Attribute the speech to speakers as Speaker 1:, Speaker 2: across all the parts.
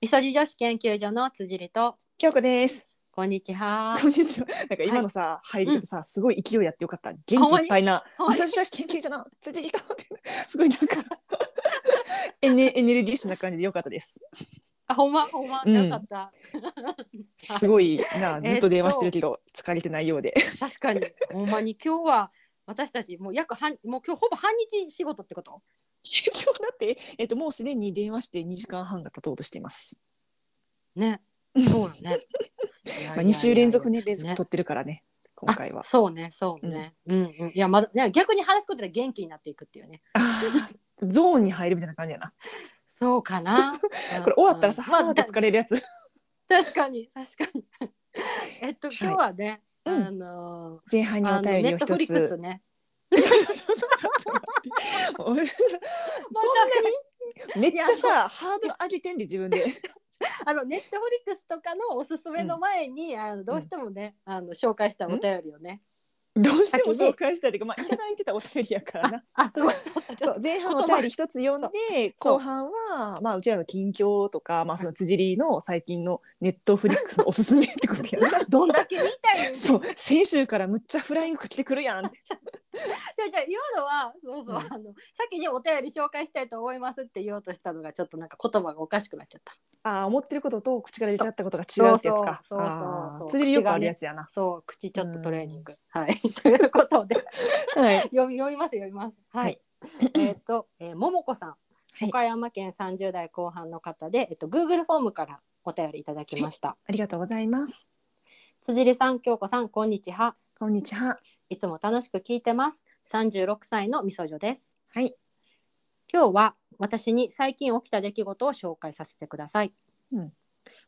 Speaker 1: みそじ女子研究所の辻里と
Speaker 2: 京子です。
Speaker 1: こんにちは
Speaker 2: こんにちは。なんか今のさ、入りでさ、すごい勢いやってよかった。元気いっぱいな。
Speaker 1: ほんま
Speaker 2: み
Speaker 1: に
Speaker 2: そじ女子研究所の辻里香って、すごい なんかエネエネルギッシュな感じでよかったです。
Speaker 1: あほんまほんま
Speaker 2: うん
Speaker 1: なかった、
Speaker 2: すごい
Speaker 1: え
Speaker 2: な、
Speaker 1: っと
Speaker 2: ずっと電話してるけど、疲れてないようで。
Speaker 1: 確かにほんまに今日は私たちもう約半もう今日ほぼ半日仕事ってこと
Speaker 2: 緊張だって、えっともうすでに電話して2時間半が経とうとしています。
Speaker 1: ねそうよねいやいやいやい
Speaker 2: まあ
Speaker 1: や
Speaker 2: 2週連続ね、連続取ってるからね、今回は
Speaker 1: あ。そうねそうね、うん、うんいやまだね逆に話すことで元気になっていくっていうね
Speaker 2: あーゾーンに入るみたいな感じやな。
Speaker 1: そうかな
Speaker 2: これ終わったらさ、
Speaker 1: うんうん
Speaker 2: はーって疲れるやつ。
Speaker 1: 確かに確かにえっと
Speaker 2: はい
Speaker 1: 今日はね、
Speaker 2: うん
Speaker 1: あの
Speaker 2: 前半
Speaker 1: ー、
Speaker 2: に
Speaker 1: あ
Speaker 2: お
Speaker 1: の
Speaker 2: 便
Speaker 1: ネ
Speaker 2: り
Speaker 1: ッ
Speaker 2: を
Speaker 1: ト
Speaker 2: 一
Speaker 1: フリック
Speaker 2: つ
Speaker 1: ス。ね
Speaker 2: ちょちょちょちょっと待っておいそんなにめっちゃ
Speaker 1: い
Speaker 2: さハードル上げてんで自分で
Speaker 1: あのネットフリックスとかのおすすめの前に、あのどうしてもね、あの紹介したお便りをね、
Speaker 2: どうしても紹介したいというかまあいただいてたお便りやからな
Speaker 1: あすごいそうそうちょ
Speaker 2: そ
Speaker 1: っ
Speaker 2: う前半お便り一つ読んで
Speaker 1: そう
Speaker 2: 後半はまあうちらの近況とかまあその辻りの最近のネットフリックスのおすすめってことやな
Speaker 1: と どんだけ見た いのじ
Speaker 2: そう先週からむっちゃフライング来てくるやんって
Speaker 1: ゃあじゃあ今のはそうそう、
Speaker 2: うん
Speaker 1: あの先にお便り紹介したいと思いますって言おうとしたのがちょっとなんか言葉がおかしくなっちゃった
Speaker 2: ああ思ってることと口から出ちゃったことが違うってやつか
Speaker 1: そうそうそうそう
Speaker 2: あ
Speaker 1: そ
Speaker 2: ー
Speaker 1: う
Speaker 2: 辻りよくあるやつやな、
Speaker 1: そう口ちょっとトレーニング、はい ということで
Speaker 2: はい
Speaker 1: 読み読みます読みますはい、えっと、えー、ももこさん
Speaker 2: い
Speaker 1: 岡山県30代後半の方で、えっと Google フォームからお便りいただきました
Speaker 2: ありがとうございます
Speaker 1: 辻里さん京子さんこんにちは
Speaker 2: こんにちはい
Speaker 1: つも楽しく聞いてます。36歳のみそじょです。
Speaker 2: はい。
Speaker 1: 今日は私に最近起きた出来事を紹介させてください。
Speaker 2: うん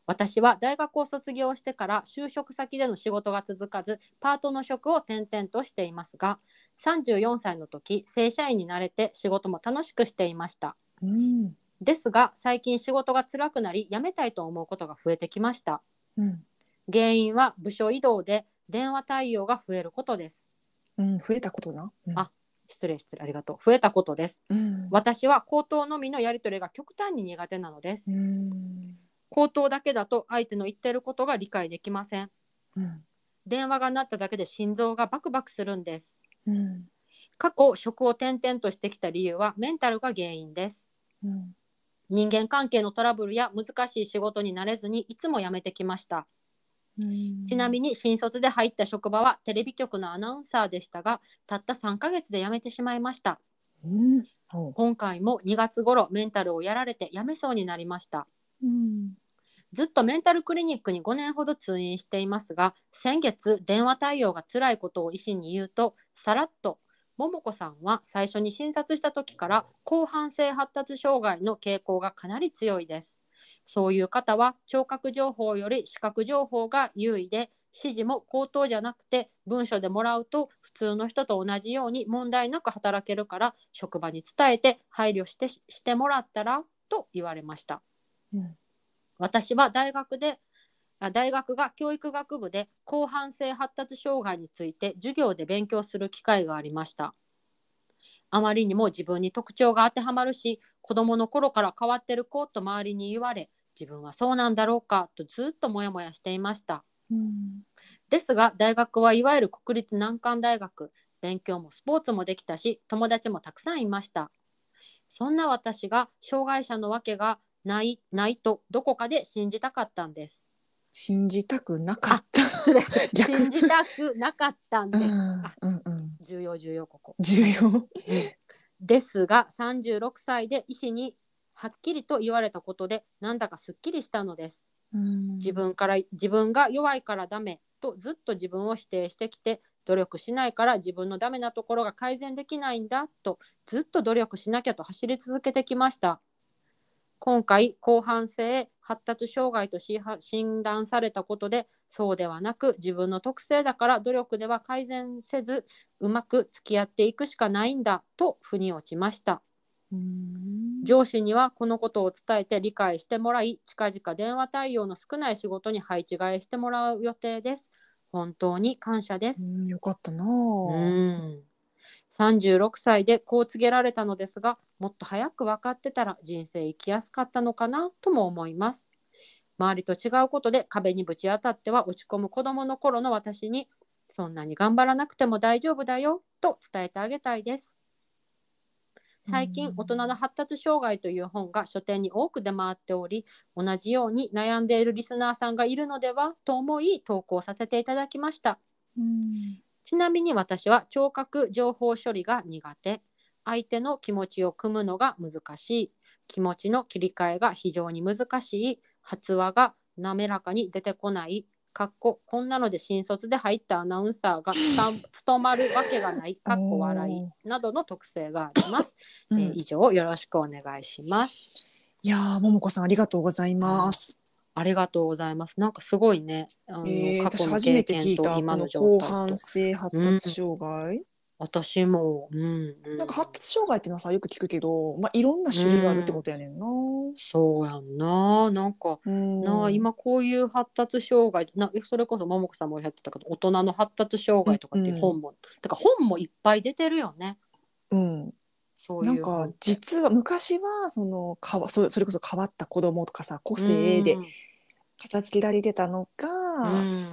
Speaker 1: 私は大学を卒業してから就職先での仕事が続かずパートの職を転々としていますが34歳の時正社員になれて仕事も楽しくしていました
Speaker 2: うん
Speaker 1: ですが最近仕事が辛くなり辞めたいと思うことが増えてきました
Speaker 2: うん
Speaker 1: 原因は部署移動で電話対応が増えることです
Speaker 2: うん、増えたことな。うん
Speaker 1: あ失礼失礼ありがとう増えたことです
Speaker 2: うん
Speaker 1: 私は口頭のみのやり取りが極端に苦手なのです
Speaker 2: うん
Speaker 1: 口頭だけだと相手の言ってることが理解できません
Speaker 2: うん
Speaker 1: 電話が鳴っただけで心臓がバクバクするんです
Speaker 2: うん
Speaker 1: 過去職を転々としてきた理由はメンタルが原因です
Speaker 2: うん
Speaker 1: 人間関係のトラブルや難しい仕事になれずにいつも辞めてきました
Speaker 2: うん
Speaker 1: ちなみに新卒で入った職場はテレビ局のアナウンサーでしたがたった3ヶ月で辞めてしまいました
Speaker 2: うんほう
Speaker 1: 今回も2月頃メンタルをやられて辞めそうになりました
Speaker 2: うん
Speaker 1: ずっとメンタルクリニックに5年ほど通院していますが先月電話対応が辛いことを医師に言うとさらっと「ももこさんは最初に診察した時から広汎性発達障害の傾向がかなり強いです」「そういう方は聴覚情報より視覚情報が優位で指示も口頭じゃなくて文書でもらうと普通の人と同じように問題なく働けるから職場に伝えて配慮してしてもらったら」と言われました。
Speaker 2: うん
Speaker 1: 私は大学であ大学が教育学部で広汎性発達障害について授業で勉強する機会がありましたあまりにも自分に特徴が当てはまるし子どもの頃から変わってる子と周りに言われ自分はそうなんだろうかとずっとモヤモヤしていました
Speaker 2: うん
Speaker 1: ですが大学はいわゆる国立難関大学勉強もスポーツもできたし友達もたくさんいましたそんな私が障害者のわけがないないとどこかで信じたかったんです
Speaker 2: 信じたくなかった。 逆
Speaker 1: 信じたくなかったん
Speaker 2: う
Speaker 1: です
Speaker 2: んうんうん
Speaker 1: 重要重要ここ
Speaker 2: 重要。
Speaker 1: ですが36歳で医師にはっきりと言われたことでなんだかすっきりしたのです
Speaker 2: うん
Speaker 1: 自分から自分が弱いからダメとずっと自分を否定してきて努力しないから自分のダメなところが改善できないんだとずっと努力しなきゃと走り続けてきました今回広汎性発達障害としは診断されたことでそうではなく自分の特性だから努力では改善せずうまく付き合っていくしかないんだと腑に落ちました
Speaker 2: うん
Speaker 1: 上司にはこのことを伝えて理解してもらい近々電話対応の少ない仕事に配置換えしてもらう予定です本当に感謝で
Speaker 2: う
Speaker 1: す
Speaker 2: んよかったな
Speaker 1: う
Speaker 2: ぁ。
Speaker 1: ん36歳でこう告げられたのですがもっと早く分かってたら人生生きやすかったのかなとも思います周りと違うことで壁にぶち当たっては落ち込む子どもの頃の私にそんなに頑張らなくても大丈夫だよと伝えてあげたいです最
Speaker 2: う
Speaker 1: 近
Speaker 2: ん
Speaker 1: 大人の発達障害という本が書店に多く出回っており同じように悩んでいるリスナーさんがいるのではと思い投稿させていただきました
Speaker 2: うん
Speaker 1: ちなみに私は聴覚情報処理が苦手相手の気持ちを組むのが難しい気持ちの切り替えが非常に難しい発話が滑らかに出てこないかっここんなので新卒で入ったアナウンサーがつた 務まるわけがないかっこ笑いなどの特性があります、えー
Speaker 2: うん
Speaker 1: 以上よろしくお願いします
Speaker 2: いやー、ももこさん、ありがとうございます。
Speaker 1: ありがとうございますなんかすごいねあの、
Speaker 2: えー、
Speaker 1: 過去
Speaker 2: 私
Speaker 1: の
Speaker 2: 初
Speaker 1: 経
Speaker 2: めて聞
Speaker 1: 験
Speaker 2: い
Speaker 1: と
Speaker 2: た、こ
Speaker 1: 今
Speaker 2: の
Speaker 1: の
Speaker 2: 後
Speaker 1: 状態
Speaker 2: 半
Speaker 1: と
Speaker 2: 性発達障害。
Speaker 1: 私もうん、うん、
Speaker 2: なんか発達障害っていうのはさ、よく聞くけど、まあ、いろんな種類があるってことやねんな。
Speaker 1: そうやんななんか、
Speaker 2: うん、
Speaker 1: なあ今こういう発達障害なそれこそ桃子さんもおっしゃってたけど大人の発達障害とかっていう本も、だから本もいっぱい出てるよね
Speaker 2: うん、
Speaker 1: そうい
Speaker 2: な
Speaker 1: うん
Speaker 2: か実は昔はそのかわそそれこそ変わった子供とかさ個性で片付けられてたのが、
Speaker 1: うん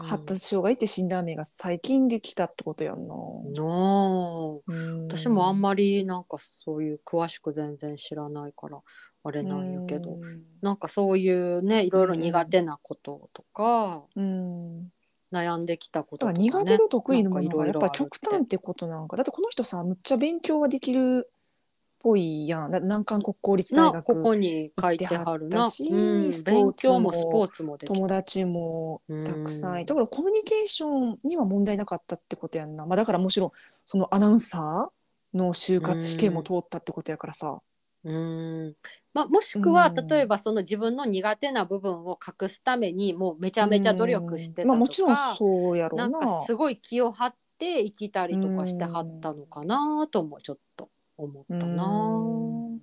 Speaker 2: 発達障害って診断名が最近できたってことやんな。
Speaker 1: なあ私もあん
Speaker 2: ま
Speaker 1: まりなんかそういう詳しく全然知らないからあれなんやけど、なんかそういうねいろいろ苦手なこととか、
Speaker 2: うん、
Speaker 1: 悩んできたこ
Speaker 2: だ
Speaker 1: と
Speaker 2: か
Speaker 1: と
Speaker 2: ら
Speaker 1: か、ね、
Speaker 2: 苦手と得意のも
Speaker 1: な
Speaker 2: の
Speaker 1: んか
Speaker 2: が
Speaker 1: い
Speaker 2: や
Speaker 1: ろい
Speaker 2: っ
Speaker 1: ろあ
Speaker 2: ぱ
Speaker 1: る
Speaker 2: 極端ってことなんかだってこの人さむっちゃ勉強はできるっぽいやんだ南韓国公立大
Speaker 1: なこ
Speaker 2: 学
Speaker 1: こに書いてはるな
Speaker 2: 行ってはった、し
Speaker 1: うん、
Speaker 2: スポーツも
Speaker 1: 勉強もスポーツもできた
Speaker 2: 友達もたくさんいてだからコミュニケーションには問題なかったってことやんな、まあ、だからもちろんそのアナウンサーの就活試験も通ったってことやからさ、
Speaker 1: うんまあ、もしくは、
Speaker 2: うん
Speaker 1: 例えばその自分の苦手な部分を隠すためにもうめちゃめちゃ努力してたとか、
Speaker 2: うんまあ、もちろんそうやろう
Speaker 1: な
Speaker 2: なん
Speaker 1: かすごい気を張って生きたりとかしてはったのかなともちょっと思ったな、
Speaker 2: うん
Speaker 1: う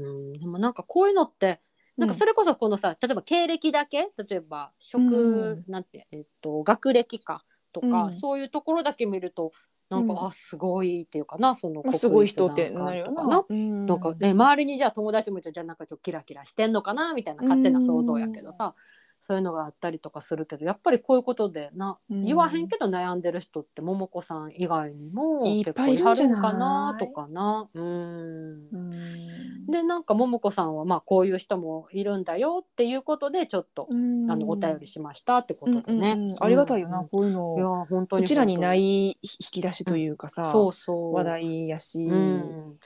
Speaker 1: ん、でもなんかこういうのってなんかそれこそこのさ、例えば経歴だけ例えば職、
Speaker 2: うん
Speaker 1: なんて、えっと、学歴かとか、
Speaker 2: うん
Speaker 1: そういうところだけ見るとなんか、
Speaker 2: うん
Speaker 1: あすごいっていうかなその
Speaker 2: まあ、
Speaker 1: 国
Speaker 2: すごい
Speaker 1: 立
Speaker 2: 人って
Speaker 1: なんか
Speaker 2: なるよ
Speaker 1: とかな
Speaker 2: な。うん
Speaker 1: なんかね、周りにじゃあ友達もいてじゃあなんかちょっとキラキラしてんのかなみたいな勝手な想像やけどさ、そういうのがあったりとかするけどやっぱりこういうことでな、
Speaker 2: うん
Speaker 1: 言わへんけど悩んでる人って桃子さん以外にも
Speaker 2: い
Speaker 1: 結
Speaker 2: っ
Speaker 1: 構
Speaker 2: ぱいい
Speaker 1: い
Speaker 2: る
Speaker 1: は
Speaker 2: んじ
Speaker 1: る
Speaker 2: ゃ
Speaker 1: の
Speaker 2: ない
Speaker 1: かなとかな。うん
Speaker 2: うん
Speaker 1: でなんか桃子さんはまあこういう人もいるんだよっていうことでちょっと、
Speaker 2: うん
Speaker 1: あのお便りしましたってことでね。
Speaker 2: うんうんうんありがたいよな、
Speaker 1: うん
Speaker 2: こうい
Speaker 1: い
Speaker 2: う
Speaker 1: や
Speaker 2: の
Speaker 1: 本当に
Speaker 2: うちらにないい引き出しというかさ、
Speaker 1: そうそう
Speaker 2: 話題やし、
Speaker 1: うん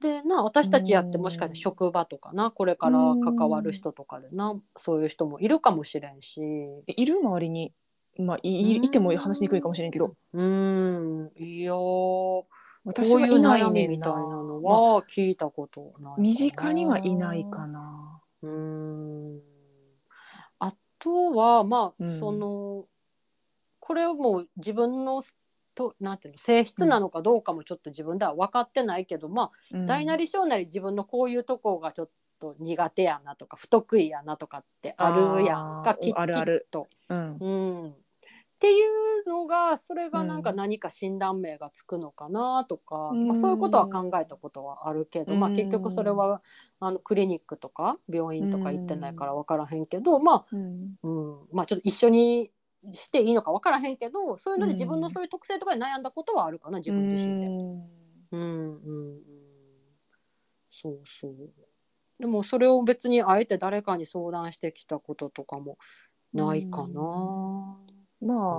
Speaker 1: でな私たちやって
Speaker 2: うん
Speaker 1: もしかしたら職場とかなこれから関わる人とかでなそういう人もいるかもしれんし
Speaker 2: えいる周りに、まあ、いいいても話しにくいかもしれんけど、
Speaker 1: うんいやーこう
Speaker 2: 私
Speaker 1: い
Speaker 2: は
Speaker 1: う
Speaker 2: いない
Speaker 1: 悩み
Speaker 2: ねん
Speaker 1: みた
Speaker 2: ない
Speaker 1: なのは聞いたことないかな
Speaker 2: 身近にはいないかな。
Speaker 1: うんあとはまあ、
Speaker 2: うん
Speaker 1: そのこれをもう自分のとなんていうの性質なのかどうかもちょっと自分では分かってないけど、まあ
Speaker 2: うん
Speaker 1: 大なり小なり自分のこういうとこがちょっと苦手やなとか不得意やなとかってあるやん
Speaker 2: あ
Speaker 1: か
Speaker 2: ー
Speaker 1: き
Speaker 2: あるあ
Speaker 1: き
Speaker 2: る
Speaker 1: っと、
Speaker 2: うん
Speaker 1: うん。っていうのがそれがなんか
Speaker 2: うん
Speaker 1: 何か診断名がつくのかなとか、
Speaker 2: うん
Speaker 1: まあ、そういうことは考えたことはあるけど、まあ、
Speaker 2: うん
Speaker 1: 結局それはあのクリニックとか病院とか行ってないから分からへんけど、ま
Speaker 2: うん
Speaker 1: あ、うんまあ、ちょっと一緒にしていいのか分からへんけどそういうので
Speaker 2: うん
Speaker 1: 自分のそういう特性とかで悩んだことはあるかな自分自身で。
Speaker 2: うん
Speaker 1: うんうんうんそうそうでもそれを別にあえて誰かに相談してきたこととかもないかな、
Speaker 2: まあ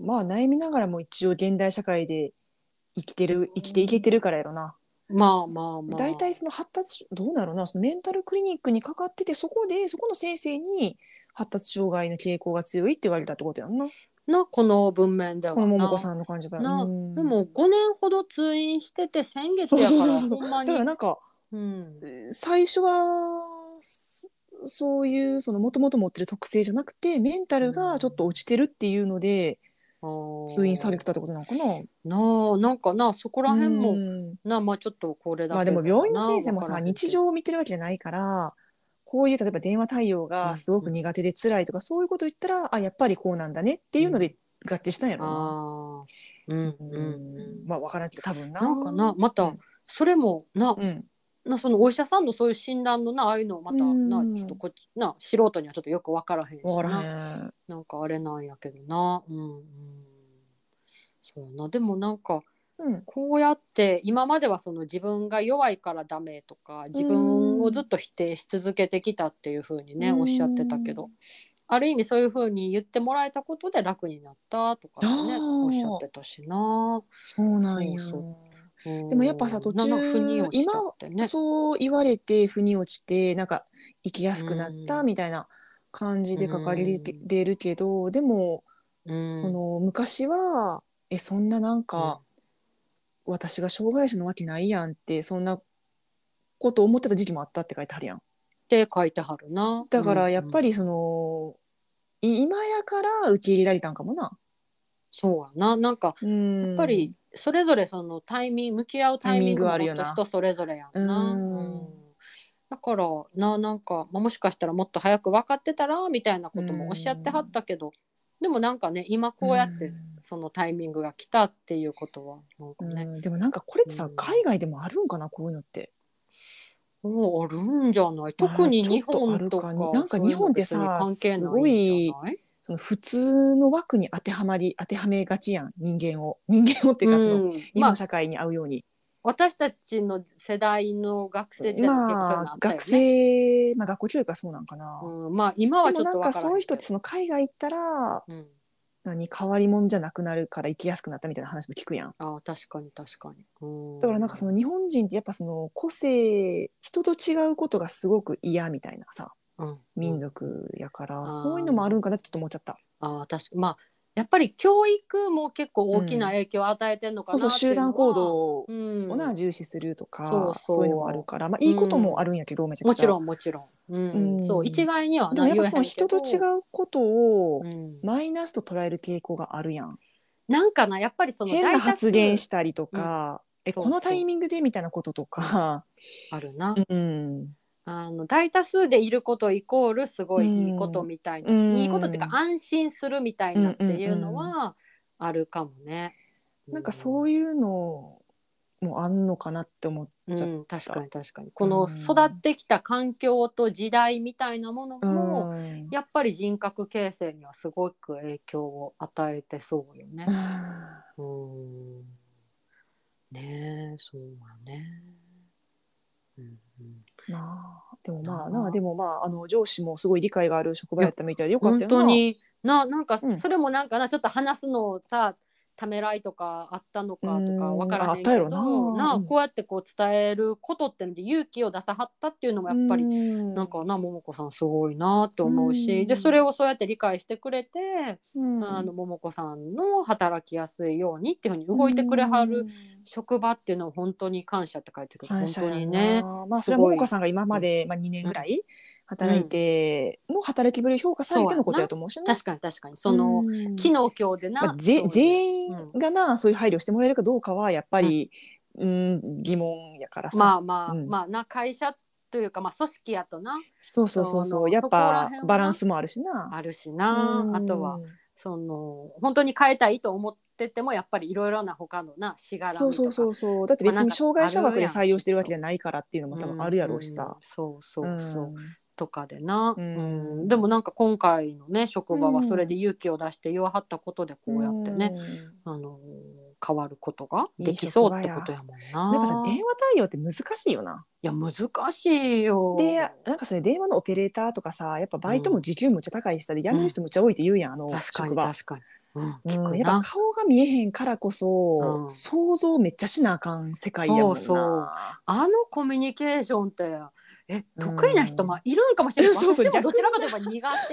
Speaker 2: まあ悩みながらも一応現代社会で生きてる生きていけてるからやろな。
Speaker 1: まあまあまあ
Speaker 2: 大体その発達どうなるなそのメンタルクリニックにかかっててそこでそこの先生に発達障害の傾向が強いって言われたってことやんな。
Speaker 1: なこの文面では
Speaker 2: この
Speaker 1: な
Speaker 2: 桃子さんの感じだ
Speaker 1: な
Speaker 2: うん
Speaker 1: でも5年ほど通院してて先月や
Speaker 2: そう
Speaker 1: か
Speaker 2: そう
Speaker 1: ら
Speaker 2: そうそう
Speaker 1: ほんま
Speaker 2: だから
Speaker 1: に
Speaker 2: なんか
Speaker 1: うん
Speaker 2: 最初はそそういうそのもともと持ってる特性じゃなくてメンタルがちょっと落ちてるっていうので
Speaker 1: あー
Speaker 2: 通院されてたってことなのかな。こ
Speaker 1: なあなんかなそこら辺も、なあまあちょっとこれだけ
Speaker 2: まあでも
Speaker 1: だな
Speaker 2: 病院の先生も
Speaker 1: わ
Speaker 2: さ
Speaker 1: からんけど
Speaker 2: 日常を見てるわけじゃないからこういう例えば電話対応がすごく苦手で辛いとかそういうこと言ったらあやっぱりこうなんだねっていうので合致したんやろな。
Speaker 1: あーうん
Speaker 2: う
Speaker 1: うんうん
Speaker 2: んまあ分からんけど多分な。
Speaker 1: なんかなまたそれもな
Speaker 2: うん
Speaker 1: なそのお医者さんのそういう診断のなああいうのをまた
Speaker 2: うん
Speaker 1: なちょっとこっちな素人にはちょっとよく分からへんし
Speaker 2: わから
Speaker 1: な
Speaker 2: へん。
Speaker 1: なんかあれなんやけどなうんうんそうやなでもなんか
Speaker 2: うん。
Speaker 1: こうやって今まではその自分が弱いからダメとか自分をずっと否定し続けてきたっていうふうにね
Speaker 2: うん
Speaker 1: おっしゃってたけどある意味そういうふうに言ってもらえたことで楽になったとかってね
Speaker 2: あー
Speaker 1: おっしゃってたしな。
Speaker 2: そうなんよ。
Speaker 1: そう
Speaker 2: でもやっぱさ
Speaker 1: うん
Speaker 2: 途中
Speaker 1: なな腑に落ちたってね。
Speaker 2: そう言われて腑に落ちてなんか生きやすくなった
Speaker 1: うん
Speaker 2: みたいな感じで書かれるけ
Speaker 1: うん
Speaker 2: れるけどでも
Speaker 1: うん
Speaker 2: その昔はえそんななんか私が障害者のわけないやんってそんなこと思ってた時期もあったって書いてあるやん。
Speaker 1: って書いてはるな。
Speaker 2: だからやっぱ
Speaker 1: り、
Speaker 2: りそのい今やから受け入れられたんかもな。
Speaker 1: そうやななんか
Speaker 2: うん
Speaker 1: やっぱりそれぞれそのタイミング向き合うタイミング
Speaker 2: タ
Speaker 1: も
Speaker 2: イミングあるよな
Speaker 1: 人それぞれやんな。
Speaker 2: うん
Speaker 1: うんだからななんか、まあ、もしかしたらもっと早く分かってたらみたいなこともおっしゃってはったけど、でもなんかね今こうやって
Speaker 2: うん
Speaker 1: そのタイミングが来たっていうことはなんかね、
Speaker 2: うんでもなんかこれってさ、
Speaker 1: うん
Speaker 2: 海外でもあるんかなこういうのって。
Speaker 1: もうあるんじゃない特に日本とか
Speaker 2: まあちょっとあるかなんか日本ってさ
Speaker 1: そういうの別に関係ないんじゃない
Speaker 2: その普通の枠に当てはまり当てはめがちやん人間を人間をっていうかその、
Speaker 1: うん
Speaker 2: 日
Speaker 1: まあ
Speaker 2: 本社会に合うように、
Speaker 1: 私たちの世代の学生時代って結構そういう
Speaker 2: ま
Speaker 1: の
Speaker 2: あ
Speaker 1: ったよね
Speaker 2: 学生、まあ、学校教育はそうなんかな、
Speaker 1: うん、まあ今は
Speaker 2: で
Speaker 1: ちょ
Speaker 2: も
Speaker 1: っ
Speaker 2: な
Speaker 1: と
Speaker 2: ん
Speaker 1: わから
Speaker 2: か
Speaker 1: んけど
Speaker 2: そういう人ってその海外行ったら
Speaker 1: うん、
Speaker 2: 何変わり者じゃなくなるから生きやすくなったみたいな話も聞くやん
Speaker 1: ああ確かに確かに、うん、
Speaker 2: だからなんかその日本人ってやっぱその個性人と違うことがすごく嫌みたいなさ
Speaker 1: うん
Speaker 2: 民族やから、
Speaker 1: ん
Speaker 2: そういうのもあるんかなってちょっと思っちゃった
Speaker 1: ああ確かまあやっぱり教育も結構大きな影響を与えてるのか
Speaker 2: そ
Speaker 1: な
Speaker 2: うそう
Speaker 1: っていう
Speaker 2: 集
Speaker 1: のは
Speaker 2: 団行動
Speaker 1: うん
Speaker 2: をな重視するとか、
Speaker 1: そうそう
Speaker 2: そういうのもあるから、まあ、いいこともあるんやけど、めちゃ
Speaker 1: も
Speaker 2: くち
Speaker 1: ち
Speaker 2: ゃ
Speaker 1: ろんもちろん、うん
Speaker 2: うん
Speaker 1: そう一概には
Speaker 2: でもやっぱそ
Speaker 1: 言えへん
Speaker 2: の
Speaker 1: け
Speaker 2: 人
Speaker 1: ど
Speaker 2: と違うことを
Speaker 1: うん
Speaker 2: マイナスと捉える傾向があるやん。
Speaker 1: なんかなやっぱりその
Speaker 2: 変な
Speaker 1: 大多数
Speaker 2: 発言したりとか、え
Speaker 1: そう
Speaker 2: このタイミングでみたいなこととか、
Speaker 1: あるな、
Speaker 2: うん、
Speaker 1: あの大多数でいることイコールすごいいいことみたいな、
Speaker 2: うん
Speaker 1: いいことっていうか安心するみたいなっていうのはあるかもね。
Speaker 2: なんかそう
Speaker 1: い
Speaker 2: いうのもあんのかなって思っ
Speaker 1: う
Speaker 2: ちゃっ
Speaker 1: ん、確かに確かにこの育ってきた環境と時代みたいなもの
Speaker 2: た。
Speaker 1: も、
Speaker 2: うん うん
Speaker 1: やっぱり人格形成にはすごく影響を与えてそうよね。うん、ねえそうはね。うんうん、
Speaker 2: なあでもまあ
Speaker 1: な
Speaker 2: な
Speaker 1: あ
Speaker 2: あでもまああの上司もすごい理解がある職場やったみたいでよかっ
Speaker 1: 本
Speaker 2: たよな。
Speaker 1: 当にななんか
Speaker 2: うん
Speaker 1: それもなんかな、ちょっと話すのをさためらいとかあったのかとか
Speaker 2: うん
Speaker 1: わからへんけ
Speaker 2: ああったや
Speaker 1: ど
Speaker 2: ろな
Speaker 1: な
Speaker 2: うん
Speaker 1: こうやってこう伝えることってので勇気を出さはったっていうのもやっぱり
Speaker 2: うん
Speaker 1: なんかな桃子さんすごいなと思うし、
Speaker 2: うん
Speaker 1: でそれをそうやって理解してくれて、
Speaker 2: うん
Speaker 1: あの桃子さんの働きやすいようにっていうふうに動いてくれはる職場っていうのは本当に感謝って書いてる
Speaker 2: 感謝
Speaker 1: 本当
Speaker 2: や
Speaker 1: に
Speaker 2: ね
Speaker 1: ね。。
Speaker 2: まあ
Speaker 1: す
Speaker 2: そ
Speaker 1: ごい
Speaker 2: れはももかさんが今まで、まあ、2年ぐらい働いて、の働きぶりを評価されてのことやと思うしな
Speaker 1: 確かに確かにその、
Speaker 2: うん
Speaker 1: 昨日今日でな、
Speaker 2: まあ、ぜ
Speaker 1: そう
Speaker 2: 全員がな、そういう配慮をしてもらえるかどうかはやっぱり、うん疑問やからさ、
Speaker 1: まあまあ、
Speaker 2: うん
Speaker 1: まあな会社というかまあ組織やとな
Speaker 2: そうそうそうそう
Speaker 1: そう
Speaker 2: やっぱ
Speaker 1: そこら辺はな
Speaker 2: バランスもあるしな。
Speaker 1: あるしな、
Speaker 2: うん
Speaker 1: あとはその本当に変えたいと思っててもやっぱりいろいろな他のなしがらみとか
Speaker 2: そうそうそうそうだって別
Speaker 1: まあなん
Speaker 2: に
Speaker 1: か
Speaker 2: 障害者枠で採用してるわけじゃないからっていうのも多分あるやろうし
Speaker 1: ん
Speaker 2: さ。
Speaker 1: そう
Speaker 2: う
Speaker 1: そ
Speaker 2: ん
Speaker 1: うそう、とかでな、う
Speaker 2: うんん
Speaker 1: でもなんか今回のね職場は
Speaker 2: うん
Speaker 1: それで勇気を出して言わはったことでこうやってね、
Speaker 2: うん
Speaker 1: あのー変わることができそうってことやもんな。
Speaker 2: やっぱさ電話対応って難しいよな。
Speaker 1: いや難しいよ。
Speaker 2: でなんかそれ電話のオペレーターとかさやっぱバイトも時給むっちゃ高いしさで辞める人むっちゃ多いって言うやん、あの
Speaker 1: 確か
Speaker 2: 職
Speaker 1: に
Speaker 2: 場。
Speaker 1: 確かに。うん、
Speaker 2: う
Speaker 1: 聞
Speaker 2: ん、
Speaker 1: く
Speaker 2: や
Speaker 1: な
Speaker 2: っぱ。顔が見えへんからこそ、
Speaker 1: うん
Speaker 2: 想像めっちゃしなあかん世界やもんな。
Speaker 1: そうそうあのコミュニケーションってえ
Speaker 2: うん
Speaker 1: 得意な人まあいるんかもしれない。
Speaker 2: そうそ
Speaker 1: 私
Speaker 2: う
Speaker 1: も
Speaker 2: 逆
Speaker 1: ど
Speaker 2: に
Speaker 1: ちらかといえば苦
Speaker 2: わか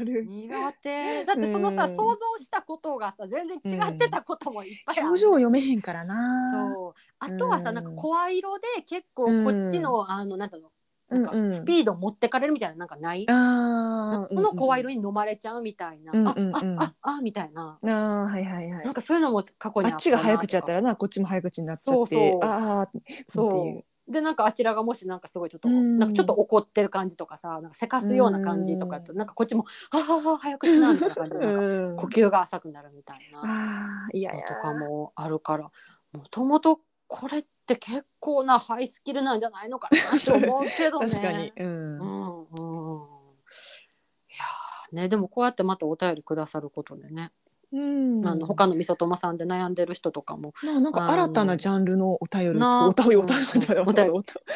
Speaker 1: 手。
Speaker 2: る。
Speaker 1: 苦手。だってそのさ、
Speaker 2: うん
Speaker 1: 想像したことがさ全然違ってたこともいっぱいある。
Speaker 2: 表情読めへんからな。
Speaker 1: そうあとはさ、
Speaker 2: うん
Speaker 1: なんか声色で結構こっちの、あのなんだろうな
Speaker 2: うんん
Speaker 1: か
Speaker 2: うん
Speaker 1: スピード持ってかれるみたいななんかない、なん
Speaker 2: あ
Speaker 1: か
Speaker 2: あ。
Speaker 1: この声
Speaker 2: い。
Speaker 1: 色に飲まれちゃうみたいな、
Speaker 2: うん
Speaker 1: あ
Speaker 2: うんうん
Speaker 1: あああみたいな
Speaker 2: ああはいはいはい
Speaker 1: なん。かそういうのも過去に
Speaker 2: あっちが早口やった
Speaker 1: ら
Speaker 2: らなこっちも早口になっちゃって
Speaker 1: そうそう
Speaker 2: ああっていう。
Speaker 1: でなんかあちらがもしなんかすごいちょっと、
Speaker 2: うん
Speaker 1: なんかちょっと怒ってる感じとかさなんかせかすような感じとかやと、なんかこっちも「はあはあはあ早口な」みたいな感じで、なんか
Speaker 2: うん
Speaker 1: 呼吸が浅くなるみたいな
Speaker 2: ああいやいや
Speaker 1: のとかもあるからもともとこれって結構なハイスキルなんじゃないのかなと思うけどね。
Speaker 2: 確かに。うん。
Speaker 1: うんうんいやーね、でもこうやってまたお便りくださることでね、
Speaker 2: うん
Speaker 1: あの他のみそともさんで悩んでる人とかも、
Speaker 2: なあなんか新たなジャンルのお便り
Speaker 1: なあ
Speaker 2: とお便りお便り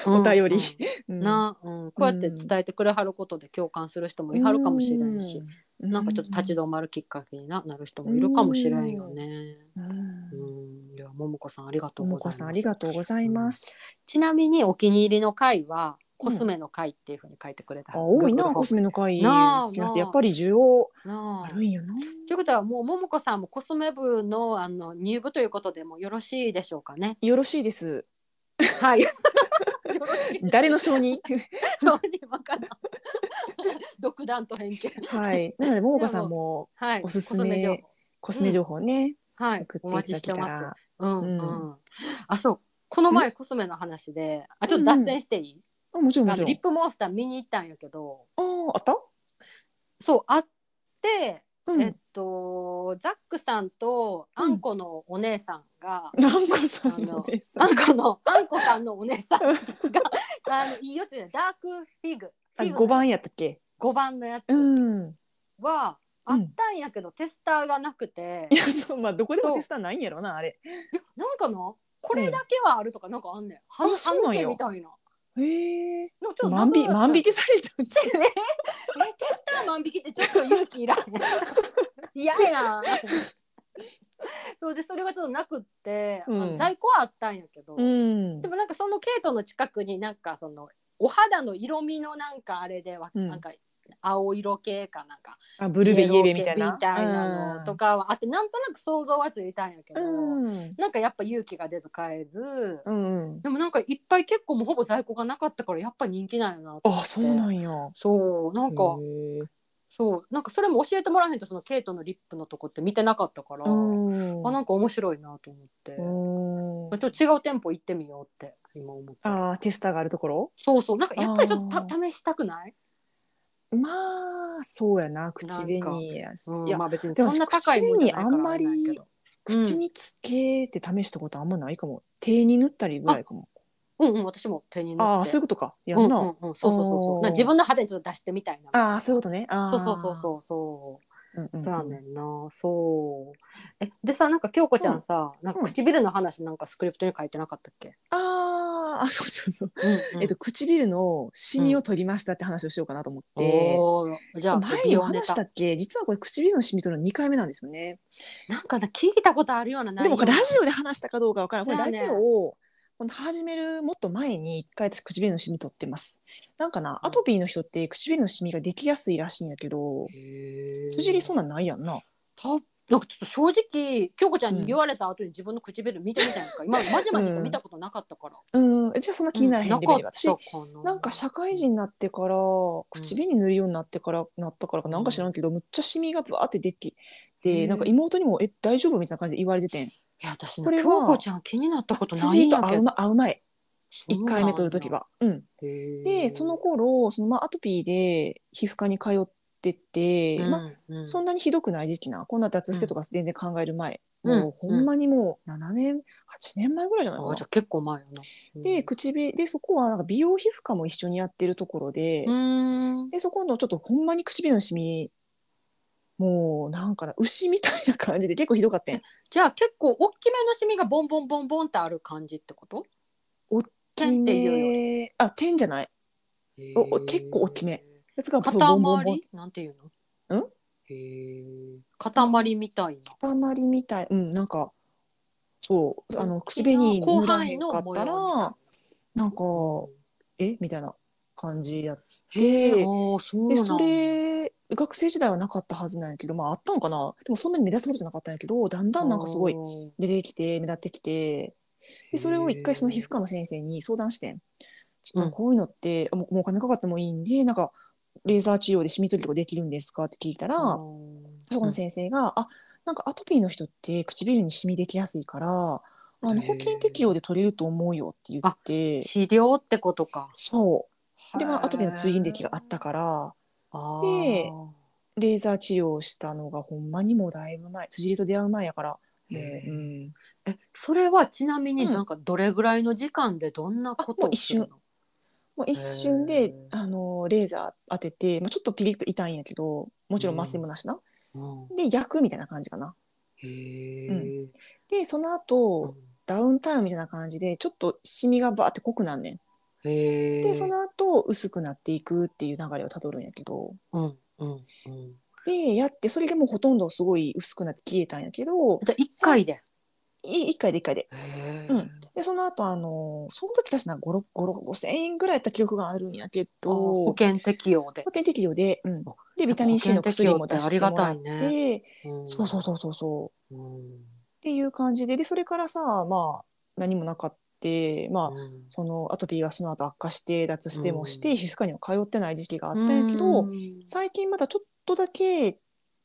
Speaker 1: うん
Speaker 2: お便り
Speaker 1: うん
Speaker 2: お便お便りり
Speaker 1: う
Speaker 2: うんん
Speaker 1: な、うん、こうやって伝えてくれはることで共感する人もいはるかもしれんし、
Speaker 2: う
Speaker 1: なんかちょっと立ち止まるきっかけにななる人もいるかもしれんよね。
Speaker 2: うん
Speaker 1: うん、いやももこさんありがと
Speaker 2: と
Speaker 1: うご
Speaker 2: も
Speaker 1: ざい
Speaker 2: こ
Speaker 1: ます。
Speaker 2: さんありがとうございます。
Speaker 1: ちなみにお気に入りの回はコスメの回っていうふうに書いてくれた。
Speaker 2: あ多いな
Speaker 1: Google
Speaker 2: コスメの会
Speaker 1: なあ
Speaker 2: 好きな
Speaker 1: なあ
Speaker 2: 人やっぱり需要
Speaker 1: な
Speaker 2: あ
Speaker 1: あ
Speaker 2: るんやな。
Speaker 1: ということはもうももこさんもコスメ部のあの入部ということでもよろしいでしょうか ね。
Speaker 2: よろしいです。
Speaker 1: はい。 よろしい
Speaker 2: 誰の 承認？
Speaker 1: どうにもわからん。独断と偏見。
Speaker 2: はい。なのでももこさんも
Speaker 1: はい。
Speaker 2: おすす
Speaker 1: コスメ情
Speaker 2: め
Speaker 1: 報
Speaker 2: コスメ情報ね
Speaker 1: はい
Speaker 2: 送。
Speaker 1: お
Speaker 2: っ
Speaker 1: 待
Speaker 2: て
Speaker 1: ち
Speaker 2: いただ
Speaker 1: して
Speaker 2: けた
Speaker 1: ます。
Speaker 2: ら。
Speaker 1: うんう。
Speaker 2: うん
Speaker 1: あそう。この前コスメの話で、あちょっと脱線していい？
Speaker 2: あもちろんも
Speaker 1: あ
Speaker 2: ち
Speaker 1: の
Speaker 2: ろん。
Speaker 1: リップモンスター見に行ったんやけど、
Speaker 2: あああった？
Speaker 1: そうあって。
Speaker 2: うん。
Speaker 1: えっと、ザックさんとあんこのお姉さんが、
Speaker 2: なんかさんのね さ
Speaker 1: あ。んこのあんこさんのお姉さんがあのいいよつねダークフィグ
Speaker 2: あ
Speaker 1: フィグ
Speaker 2: 五番やったっけ？
Speaker 1: 5番のやつ
Speaker 2: うん。
Speaker 1: は、
Speaker 2: うん
Speaker 1: あったんやけどテスターがなくて
Speaker 2: いやそうまあどこで
Speaker 1: そう
Speaker 2: もテスターないんやろなあれ。
Speaker 1: なんかなこれだけはあるとかなんかあんねん、は
Speaker 2: あそうな
Speaker 1: 歯抜
Speaker 2: んや
Speaker 1: けみたいな
Speaker 2: へえ。
Speaker 1: なんかちょっと
Speaker 2: 万引
Speaker 1: 謎
Speaker 2: 万引きされたんじ
Speaker 1: ええテスター万引きってちょっと勇気いらん嫌や なそうでそれがちょっとなくって、あの
Speaker 2: うん
Speaker 1: 在庫はあったんやけど、
Speaker 2: ゃん。うん
Speaker 1: で。もなんかそのケイトの近くになんかそのお肌の色味のなんかあれでわ、
Speaker 2: うん
Speaker 1: なんか青色系かなんか
Speaker 2: あブルーベイエベみたい
Speaker 1: イエロー系
Speaker 2: な。
Speaker 1: みたいなのとかはあってなんとなく想像はついたんやけど、
Speaker 2: うん。うん
Speaker 1: なんかやっぱ勇気が出ず買えず
Speaker 2: うん。
Speaker 1: でもなんかいっぱい結構もうほぼ在庫がなかったからやっぱ人気なんやな
Speaker 2: あそうなんや。
Speaker 1: そうなんか、
Speaker 2: へえ
Speaker 1: そうなんかそれも教えてもらわへんとそのケイトのリップのとこって見てなかったから、
Speaker 2: うん。
Speaker 1: あなんか面白いなと思って、
Speaker 2: うん
Speaker 1: ちょっと違う店舗行ってみようって今思った。
Speaker 2: あーテスターがあるところ
Speaker 1: そうそうなんかやっぱりちょっと
Speaker 2: あ
Speaker 1: た試したくない
Speaker 2: まあそうやな口
Speaker 1: なんか
Speaker 2: 紅やし、
Speaker 1: うん
Speaker 2: いや、
Speaker 1: まあ別に
Speaker 2: で
Speaker 1: そ
Speaker 2: も
Speaker 1: んな高いもんじゃないから
Speaker 2: 口紅にあんまり
Speaker 1: れないけど
Speaker 2: 口につけて試したことあんまないかも手に塗ったりぐらいかも
Speaker 1: うんうん私も手に塗って
Speaker 2: ああーそういうことかやんな、
Speaker 1: うんうんうん、そうそうそうそう
Speaker 2: おー
Speaker 1: なんか自分の肌にちょっと出してみたいな
Speaker 2: ああそういうことねあー
Speaker 1: そうそうそうそうそう
Speaker 2: うんうんうん、
Speaker 1: そうやねんなそうえでさなんか京子ちゃんさ、なんか
Speaker 2: うん
Speaker 1: 唇の話なんかスクリプトに書いてなかったっけ、
Speaker 2: あーあそうそうそう、
Speaker 1: うんうん
Speaker 2: えっと唇のシミを取りましたって話をしようかなと思って、
Speaker 1: おーじゃあ
Speaker 2: 前
Speaker 1: 美
Speaker 2: にも
Speaker 1: 容ネ
Speaker 2: 話し
Speaker 1: タ
Speaker 2: たっけ実はこれ唇のシミ取るの2回目なんですよね
Speaker 1: なんかな聞いたことあるようなない
Speaker 2: でもこれラ
Speaker 1: オ
Speaker 2: ジオで話したかどうかわからん。これ
Speaker 1: そうや
Speaker 2: ラ
Speaker 1: ね
Speaker 2: ジオをこの始めるもっと前に一回私唇のシミ取ってます。なんかな、
Speaker 1: うん
Speaker 2: アトピーの人って唇のシミができやすいらしいんやけど、
Speaker 1: 辻
Speaker 2: 辻りそんなんないやんな。
Speaker 1: なんかちょっと正直京子ちゃんに言われた後に自分の唇見てみたいな か、今まじまじと見たことなかったから、
Speaker 2: うん、じゃあそんな気にならへんレベル、
Speaker 1: なか
Speaker 2: 私
Speaker 1: ったかな
Speaker 2: なんか社会人になってから唇に塗るようになってからなったからかなんか知らんけど、むっちゃシミがぶわってでき
Speaker 1: へえ
Speaker 2: てなんか妹にも「え大丈夫?」みたいな感じで言われててん
Speaker 1: いや私
Speaker 2: こ
Speaker 1: ね
Speaker 2: れ
Speaker 1: 京
Speaker 2: は
Speaker 1: 子ちゃん気になったことない
Speaker 2: 辻
Speaker 1: ん
Speaker 2: り
Speaker 1: や
Speaker 2: と
Speaker 1: け
Speaker 2: 合
Speaker 1: ど
Speaker 2: う,、ま、合う前
Speaker 1: 一
Speaker 2: 1回目取る時は。うんでその頃そのまあアトピーで皮膚科に通ってて、まあ、そんなにひどくない時期なこんな脱捨てとか全然考える前、
Speaker 1: うん
Speaker 2: もうほんまにもう7年8年前ぐらいじゃないか
Speaker 1: あ
Speaker 2: な
Speaker 1: じゃあ。結構前よな。
Speaker 2: で唇でそこはなんか美容皮膚科も一緒にやってるところで,、
Speaker 1: うん
Speaker 2: でそこのちょっとほんまに唇のシミもうなんかな牛みたいな感じで結構ひど かったん
Speaker 1: じゃあ結構大きめのシミがボンボンボンボンってある感じってこと点っていうよ
Speaker 2: よあ点じゃないおお結構大きめ。やつが
Speaker 1: 塊なんていうの
Speaker 2: ん
Speaker 1: へえ。塊みたいな。
Speaker 2: 塊みたいうんなんかそうあの口
Speaker 1: 大
Speaker 2: 紅
Speaker 1: きな広
Speaker 2: 塗ら
Speaker 1: 範
Speaker 2: へ
Speaker 1: 囲
Speaker 2: ん
Speaker 1: の
Speaker 2: かったらなんか
Speaker 1: 模様
Speaker 2: えみたいな感じやっ
Speaker 1: みたいな。
Speaker 2: で
Speaker 1: へえ。あーそうな
Speaker 2: で
Speaker 1: ん
Speaker 2: それ学生時代はなかったはずなんやけどまああったのかなでもそんなに目立つことじゃなかったんやけどだんだんなんかすごい出てきて目立ってきてでそれを一回その皮膚科の先生に相談してんちょっとこういうのって、もうもうお金かかってもいいんでなんかレーザー治療でシミ取りとかできるんですかって聞いたら、
Speaker 1: あ
Speaker 2: そこの先生が、あなんかアトピーの人って唇にシミできやすいからあ
Speaker 1: へー
Speaker 2: の保険適用で取れると思うよって言って
Speaker 1: 治療ってことか。
Speaker 2: そうでまあアトピーの通院歴があったから
Speaker 1: あ
Speaker 2: でレーザー治療したのがほんまにもうだいぶ前辻りと出会う前やからで、うん、
Speaker 1: えそれはちなみに
Speaker 2: うん
Speaker 1: なんかどれぐらいの時間でどんなこと
Speaker 2: あもう
Speaker 1: をするの、
Speaker 2: もう一瞬
Speaker 1: へ
Speaker 2: で
Speaker 1: ーあ
Speaker 2: あのレーザー当てて、まあ、ちょっとピリッと痛いんやけどもちろん麻酔もなしな、
Speaker 1: うん、
Speaker 2: で焼くみたいな感じかな
Speaker 1: へえ、
Speaker 2: でその
Speaker 1: うん
Speaker 2: 後ダウンタイムみたいな感じでちょっとシミがバーって濃くなんねん
Speaker 1: へえ
Speaker 2: でその後薄くなっていくっていう流れをたどるんやけど
Speaker 1: うんうんうん
Speaker 2: でやってそれがもうほとんどすごい薄くなって消えたんやけど
Speaker 1: じゃあ一回で
Speaker 2: 1回で1回で
Speaker 1: へえ
Speaker 2: うんでその後あのその時確か5 6 5 0円ぐらいやった記憶があるんやけ
Speaker 1: あー保
Speaker 2: ど
Speaker 1: 険適用で
Speaker 2: 保、険適用で、うん
Speaker 1: あ、
Speaker 2: でビタミン C の薬も出してもら
Speaker 1: 保
Speaker 2: っ
Speaker 1: 険適用ってありがたい
Speaker 2: て、
Speaker 1: うん
Speaker 2: そうそうそうそうそう
Speaker 1: う、ん
Speaker 2: っていう感じででそれからさまあ何もなかってまあ、
Speaker 1: うん
Speaker 2: そのアトピーがその後悪化して脱ステもして、
Speaker 1: うん
Speaker 2: 皮膚科にも通ってない時期があったんやけど、
Speaker 1: うん
Speaker 2: 最近まだちょっとだけ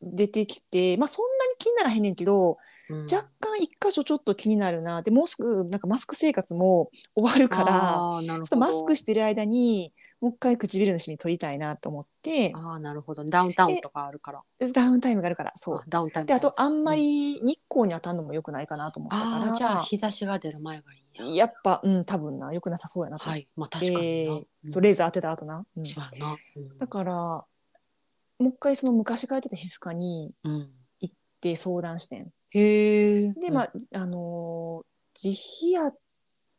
Speaker 2: 出てきてまあそんなに気にならへんねんけど、
Speaker 1: うん
Speaker 2: 若干一箇所ちょっと気になるなでもうすぐなんかマスク生活も終わるから
Speaker 1: あーなるほ
Speaker 2: ちょっ
Speaker 1: ど
Speaker 2: とマスクしてる間にもう一回唇のシミ取りたいなと思って
Speaker 1: ああなるほどダウンタウンとかあるから
Speaker 2: ダウンタイムがあるからそう
Speaker 1: あダウンタウン
Speaker 2: であとあんまり日光に当たるのも良くないかなと思ったから、
Speaker 1: ああじゃあ日差しが出る前がいいんや
Speaker 2: やっぱうん多分な良くなさそうやなと思
Speaker 1: は
Speaker 2: っ
Speaker 1: いまあ確
Speaker 2: て、
Speaker 1: かにな、うん
Speaker 2: そうレーザー当てた後な、うん
Speaker 1: そうやな、うん、
Speaker 2: だからもう一回その昔からやってた皮膚科に
Speaker 1: ら、うん、
Speaker 2: で相談してん
Speaker 1: へえ
Speaker 2: でまあ、あのー自費や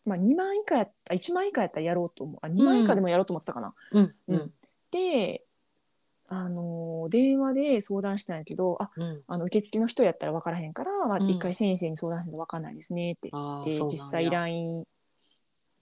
Speaker 2: まあ2万以下やった1万以下やったらやろうと思うあ2万以下でもやろうと思ってたかな、
Speaker 1: うんう
Speaker 2: うん
Speaker 1: ん
Speaker 2: であのー電話で相談したんやけどあ
Speaker 1: うん
Speaker 2: あの受付の人やったら分からへんから、まあ、
Speaker 1: うん
Speaker 2: 一回先生に相談して分かんないですねって
Speaker 1: ああ
Speaker 2: で実際 LINE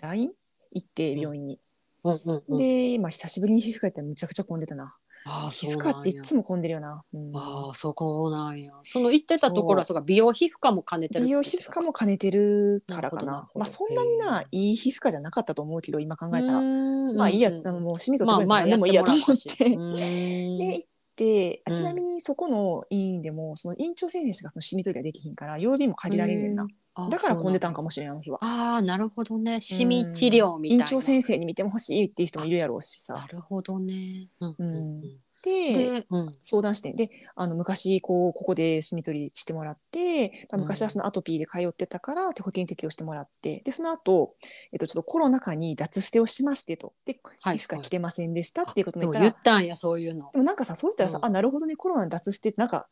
Speaker 2: 行って病院に、
Speaker 1: うんうんうん、
Speaker 2: で、まあ、久しぶりに皮膚科行ったらむちゃくちゃ混んでたな
Speaker 1: ああ
Speaker 2: 皮
Speaker 1: そう
Speaker 2: 膚科
Speaker 1: な
Speaker 2: っ
Speaker 1: ん
Speaker 2: て
Speaker 1: や
Speaker 2: いつも混んでるよな、うん、
Speaker 1: ああそうなんやその言ってたところはそうか美容皮膚科も兼ねてるって
Speaker 2: 美
Speaker 1: 言
Speaker 2: 容
Speaker 1: って
Speaker 2: 皮
Speaker 1: た
Speaker 2: 膚科も兼ねてるからかな
Speaker 1: なるほどなるほど
Speaker 2: まあそんなにな
Speaker 1: へ
Speaker 2: いい皮膚科じゃなかったと思うけど今考えた
Speaker 1: う
Speaker 2: ら
Speaker 1: ーん
Speaker 2: まあいいや、
Speaker 1: うんうん
Speaker 2: あのもう清水を
Speaker 1: ま
Speaker 2: 取
Speaker 1: あ
Speaker 2: れ
Speaker 1: まあ
Speaker 2: たら何でもいいやと思って、
Speaker 1: やてもらったしうーん
Speaker 2: で行ってあ
Speaker 1: うん
Speaker 2: ちなみにそこの院でもその院長先生しかそのシミ取りができひんから曜日も限られんねんな
Speaker 1: あ
Speaker 2: だから混んでたんか
Speaker 1: も
Speaker 2: もしれんあの日は
Speaker 1: ああなるほどねシミ治療みたいな、
Speaker 2: 院長先生に見てもほしいっていう人もいるやろうし
Speaker 1: な
Speaker 2: さ
Speaker 1: るほどね、うんうんうん
Speaker 2: うんで
Speaker 1: で、うん、
Speaker 2: 相談してであの昔こうここでシミ取りしてもらって
Speaker 1: うん
Speaker 2: 昔はそのアトピーで通ってたからって保険適用してもらってでその後、えっとちょっとコロナ禍に脱ステをしましてとで皮
Speaker 1: はい
Speaker 2: 膚が着てませんでしたっていうことも言った
Speaker 1: で
Speaker 2: ら、
Speaker 1: 言ったんやそういうの
Speaker 2: でもなんかさそう言ったらさ、
Speaker 1: うん
Speaker 2: あなるほどねコロナに脱ステってなんか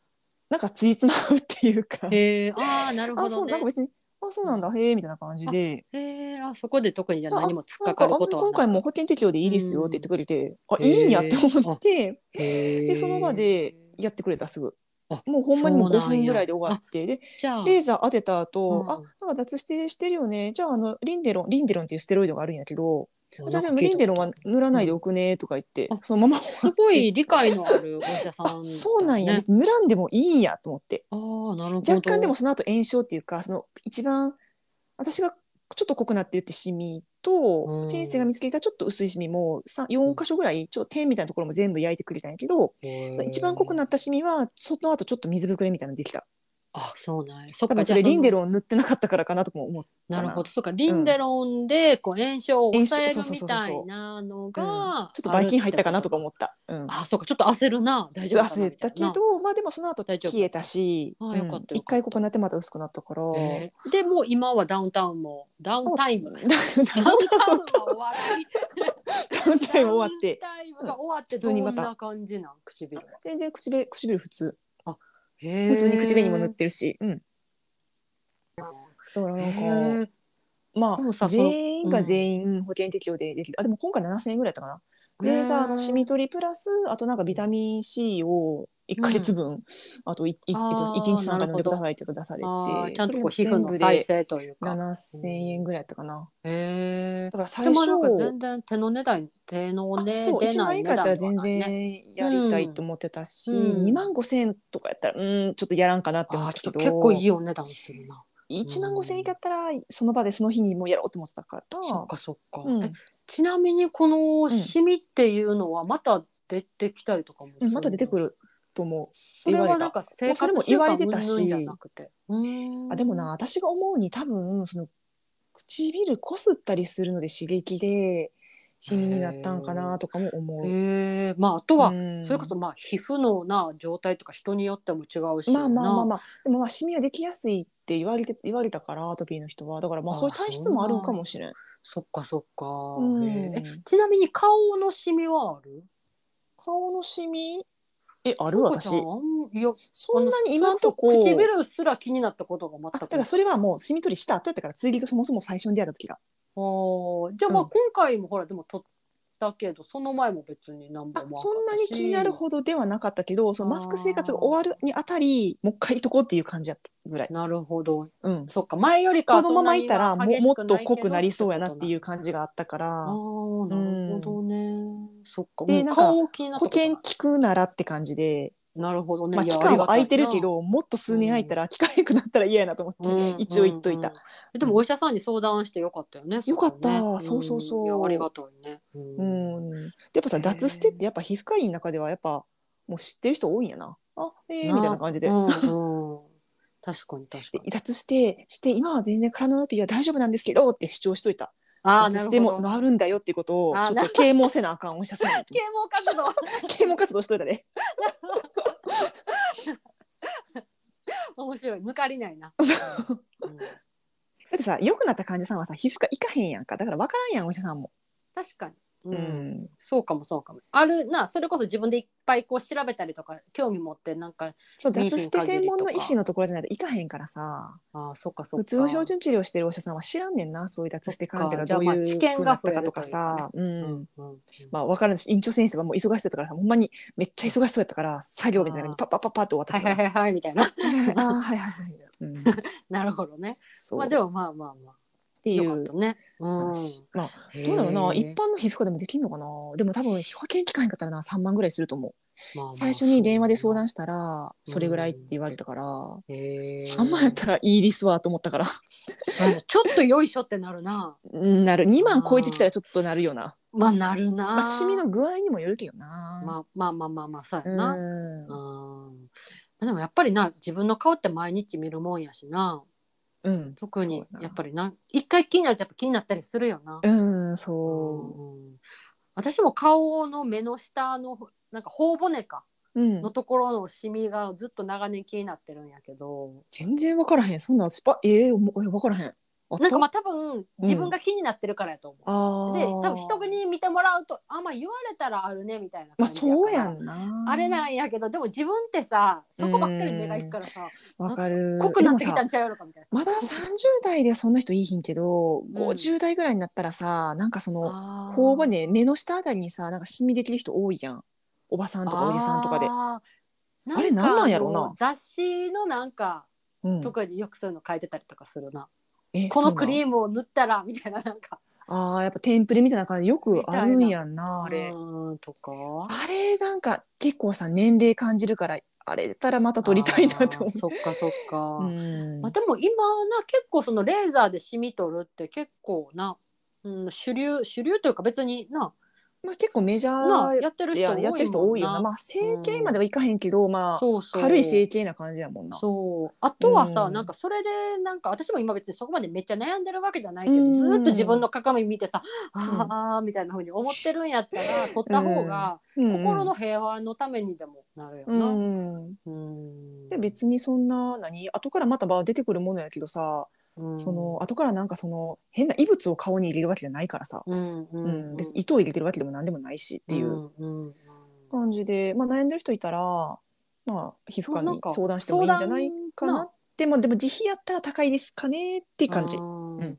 Speaker 2: なんかついつまうっていうか、
Speaker 1: へえああ なるほ
Speaker 2: あそ
Speaker 1: ど
Speaker 2: うなん
Speaker 1: ね
Speaker 2: か別にあそうなんだへえみたいな感じで
Speaker 1: へえあそこで特にじゃあ
Speaker 2: あ
Speaker 1: 何も突っかかることは
Speaker 2: なんかあ今回も保険適用でいいですよって言ってくれて、あいいんやって思ってで
Speaker 1: で
Speaker 2: その場でやってくれたすぐ
Speaker 1: あ。
Speaker 2: もうほんまにもう
Speaker 1: そうな
Speaker 2: 5
Speaker 1: んや
Speaker 2: 分ぐらいで終わってで
Speaker 1: じゃあ
Speaker 2: レーザー当てた後、
Speaker 1: うん
Speaker 2: あなんか脱してしてるよねじゃああのリンデロンリンデロンっていうステロイドがあるんやけど
Speaker 1: お
Speaker 2: じゃあじゃ
Speaker 1: な
Speaker 2: あ
Speaker 1: んか聞い
Speaker 2: リン
Speaker 1: た
Speaker 2: デ
Speaker 1: こ
Speaker 2: ロン
Speaker 1: とあ
Speaker 2: は
Speaker 1: る
Speaker 2: 塗らないでおくねとか言って、
Speaker 1: うんあ
Speaker 2: そのまます
Speaker 1: ごい理解のあるお医者さんだ
Speaker 2: あ
Speaker 1: ね、
Speaker 2: そうなんや、塗らんでもいいんやと思って
Speaker 1: ああなるほど
Speaker 2: 若干でもその後炎症っていうかその一番私がちょっと濃くなってるってシミと、
Speaker 1: うん
Speaker 2: 先生が見つけたちょっと薄いシミも4箇所ぐらいちょっと点みたいなところも全部焼いてくれたんやけど、その一番濃くな
Speaker 1: っ
Speaker 2: ったシミはその後ちょっと水ぶくれみたいなのできた
Speaker 1: あそうなんやそっ
Speaker 2: 多
Speaker 1: か
Speaker 2: 分
Speaker 1: じ
Speaker 2: そ
Speaker 1: ゃあ
Speaker 2: れリンデ
Speaker 1: ロ
Speaker 2: ロン塗ってなかったからかなとも思って
Speaker 1: ンなるほどそっかリンデロンでこう炎症を抑える
Speaker 2: 炎症そうそ
Speaker 1: み
Speaker 2: うそう
Speaker 1: た
Speaker 2: そう
Speaker 1: いなの
Speaker 2: うん
Speaker 1: が、
Speaker 2: ちょっとばい菌入ったかなとか
Speaker 1: も
Speaker 2: 思った。うん
Speaker 1: あそうかちょっと焦るな大丈夫かな
Speaker 2: 焦ったけど、まあでもその後
Speaker 1: 大丈夫
Speaker 2: 消えたし、
Speaker 1: あ
Speaker 2: うん
Speaker 1: よかったよかった
Speaker 2: 一回ここになってまた薄くなったから、
Speaker 1: みたいなえーでもう今はダウンタウンもダウンタイム
Speaker 2: ダ
Speaker 1: ダウ
Speaker 2: ウン
Speaker 1: ン
Speaker 2: タウン
Speaker 1: タウンは終わり
Speaker 2: ダウンタイム終わって、
Speaker 1: ダウンタイムが終わってど
Speaker 2: うん普通にま
Speaker 1: ん
Speaker 2: た
Speaker 1: な感じなん唇
Speaker 2: 全然唇唇普通、
Speaker 1: 普
Speaker 2: 普通に口紅も塗ってるし、うん。だからなんか、
Speaker 1: なんか
Speaker 2: ま
Speaker 1: でも
Speaker 2: あ
Speaker 1: さ
Speaker 2: 全員
Speaker 1: う
Speaker 2: が
Speaker 1: ん
Speaker 2: 全員保険適用でできる。あでも今回7000円ぐらいだったかな。レーザーのシミ取りプラスあとなんかビタミン C を1か月分、あと 1, 一
Speaker 1: あー
Speaker 2: 日3回飲ん
Speaker 1: なる
Speaker 2: で
Speaker 1: ほ
Speaker 2: く
Speaker 1: ど
Speaker 2: ださいってやつ出され
Speaker 1: あー
Speaker 2: て
Speaker 1: ちゃんとこう
Speaker 2: そ
Speaker 1: 皮
Speaker 2: れ
Speaker 1: 膚
Speaker 2: 全
Speaker 1: の
Speaker 2: 部
Speaker 1: 再
Speaker 2: で
Speaker 1: 生というか。
Speaker 2: 7000円ぐらいやったかな。
Speaker 1: へえ
Speaker 2: だ。から最
Speaker 1: でも
Speaker 2: 初
Speaker 1: なんか全然手の値段手の
Speaker 2: あ
Speaker 1: ね
Speaker 2: そう
Speaker 1: 出
Speaker 2: 1
Speaker 1: な
Speaker 2: 万
Speaker 1: い
Speaker 2: 円
Speaker 1: 値
Speaker 2: からやった
Speaker 1: 段で
Speaker 2: ら
Speaker 1: は
Speaker 2: 全
Speaker 1: ないね。
Speaker 2: 然やりたいと思ってたし、
Speaker 1: うん
Speaker 2: 2万5000円とかやったらうんちょっとやらんかなって思
Speaker 1: あ
Speaker 2: っ
Speaker 1: あ
Speaker 2: た
Speaker 1: ち
Speaker 2: け
Speaker 1: ょっ
Speaker 2: ど
Speaker 1: と結構いいお値段するな。
Speaker 2: 1万5000円以下やったらその場でその日にもうやろうと思ってたから。
Speaker 1: そっかそっか。
Speaker 2: うん
Speaker 1: えちなみにこの
Speaker 2: ん
Speaker 1: シミっていうのはまた出てきたりとかもす
Speaker 2: う
Speaker 1: る
Speaker 2: ん
Speaker 1: の。
Speaker 2: また出てくると思う。
Speaker 1: それはなんか生活習慣云々じゃなくて。
Speaker 2: あでもな私が思うに多分その唇こすったりするので刺激でシミになったんかなとかも思
Speaker 1: へ
Speaker 2: う。
Speaker 1: えまああとは
Speaker 2: うん
Speaker 1: それこそまあ皮膚のな状態とか人によっても違うし
Speaker 2: まあまあまあ
Speaker 1: な
Speaker 2: まあでもまあシミはできやすいって言われて言われたからアトピーの人はだからまあ
Speaker 1: あ
Speaker 2: そういう体質もあるんかもしれん。
Speaker 1: そっかそっか、
Speaker 2: うん
Speaker 1: へええちなみに顔のシミはある
Speaker 2: 顔のシミえあ
Speaker 1: あ
Speaker 2: る私
Speaker 1: いや
Speaker 2: そんなに今ん
Speaker 1: そ
Speaker 2: と
Speaker 1: う
Speaker 2: こ
Speaker 1: そう唇すら気になったことが
Speaker 2: あだ
Speaker 1: 全
Speaker 2: か
Speaker 1: く
Speaker 2: らそれはもうシミ取りした後やったからツイリートそもそも最初に出会った時が
Speaker 1: おーじゃあまあ
Speaker 2: うん
Speaker 1: 今回もほらでも取ったけどその前も別に何
Speaker 2: あ
Speaker 1: 本も
Speaker 2: そんなに気になる
Speaker 1: ど
Speaker 2: ほどではなかったけどそのマスク生活が終わるにあたりもう一回いとこうっていう感じやったぐらい、
Speaker 1: なるほど
Speaker 2: うん、
Speaker 1: そっか前よりか
Speaker 2: このままいたらももっと濃くなりそうやなっていうう感じがあったか
Speaker 1: ああ
Speaker 2: ら
Speaker 1: ーなるほどね、そっか
Speaker 2: で
Speaker 1: も
Speaker 2: な
Speaker 1: うん
Speaker 2: か
Speaker 1: 顔気になった
Speaker 2: 保
Speaker 1: ことない
Speaker 2: 険効くならって感じで、
Speaker 1: なるほどね、
Speaker 2: まあ、
Speaker 1: いや
Speaker 2: 期間は空いてる
Speaker 1: あり
Speaker 2: け
Speaker 1: が
Speaker 2: どもっと数年空いたら期間良くなったら嫌やなと思
Speaker 1: たいな
Speaker 2: っ
Speaker 1: うん
Speaker 2: て一応言っといた、
Speaker 1: うんうんえでもお医者さんに相談してよかったよね
Speaker 2: よかった
Speaker 1: こはね
Speaker 2: そうそうそうん
Speaker 1: いやありがたいねう
Speaker 2: うん、でやっぱさ
Speaker 1: へー
Speaker 2: 脱ステってやっぱ皮膚科医の中ではやっぱもう知ってる人多いんやなあえー、みたいな感じで。
Speaker 1: うんうん確かに確か
Speaker 2: で
Speaker 1: に
Speaker 2: 脱してして今は全然カラノピーは大丈夫なんですけどって主張しといた
Speaker 1: ああな
Speaker 2: 脱
Speaker 1: る
Speaker 2: し
Speaker 1: ほ
Speaker 2: ても
Speaker 1: ど
Speaker 2: 治るんだよっていうことを
Speaker 1: あー
Speaker 2: ちょっ
Speaker 1: な
Speaker 2: と啓蒙せなあかんお医者さ んに
Speaker 1: 啓蒙活動
Speaker 2: 啓蒙活動しとい たね
Speaker 1: 面白い抜かりないな、
Speaker 2: そう
Speaker 1: うん
Speaker 2: だってさ良くなった患者さんはさ皮膚科行かへんやんかだから分からんやんお医者さんも、
Speaker 1: 確かに、う
Speaker 2: うんん
Speaker 1: そうかもそうかもあるなそれこそ自分でいっぱいこう調べたりとか興味持ってなんか
Speaker 2: そう
Speaker 1: 見えへん
Speaker 2: 脱して専門の
Speaker 1: 限りと
Speaker 2: 医
Speaker 1: か
Speaker 2: 師のところじゃないと行かへんからさ
Speaker 1: ああそっかそっか
Speaker 2: 普通の標準治療してるお医者さんは知らんねんなそういう脱して患者がどうい
Speaker 1: そっ
Speaker 2: う
Speaker 1: かじゃあまあ
Speaker 2: 風だったかとかさ
Speaker 1: う
Speaker 2: うんん
Speaker 1: うんうん
Speaker 2: まあ、わからんし、院長先生はもう忙しそうやったからさ、ほんまにめっちゃ忙しそうやったから、作業みたいな感じでパッパッパッパッと終わった
Speaker 1: はい
Speaker 2: か
Speaker 1: は
Speaker 2: ら。
Speaker 1: いはいはいみたいな
Speaker 2: ああ、はいはいはい。うん、
Speaker 1: なるほどね
Speaker 2: そう
Speaker 1: まあでもまあまあまあ
Speaker 2: ていう
Speaker 1: よかったねうん
Speaker 2: 話まあ、どうだろうな、一般の皮膚科でもできるのかな。でも多分、保険機関やったらな、3万ぐらいすると思う。最初に電話で相談したら、それぐらいって言われたから、
Speaker 1: 3
Speaker 2: 3万やったらいいですわと思ったから、
Speaker 1: ちょっとよいしょってなるな
Speaker 2: なる。2万超えてきたらちょっとなるよな。
Speaker 1: まあなるな、
Speaker 2: まあ、シミの具合にもよるけどな。
Speaker 1: まあまあまあまあまあそうや
Speaker 2: うん
Speaker 1: な、うんでもやっぱりな自分の顔って毎日見るもんやしな
Speaker 2: うん。
Speaker 1: 特に
Speaker 2: そうやな
Speaker 1: やっぱりな一回気になるとやっぱ気になったりするよな、
Speaker 2: うん、
Speaker 1: う
Speaker 2: そ
Speaker 1: ん私も顔の目の下のなんか頬骨か
Speaker 2: う。うん
Speaker 1: の。ところのシミがずっと長年気になってるんやけど
Speaker 2: 全然分からへんそんなんスパええもえ分からへんあっ
Speaker 1: なん
Speaker 2: た
Speaker 1: かまあ多分自分が気になってるからやと思う、
Speaker 2: あー
Speaker 1: で多分人に見てもらうとあんまあ言われたらあるねみたいな
Speaker 2: ま
Speaker 1: 感
Speaker 2: あ
Speaker 1: じから
Speaker 2: そうやんな
Speaker 1: あれなんやけどでも自分ってさそこばっかり目がいくからさ
Speaker 2: わかる
Speaker 1: 濃くなってき
Speaker 2: で
Speaker 1: た
Speaker 2: もさ
Speaker 1: んちゃうやろかみたいな
Speaker 2: まだ30代ではそんな人いいひんけど、
Speaker 1: ん
Speaker 2: 50代ぐらいになったらさなんかその
Speaker 1: あー
Speaker 2: 頬骨目の下あたりにさなんかシミできる人多いやんおばさんとかおじさんとかで、
Speaker 1: あー
Speaker 2: あれなんなんやろな
Speaker 1: かあの雑誌のなんか
Speaker 2: うん
Speaker 1: とかでよくそういうの書いてたりとかするな、
Speaker 2: え
Speaker 1: こ
Speaker 2: そう
Speaker 1: の
Speaker 2: なん
Speaker 1: クリームを塗ったらみたいななんか
Speaker 2: あーやっぱテンプレみたいな感じよくあるんやんなあれ、
Speaker 1: うーんとか
Speaker 2: あれなんか結構さ年齢感じるからあれたらまた撮りたいなと
Speaker 1: あー
Speaker 2: 思
Speaker 1: そっかそっか、
Speaker 2: う、うん
Speaker 1: まあ、でも今な結構そのレーザーでシミ取るって結構な、うん、主流主流というか別にな
Speaker 2: まあ、結構メジャ
Speaker 1: な
Speaker 2: ー
Speaker 1: やってる
Speaker 2: い
Speaker 1: 人多いも
Speaker 2: や
Speaker 1: んな
Speaker 2: やってる人多いよな。まあ整形まではいかへんけど、まあ
Speaker 1: そうそう
Speaker 2: 軽い整形な感じやもんな。
Speaker 1: そうあとはさ、
Speaker 2: うん
Speaker 1: なんかそれでなんか私も今別にそこまでめっちゃ悩んでるわけじゃないけど、
Speaker 2: うん
Speaker 1: ずーっと自分の鏡見てさ、あーみたいなふうに思ってるんや ったら撮った方が
Speaker 2: うんうん
Speaker 1: 心の平和のためにでもなるよ
Speaker 2: う
Speaker 1: な。うん
Speaker 2: んで別にそんな何後からまたまあ出てくるものやけどさ、
Speaker 1: うん
Speaker 2: その後からなんかその変な異物を顔に入れるわけじゃないからさ、
Speaker 1: うんう
Speaker 2: うんん別に糸を入れてるわけでも何でもないしっていう
Speaker 1: うんうん
Speaker 2: 感じで、まあ、悩んでる人いたら、まあ、皮膚科
Speaker 1: なん
Speaker 2: に
Speaker 1: か
Speaker 2: 相談してもいいんじゃないか
Speaker 1: 相談
Speaker 2: なでもでも自費やったら高いですかねって感じ
Speaker 1: う。ん
Speaker 2: うん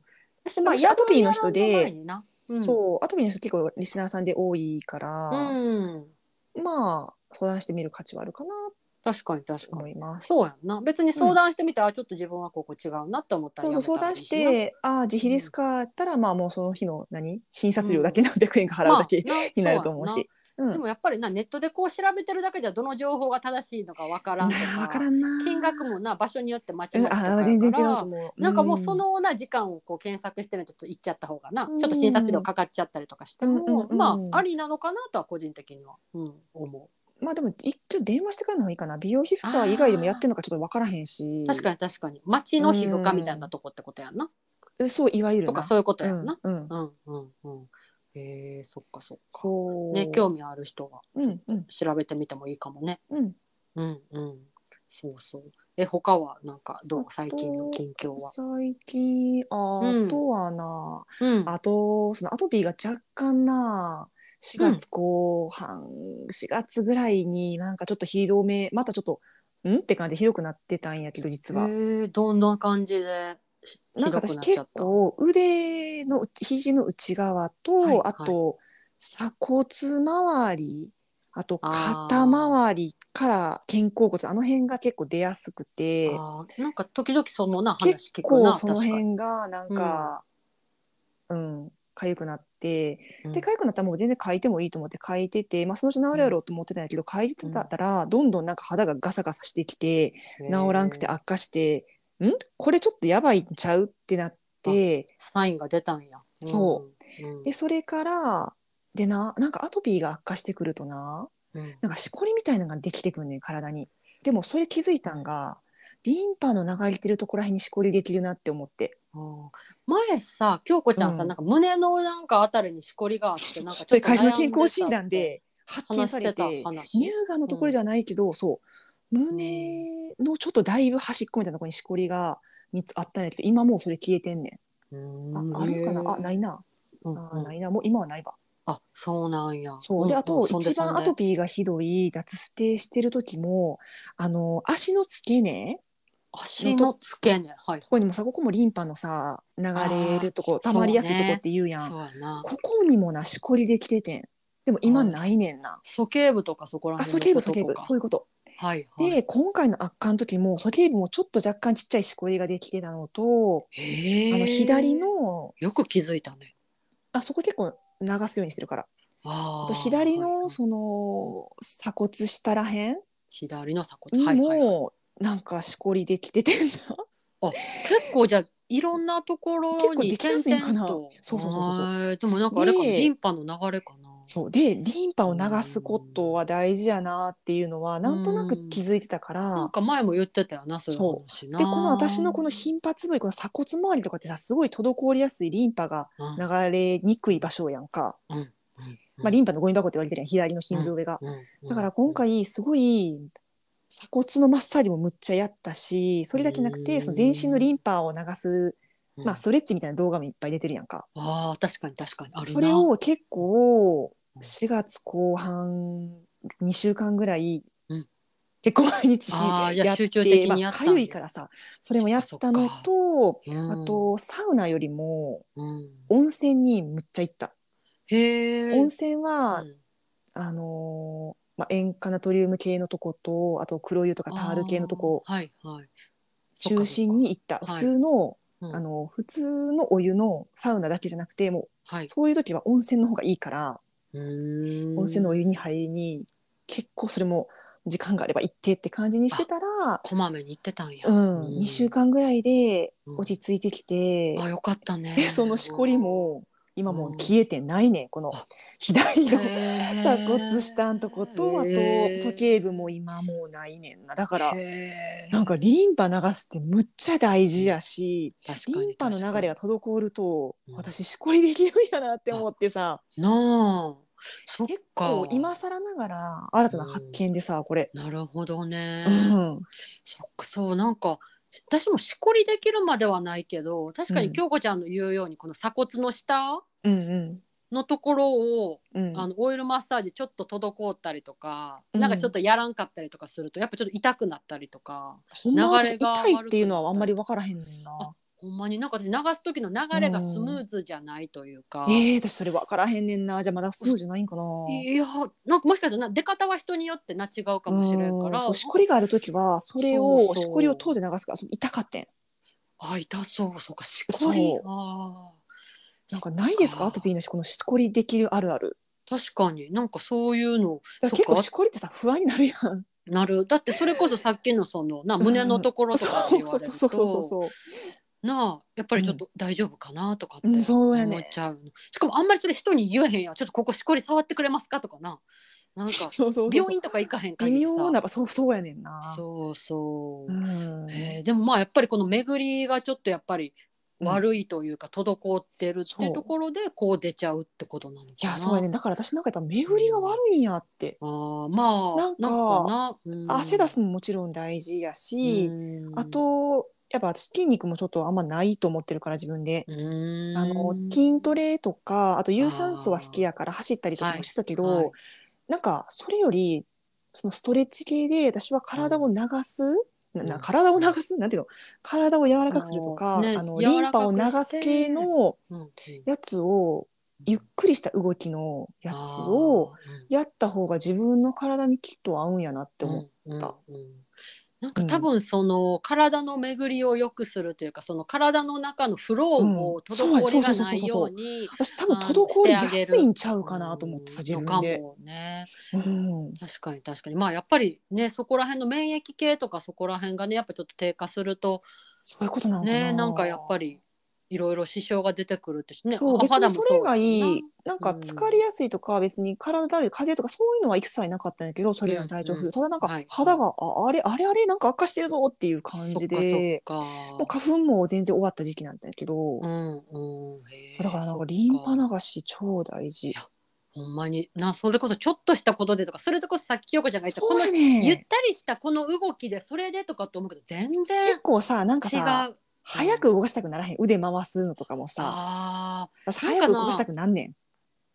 Speaker 1: 私まあ
Speaker 2: もしアトピーの人で
Speaker 1: やる前になうん、
Speaker 2: そう、アトピーの人結構リスナーさんで多いから、
Speaker 1: うん、
Speaker 2: まあ相談してみる価値はあるかな
Speaker 1: 確かに確
Speaker 2: と
Speaker 1: か
Speaker 2: 思
Speaker 1: に。
Speaker 2: います。
Speaker 1: そうやんな別に相談してみて、あちょっと自分はここ違うなって思ったら
Speaker 2: そうそう
Speaker 1: やめ
Speaker 2: 相
Speaker 1: たらい
Speaker 2: 談
Speaker 1: いな
Speaker 2: して「ああ自費ですか」ったらまあもうその日の何診察料だけ何百円か払うだけ
Speaker 1: まあ
Speaker 2: になると思うし。
Speaker 1: そううやんなで
Speaker 2: ん
Speaker 1: もやっぱりなネットでこう調べてるだけではどの情報が正しいのかわからんと
Speaker 2: なあ
Speaker 1: か
Speaker 2: わからんな
Speaker 1: 金額もな場所によってまち
Speaker 2: うん
Speaker 1: まちとかや
Speaker 2: あ
Speaker 1: か
Speaker 2: あ
Speaker 1: ら
Speaker 2: 全然違うと思う
Speaker 1: なんかもうそのな時間をこう検索してるちょっと行っちゃった方がな、
Speaker 2: うん
Speaker 1: ちょっと診察料かかっちゃったりとかしても、
Speaker 2: うんうんうん
Speaker 1: まあありなのかなとは個人的には、うん、思
Speaker 2: まあでも一応電話してからの方がいいかな美容皮膚科以外でもやってるのかちょっと分からへんし
Speaker 1: う確かに確かに町の皮膚科みたいなとこってことやんな、
Speaker 2: そういわゆる
Speaker 1: と
Speaker 2: な
Speaker 1: かそういうことやんな、
Speaker 2: うんうん
Speaker 1: うんうんうん。へえそっかそっか。
Speaker 2: こう
Speaker 1: ね、興味ある人は
Speaker 2: うんうん
Speaker 1: 調べてみてもいいかもね。
Speaker 2: うん
Speaker 1: うんうん。そうそう。え他はなんかどう最近の近況は。
Speaker 2: 最近あ
Speaker 1: うん
Speaker 2: とはな、
Speaker 1: うん、
Speaker 2: あとそのアトピーが若干な4月後半、4月ぐらいになんかちょっとひどめまたちょっとんって感じでひどくなってたんやけど実は、
Speaker 1: えーどんな感じでし
Speaker 2: なんか
Speaker 1: ひ
Speaker 2: 私
Speaker 1: どくなっちゃ
Speaker 2: 結
Speaker 1: った
Speaker 2: 構腕の肘の内側と、
Speaker 1: はい
Speaker 2: あと鎖骨周りあと
Speaker 1: あー
Speaker 2: 肩周りから肩甲骨あの辺が結構出やすくて
Speaker 1: あーなんか時々そのな話
Speaker 2: 結
Speaker 1: 聞く
Speaker 2: 構
Speaker 1: な
Speaker 2: その
Speaker 1: 確かに。
Speaker 2: 辺がなんかうん痒くなって
Speaker 1: うん
Speaker 2: で痒くなったらもう全然書いてもいいと思って書いてて、まあ、そのうち治るやろうと思ってたんやけど書いてたらどんどんなんか肌がガサガサしてきて治らんくて
Speaker 1: へー
Speaker 2: 悪化して「んこれちょっとやばいんちゃう?」ってなって。
Speaker 1: サインが出たんや。
Speaker 2: そ
Speaker 1: うん。うん
Speaker 2: でそれからでななんかアトピーが悪化してくるとな
Speaker 1: うん
Speaker 2: なんかしこりみたいなのができてくんねん体にでもそれ気づいたんがリンパの流れてるところらへんにしこりできるなって思って
Speaker 1: うん前さ京子ちゃんさ、
Speaker 2: うん
Speaker 1: なんか胸のなんかあたりにしこりがあってなんかちょっ
Speaker 2: で
Speaker 1: と悩んでたって
Speaker 2: 会社の健康診断で発見
Speaker 1: 話
Speaker 2: さ
Speaker 1: し
Speaker 2: れ
Speaker 1: て
Speaker 2: て
Speaker 1: た話、
Speaker 2: 乳がんのところじゃないけど、そう胸のちょっとだいぶ端っこみたいなところにしこりが3つあったんやけど今もうそれ消えてんねんああるかなあないいな
Speaker 1: うんうん
Speaker 2: あーないなもう今はないわ
Speaker 1: あそうなんや
Speaker 2: そうであと一番アト
Speaker 1: ピ
Speaker 2: ピーがひどい脱ステしてる時もあの足の付け根
Speaker 1: 足の付け根はい
Speaker 2: ここにもさここもリンパのさ流れるとこ
Speaker 1: あー
Speaker 2: 溜まりやすいと
Speaker 1: そう
Speaker 2: こ
Speaker 1: ね
Speaker 2: って言うやん
Speaker 1: そうやな
Speaker 2: ここにもなしこりできててんでも今ないねんな
Speaker 1: 鼠径部とかそこら
Speaker 2: あ
Speaker 1: 辺
Speaker 2: 鼠径部
Speaker 1: と
Speaker 2: 鼠
Speaker 1: か
Speaker 2: 径部そういうこと
Speaker 1: はいはい
Speaker 2: で今回の悪化の時も鼠径部もちょっと若干ちっちゃいしこりができてたのと
Speaker 1: へー
Speaker 2: あの左の
Speaker 1: よく気づいたね
Speaker 2: あそこ結構流すようにしてるから
Speaker 1: あ
Speaker 2: あ
Speaker 1: ー
Speaker 2: と
Speaker 1: は
Speaker 2: 左
Speaker 1: いはい
Speaker 2: のその鎖骨下らへん
Speaker 1: 左の鎖
Speaker 2: に
Speaker 1: 骨はいはいはい
Speaker 2: もなんかしこりできててんな
Speaker 1: 結構じゃあいろんなところ
Speaker 2: 結構
Speaker 1: に
Speaker 2: できやすいんかな
Speaker 1: 点々と
Speaker 2: そうそうそうそうそう
Speaker 1: へーでもなんかあれかな
Speaker 2: で
Speaker 1: リンパの流れかな
Speaker 2: そうでリンパを流すことは大事やなっていうのはなんとなく気づいてたから、
Speaker 1: なんか前も言ってたよなそういう話な
Speaker 2: でこの私のこの頻発部位この鎖骨周りとかってさすごい滞りやすいリンパが
Speaker 1: うんうん
Speaker 2: 流れにくい場所やんか、まあ、リンパのゴミ箱って言われてるやん左の心臓上が、
Speaker 1: うん
Speaker 2: だから今回すごい鎖骨のマッサージもむっちゃやったしそれだけなく
Speaker 1: う
Speaker 2: て
Speaker 1: ん
Speaker 2: その全身のリンパを流す、
Speaker 1: うん
Speaker 2: まあ、ストレッチみたいな動画もいっぱい出てるやんか。
Speaker 1: あー確かに確かにあるな
Speaker 2: それを結構
Speaker 1: うん
Speaker 2: 4月後半2週間ぐらい、
Speaker 1: うん
Speaker 2: 結構毎日し
Speaker 1: あーいや
Speaker 2: やって
Speaker 1: 集中的にや
Speaker 2: まあ
Speaker 1: ったんや
Speaker 2: 痒いからさそれもやったのと
Speaker 1: うん
Speaker 2: あとサウナよりも
Speaker 1: うん
Speaker 2: 温泉にむっちゃ行った、
Speaker 1: へえ
Speaker 2: 温泉は、
Speaker 1: うん
Speaker 2: あのーまあ、塩化ナトリウム系のとことあと黒湯とかタール系のとこ
Speaker 1: あーはいはい
Speaker 2: 中心に行った
Speaker 1: そっか
Speaker 2: 普通の、
Speaker 1: うん
Speaker 2: あの普通のお湯のサウナだけじゃなくても
Speaker 1: はいう
Speaker 2: そういう時は温泉の方がいいから。
Speaker 1: ーん
Speaker 2: 温泉のお湯に入りに結構それも時間があれば行ってって感じにしてたら、
Speaker 1: こまめに行ってたんや
Speaker 2: うん2週間ぐらいで
Speaker 1: うん
Speaker 2: 落ち着いてきて、
Speaker 1: あよかったね
Speaker 2: でそのしこりも今もう消えてないねんこの
Speaker 1: あ
Speaker 2: 左
Speaker 1: へ
Speaker 2: の
Speaker 1: ー
Speaker 2: 鎖骨下んとことあと
Speaker 1: へー
Speaker 2: 鼠径部も今もうないねんなだから
Speaker 1: へー
Speaker 2: なんかリンパ流すってむっちゃ大事やし
Speaker 1: 確かに
Speaker 2: リンパの流れが滞ると
Speaker 1: うん
Speaker 2: 私しこりできるんやなって思ってさ
Speaker 1: なあそっ
Speaker 2: 結
Speaker 1: か
Speaker 2: 構今更ながら新たな発見でさこれ。
Speaker 1: なるほどね、
Speaker 2: うん
Speaker 1: そっかそうなんか私もしこりできるまではないけど確か
Speaker 2: う
Speaker 1: に
Speaker 2: ん
Speaker 1: 京子ちゃんの言うように、この鎖骨の下
Speaker 2: うん
Speaker 1: のところを、
Speaker 2: うんうん
Speaker 1: あのオイルマッサージちょっと滞ったりとか、
Speaker 2: うん
Speaker 1: なんかちょっとやらんかったりとかするとやっぱちょっと痛くなったりとか
Speaker 2: ほんま
Speaker 1: 流
Speaker 2: 私
Speaker 1: れが
Speaker 2: 痛いっていうのはあんまり分からへんねんな
Speaker 1: あ。ほんまになんか私流す時の流れがスムーズじゃないというか。
Speaker 2: ええ私それ分からへんねんな。じゃあまだそうじゃないんかな。
Speaker 1: いやなんかもしかしたらな出方は人によってな違うかもしれんか
Speaker 2: うん
Speaker 1: ら
Speaker 2: そうしこりがある時はそれ
Speaker 1: そうそ
Speaker 2: を
Speaker 1: う
Speaker 2: しこりを通で流すからそう痛かってん。
Speaker 1: あ痛そうそうかしこり
Speaker 2: そう
Speaker 1: あー
Speaker 2: なんかないですか
Speaker 1: そっ
Speaker 2: アトピーのこのしこりできるあるある。
Speaker 1: 確かになんかそういうの
Speaker 2: だから
Speaker 1: そっ
Speaker 2: 結
Speaker 1: か
Speaker 2: 構しこりってさ不安になるやん。
Speaker 1: なるだってそれこそさっきのそのな胸のところとかって
Speaker 2: そ
Speaker 1: 言
Speaker 2: う
Speaker 1: わ
Speaker 2: そう
Speaker 1: れ
Speaker 2: そ
Speaker 1: る
Speaker 2: うそうそう
Speaker 1: と
Speaker 2: そう。
Speaker 1: なあやっぱりちょっと大丈夫かなとかって
Speaker 2: うんそうやね
Speaker 1: 思っちゃう,、しかもあんまりそれ人に言えへんやんちょっとここしこり触ってくれますかとかななんか
Speaker 2: そうそうそう
Speaker 1: 病院とか行かへんか
Speaker 2: 微
Speaker 1: りさ
Speaker 2: 妙なばそうそうやねんな。
Speaker 1: そうそう、
Speaker 2: うん。
Speaker 1: えーでもまあやっぱりこの巡りがちょっとやっぱり
Speaker 2: うん
Speaker 1: 悪いというか滞ってるって
Speaker 2: そう
Speaker 1: ところでこう出ちゃうってことなのかな。
Speaker 2: いやそうやねだから私なんかやっぱ巡りが悪いんやって、
Speaker 1: あーまあ
Speaker 2: なんか
Speaker 1: な、うん
Speaker 2: 汗出すのももちろん大事やし、
Speaker 1: うん
Speaker 2: あとやっぱ私筋肉もちょっとあんまないと思ってるから自分で、
Speaker 1: うん
Speaker 2: あの筋トレとかあと有酸素は好きやから走ったりとかもしてたけど、
Speaker 1: はいはい
Speaker 2: なんかそれよりそのストレッチ系で私は体を流す、な
Speaker 1: う
Speaker 2: なん体を流すなんていうの体を柔らかくするとか
Speaker 1: あ
Speaker 2: あ、
Speaker 1: ーね
Speaker 2: の
Speaker 1: 柔らかく
Speaker 2: リンパを流す系の
Speaker 1: うんうん
Speaker 2: やつをゆっくりした動きのやつを
Speaker 1: あーうん
Speaker 2: やった方が自分の体にきっと合うんやなって思う、た
Speaker 1: うんうんうんなんか多分その、体の巡りを良くするというかその体の中のフローを
Speaker 2: うんそうや
Speaker 1: 滞りが
Speaker 2: そうそうそう
Speaker 1: な
Speaker 2: そう
Speaker 1: いように
Speaker 2: 私多分滞りやすいんちゃうかなと思ってさ自
Speaker 1: の
Speaker 2: 分
Speaker 1: か
Speaker 2: で。
Speaker 1: もね
Speaker 2: うん
Speaker 1: 確かに確かにまあやっぱりねそこら辺の免疫系とかそこら辺がねやっぱちょっと低下すると
Speaker 2: そういうことなのかな。
Speaker 1: ねなんかやっぱりいろいろ支障が出てくるってね
Speaker 2: そう
Speaker 1: お
Speaker 2: 別
Speaker 1: 肌
Speaker 2: に
Speaker 1: も
Speaker 2: そうれ
Speaker 1: やし
Speaker 2: がい
Speaker 1: ない
Speaker 2: なんか疲れやすいとか別に体だるい風邪とかそういうのは一切なかったんだけどそれらの体調
Speaker 1: う
Speaker 2: 不
Speaker 1: んう
Speaker 2: 良
Speaker 1: ん
Speaker 2: ただなんか
Speaker 1: はい
Speaker 2: 肌がああれあれあれなんか悪化してるぞっていう感じで
Speaker 1: そっか
Speaker 2: も
Speaker 1: そうっか
Speaker 2: 花粉も全然終わった時期なんだけ
Speaker 1: う
Speaker 2: ど
Speaker 1: んうんへー
Speaker 2: だからなん
Speaker 1: そ
Speaker 2: か
Speaker 1: っ
Speaker 2: リンパ流し超大事
Speaker 1: やほんまになそれこそちょっとしたことでとかそれとこそさっき京子ちゃんが言った
Speaker 2: そ
Speaker 1: こ
Speaker 2: う
Speaker 1: の
Speaker 2: や
Speaker 1: ゆっ
Speaker 2: ね
Speaker 1: たりしたこの動きでそれでとかと思うけど全然違
Speaker 2: 結構さなんかさ
Speaker 1: う。
Speaker 2: 早く動かしたくならへん腕回すのとかもさ
Speaker 1: ああ
Speaker 2: 私
Speaker 1: なん
Speaker 2: 早
Speaker 1: かな
Speaker 2: く動かしたくなんねん。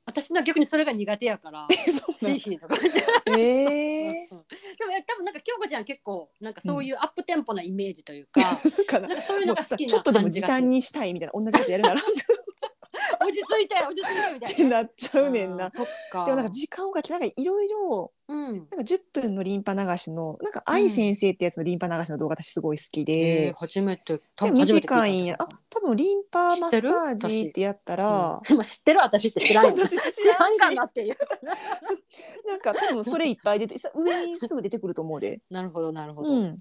Speaker 1: 私な逆にそれが苦手やから。
Speaker 2: そうな
Speaker 1: ぜ
Speaker 2: ん
Speaker 1: ひとかで
Speaker 2: え
Speaker 1: も多分なんか京子ちゃん結構なんかそういうアップテンポなイメージという か、
Speaker 2: ー、だから
Speaker 1: なんかそういうの
Speaker 2: も
Speaker 1: が
Speaker 2: う
Speaker 1: 好
Speaker 2: さ
Speaker 1: き
Speaker 2: ちょ
Speaker 1: な
Speaker 2: っとでも
Speaker 1: 感じが
Speaker 2: 時
Speaker 1: する
Speaker 2: 短にしたいみたいな同じことやるならっ
Speaker 1: 落ち着いて落ち着いてみたい
Speaker 2: て
Speaker 1: な。
Speaker 2: なっちゃうねんな
Speaker 1: あー。そっか。
Speaker 2: でもなんか時間をかけてなんかいろいろ
Speaker 1: うん。
Speaker 2: なんか10分のリンパ流しのなんか愛先生ってやつのリンパ流しの動画私すごい好き
Speaker 1: えー
Speaker 2: で、
Speaker 1: 初めて多
Speaker 2: で
Speaker 1: 分初めて
Speaker 2: 短いんやあ多分リンパマ
Speaker 1: 知って
Speaker 2: ッサー
Speaker 1: る
Speaker 2: ジ
Speaker 1: 私
Speaker 2: ってやったら
Speaker 1: あ、、うん まあ知ってる私って知らんよ。
Speaker 2: 私
Speaker 1: 知
Speaker 2: 知ら
Speaker 1: ら
Speaker 2: ん
Speaker 1: ん
Speaker 2: し
Speaker 1: かなっていう。
Speaker 2: なんか多分それいっぱい出てさ上にすぐ出てくると思うで、
Speaker 1: なるほどなるほど。
Speaker 2: うん、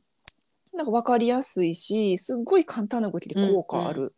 Speaker 2: なんか分かりやすいしすっごい簡単な動きで効果ある。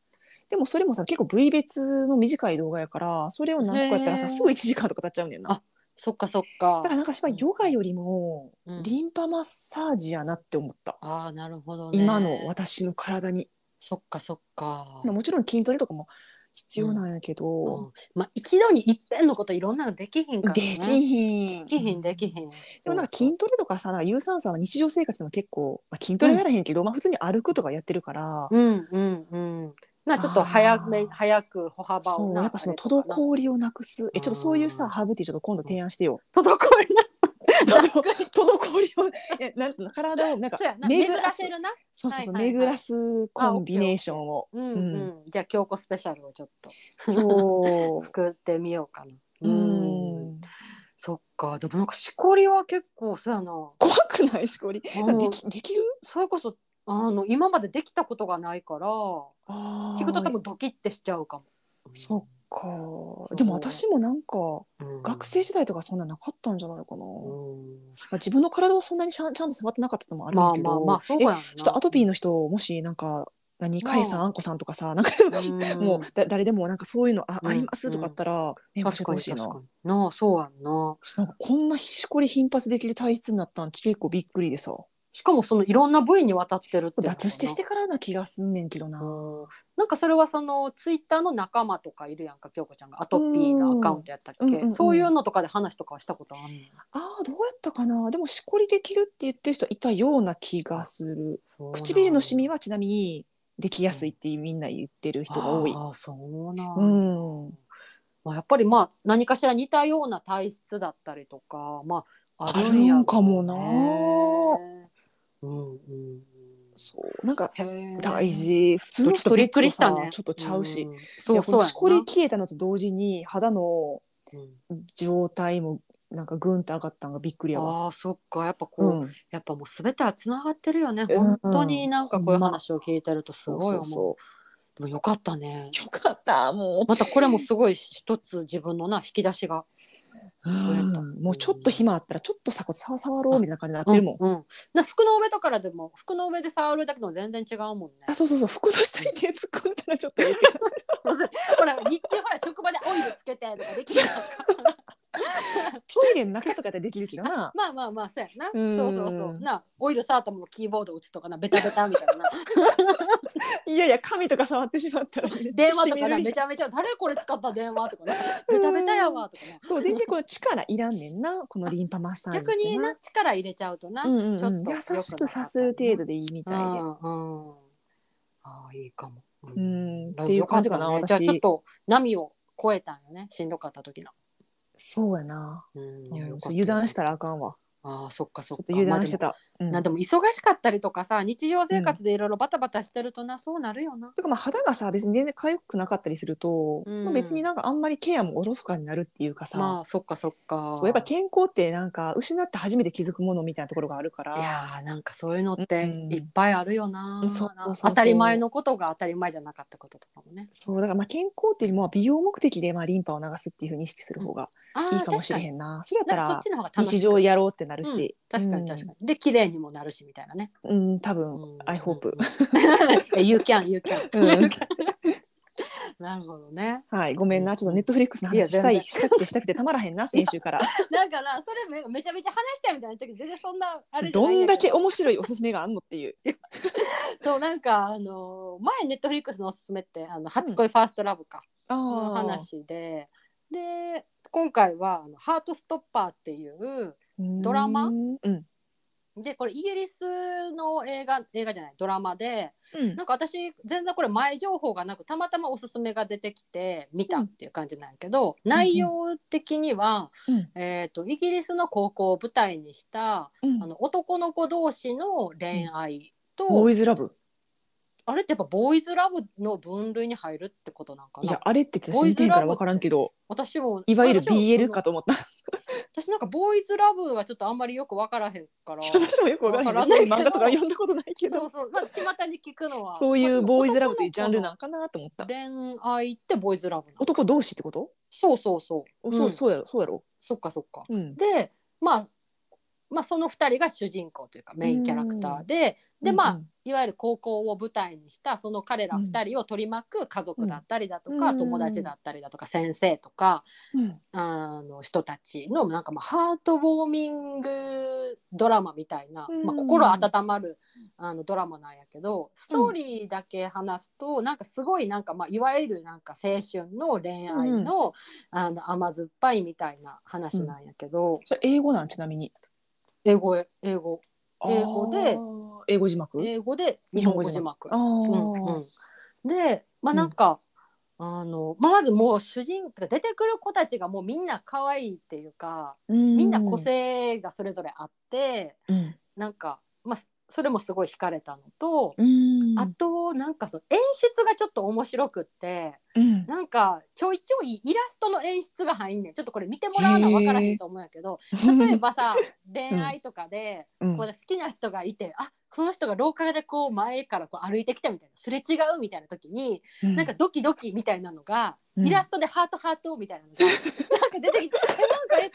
Speaker 2: でもそれもさ結構部位別の短い動画やからそれを何個やったら
Speaker 1: へー
Speaker 2: さすぐ1時間とか経っちゃうんだよな
Speaker 1: あそっかそっか。
Speaker 2: だからなんか私はヨガよりも
Speaker 1: うん
Speaker 2: リンパマッサージやなって思った、
Speaker 1: ああなるほどね。
Speaker 2: 今の私の体に
Speaker 1: そっかそっか。
Speaker 2: もちろん筋トレとかも必要なんやけ
Speaker 1: う
Speaker 2: ど、
Speaker 1: んまあ一度にいっぺんのこといろんなのできひんから
Speaker 2: で
Speaker 1: ね。
Speaker 2: きひ
Speaker 1: で
Speaker 2: ん
Speaker 1: きひんできひん。で
Speaker 2: でもなんか筋トレとかさなんか有酸素は日常生活でも結構、まあ、筋トレはやらへんけど、まあ、普通に歩くとかやってるから、
Speaker 1: うんうんうん。なちょっと早め
Speaker 2: あー
Speaker 1: 早く歩幅
Speaker 2: そ
Speaker 1: を
Speaker 2: う
Speaker 1: な
Speaker 2: やっぱその
Speaker 1: あれとかな
Speaker 2: 滞りをなくすえちょっとそういう
Speaker 1: あ
Speaker 2: さ
Speaker 1: ー
Speaker 2: ハーブティーちょっと今度提案してよ
Speaker 1: 滞りな
Speaker 2: 滞りをえなんていうの体をなん か
Speaker 1: そうやな
Speaker 2: 巡
Speaker 1: 巡
Speaker 2: ら
Speaker 1: ら
Speaker 2: す
Speaker 1: せるな。
Speaker 2: そうそうそう、
Speaker 1: はいはいはい
Speaker 2: 巡らすコンビネーションを
Speaker 1: うんうん。じゃあ京子スペシャルをちょっと
Speaker 2: そう
Speaker 1: 作ってみようかな。
Speaker 2: うん
Speaker 1: そっかでもなんかしこりは結構そうやな。
Speaker 2: 怖くないしこり
Speaker 1: あ
Speaker 2: で
Speaker 1: の
Speaker 2: きできる
Speaker 1: それこそあの今までできたことがないから
Speaker 2: あ
Speaker 1: 聞くと多
Speaker 2: ー
Speaker 1: 分ドキッてしちゃうかも。
Speaker 2: そっ
Speaker 1: う
Speaker 2: かでも私もなんか
Speaker 1: うん
Speaker 2: 学生時代とかそんななかったんじゃないかな、ま
Speaker 1: うん
Speaker 2: あ、自分の体をそんなにちゃんちゃんと触ってなかったのもあるん
Speaker 1: ま
Speaker 2: だ
Speaker 1: あ
Speaker 2: けど、
Speaker 1: まあまあそう
Speaker 2: え
Speaker 1: やんな。
Speaker 2: ちょっとアトピーの人もしなんか何
Speaker 1: まあ
Speaker 2: カイさんあんこさんとかさなんか、
Speaker 1: ー
Speaker 2: もうだ誰でもなんかそういうのあ,、
Speaker 1: うん
Speaker 2: ありますとかあったら、ね、教え
Speaker 1: 確
Speaker 2: て
Speaker 1: か
Speaker 2: ほ
Speaker 1: に
Speaker 2: しい
Speaker 1: 確
Speaker 2: な
Speaker 1: かに。なあそうやんな。
Speaker 2: 私なんかこんなしこり頻発できる体質になったんって結構びっくりでさ
Speaker 1: しかもそのいろんな部位にわたってるっていうのかな
Speaker 2: 脱してしてからな気がすんねんけどな、
Speaker 1: うんなんかそれはそのツイッターの仲間とかいるやんか京子ちゃんがアトピーのアカウントやったっけ、
Speaker 2: うんうんうんうん
Speaker 1: そういうのとかで話とかはしたことあんねん
Speaker 2: あーどうやったかなでもしこりできるって言ってる人いたような気がする
Speaker 1: そうなん
Speaker 2: 唇のシミはちなみにできやすいっていうみんな言ってる人が多い
Speaker 1: あ。あそうなん
Speaker 2: う、ん、
Speaker 1: まあ、やっぱりまあ何かしら似たような体質だったりとかまああ
Speaker 2: あ
Speaker 1: る
Speaker 2: る
Speaker 1: んやろ
Speaker 2: んかも
Speaker 1: う
Speaker 2: な。
Speaker 1: ねうんうんうん
Speaker 2: そうなんか
Speaker 1: へえ
Speaker 2: 大事普通のストレッチと
Speaker 1: ちょっ
Speaker 2: さ
Speaker 1: とびっくりしたね
Speaker 2: ちょっとちゃうし、
Speaker 1: ん
Speaker 2: い
Speaker 1: そ
Speaker 2: や
Speaker 1: うそうやん
Speaker 2: この
Speaker 1: な
Speaker 2: しこり消えたのと同時に肌の
Speaker 1: うん
Speaker 2: 状態もなんかぐんと上がったのがびっくりやわ。
Speaker 1: ああそっかやっぱこう、
Speaker 2: うん、
Speaker 1: やっぱもう全てはつながってるよね、
Speaker 2: うん
Speaker 1: 本当になんかこういう
Speaker 2: ほんま
Speaker 1: 話を聞いてるとすごい思う,、
Speaker 2: そうそ
Speaker 1: でもよかったね
Speaker 2: うそうよかったも
Speaker 1: またこれもすごい一つ自分のな引き出しが、
Speaker 2: う、
Speaker 1: そうやった
Speaker 2: うんもうちょっと暇あったらちょっとさこさ触ろうみたいな感じになってるもん。
Speaker 1: うんうんな服の上とかからでも服の上で触るだけでも全然違うもんね
Speaker 2: あそうそうそう服の下に手突っ込んだらちょっとええって
Speaker 1: ほら日中ほら職場でオイルつけてとかできる
Speaker 2: トイレの中とかでできるけ どな。
Speaker 1: まあまあまあそうやな、
Speaker 2: うん
Speaker 1: そうそうそうなオイルサートもキーボード打つとかなベタベタみたい な
Speaker 2: いやいや、紙とか触ってしまったらめっちゃ
Speaker 1: 電話とかな
Speaker 2: 染みる
Speaker 1: めちゃめちゃ誰これ使った電話とかなベタベタやわとかな
Speaker 2: そう、全然この力いらんねんな、このリンパマッサージって
Speaker 1: 逆にな力入れちゃうとな、
Speaker 2: うんうんうん
Speaker 1: ちょっと良くなかっ
Speaker 2: 優
Speaker 1: た
Speaker 2: しくさせる程度でいいみたいで。
Speaker 1: うんうん、ああいいかも、う
Speaker 2: うん、っていう感じかな、
Speaker 1: よったねじゃあちょっ
Speaker 2: 私。
Speaker 1: と波を超えたんよねしんどかった時の、
Speaker 2: そうやな。
Speaker 1: うん
Speaker 2: う
Speaker 1: い
Speaker 2: ん
Speaker 1: やよかった
Speaker 2: そう油断したらあかんわ。
Speaker 1: ああそっかそっ
Speaker 2: ち
Speaker 1: か
Speaker 2: ょっと油断してた。う
Speaker 1: ま
Speaker 2: ん
Speaker 1: あでもなんでも忙しかったりとかさ日常生活でいろいろバタバタしてるとな、そうなるよな
Speaker 2: とかまあ肌がさ別に全然痒くなかったりすると、
Speaker 1: うん
Speaker 2: まあ、別になんかあんまりケアもおろそかになるっていうかさ、
Speaker 1: まあそっかそっか
Speaker 2: そうやっぱ健康ってなんか失って初めて気づくものみたいなところがあるか
Speaker 1: い
Speaker 2: ら
Speaker 1: やーなんかそういうのって
Speaker 2: うん
Speaker 1: いっぱいあるよな、
Speaker 2: うんそうそうそう
Speaker 1: 当たり前のことが当たり前じゃなかったこととかもね
Speaker 2: そうだからまあ健康っていうよりも美容目的でまあリンパを流すっていうふうに意識する方が
Speaker 1: ああ
Speaker 2: いいかもしれへんなそれやっ
Speaker 1: 確か
Speaker 2: た
Speaker 1: になんからそっちの方が楽しい
Speaker 2: 日常やろうってなるし、
Speaker 1: 確かに確かに、で綺麗にもなるしみたいなね
Speaker 2: うん、うん多分、I hope、
Speaker 1: you can, you can.
Speaker 2: うん
Speaker 1: なるほどね。
Speaker 2: はいごめんなちょっとネットフリックスの
Speaker 1: いや
Speaker 2: 話した
Speaker 1: 全
Speaker 2: い
Speaker 1: 然
Speaker 2: したくてしたくてたまらへんな先週から
Speaker 1: だから、それめめちゃめちゃ話したいみたいな時、全然そんな、あれじゃ
Speaker 2: ど
Speaker 1: ない
Speaker 2: んだ
Speaker 1: や
Speaker 2: け面白いおすすめがあんのっていう
Speaker 1: けどそう、なんか、あのー、前ネットフリックスのおすすめって、あの、初恋ファーストラブか、
Speaker 2: あー
Speaker 1: の話で。で、今回は、あの、ハートストッパーっていう。ドラマ
Speaker 2: うんうん
Speaker 1: で、これイギリスの映画、映画じゃない、ドラマで。
Speaker 2: うん
Speaker 1: なんか私全然これ前情報がなくたまたまおすすめが出てきて見たっていう感じなんやけど、内容的には、
Speaker 2: うん
Speaker 1: えー、とイギリスの高校を舞台にした、あの男の子同士の恋愛と、
Speaker 2: ボーイズラブ
Speaker 1: あれってやっぱボーイズラブの分類に入るってことなんか
Speaker 2: いや
Speaker 1: な
Speaker 2: あれって言って私見てへんから分からんけど
Speaker 1: 私も
Speaker 2: いわゆる
Speaker 1: 私も
Speaker 2: BL かと思った
Speaker 1: 私なんかボーイズラブがちょっとあんまりよく分からへんから
Speaker 2: 私もよく分からへん
Speaker 1: わからん
Speaker 2: け
Speaker 1: け
Speaker 2: ど
Speaker 1: ど
Speaker 2: 漫画とか読んだことないけ
Speaker 1: そ
Speaker 2: ど
Speaker 1: うそうまあ巷に聞くのは
Speaker 2: そういうボーイズラブというジャンル
Speaker 1: な
Speaker 2: なんかなと思った
Speaker 1: 恋愛ってボーイズラブなの
Speaker 2: 男同士ってこと
Speaker 1: そうそうそう
Speaker 2: おそううんそうやろそうやろ
Speaker 1: そっかそっか。
Speaker 2: うん
Speaker 1: で、まあ、まあその2人が主人公というかメインキャラクターで、でまあ、
Speaker 2: うん
Speaker 1: いわゆる高校を舞台にしたその彼ら2人を取り巻く家族だったりだとか、
Speaker 2: うん
Speaker 1: 友達だったりだとか先生とか、
Speaker 2: うん
Speaker 1: あの人たちのなんかまあハートウォーミングドラマみたいな、
Speaker 2: うん
Speaker 1: まあ、心温まるあのドラマなんやけどストーリーだけ話すと、なんかすごいなんか、まあ、いわゆるなんか青春の恋愛の,、あの甘酸っぱいみたいな話なんやけど、
Speaker 2: それ英語なんちなみに
Speaker 1: 英語へ英語英語で
Speaker 2: あー英語字幕
Speaker 1: 英語で
Speaker 2: 日
Speaker 1: 日本
Speaker 2: 本語
Speaker 1: 語
Speaker 2: 字
Speaker 1: 字
Speaker 2: 幕
Speaker 1: 幕。
Speaker 2: あ
Speaker 1: うんうん
Speaker 2: ー
Speaker 1: でまあなんか、あのまあまずもう主人公出てくる子たちがもうみんな可愛いっていうか
Speaker 2: う
Speaker 1: みんな個性がそれぞれあって、
Speaker 2: うん
Speaker 1: なんか、まあ、それもすごい惹かれたのと、
Speaker 2: うん
Speaker 1: あとなんかその演出がちょっと面白くって
Speaker 2: うん
Speaker 1: なんかちょいちょいイラストの演出が入んねんちょっとこれ見てもらわな分からへんと思うんやけど例えばさ恋愛とかで。
Speaker 2: うん
Speaker 1: こう好きな人がいてあこの人が廊下でこう前からこう歩いてきたみたいなすれ違うみたいな時に、
Speaker 2: うん
Speaker 1: なんかドキドキみたいなのが、
Speaker 2: うん
Speaker 1: イラストでハートハートみたいなのがなんか出てきてえなんかえこ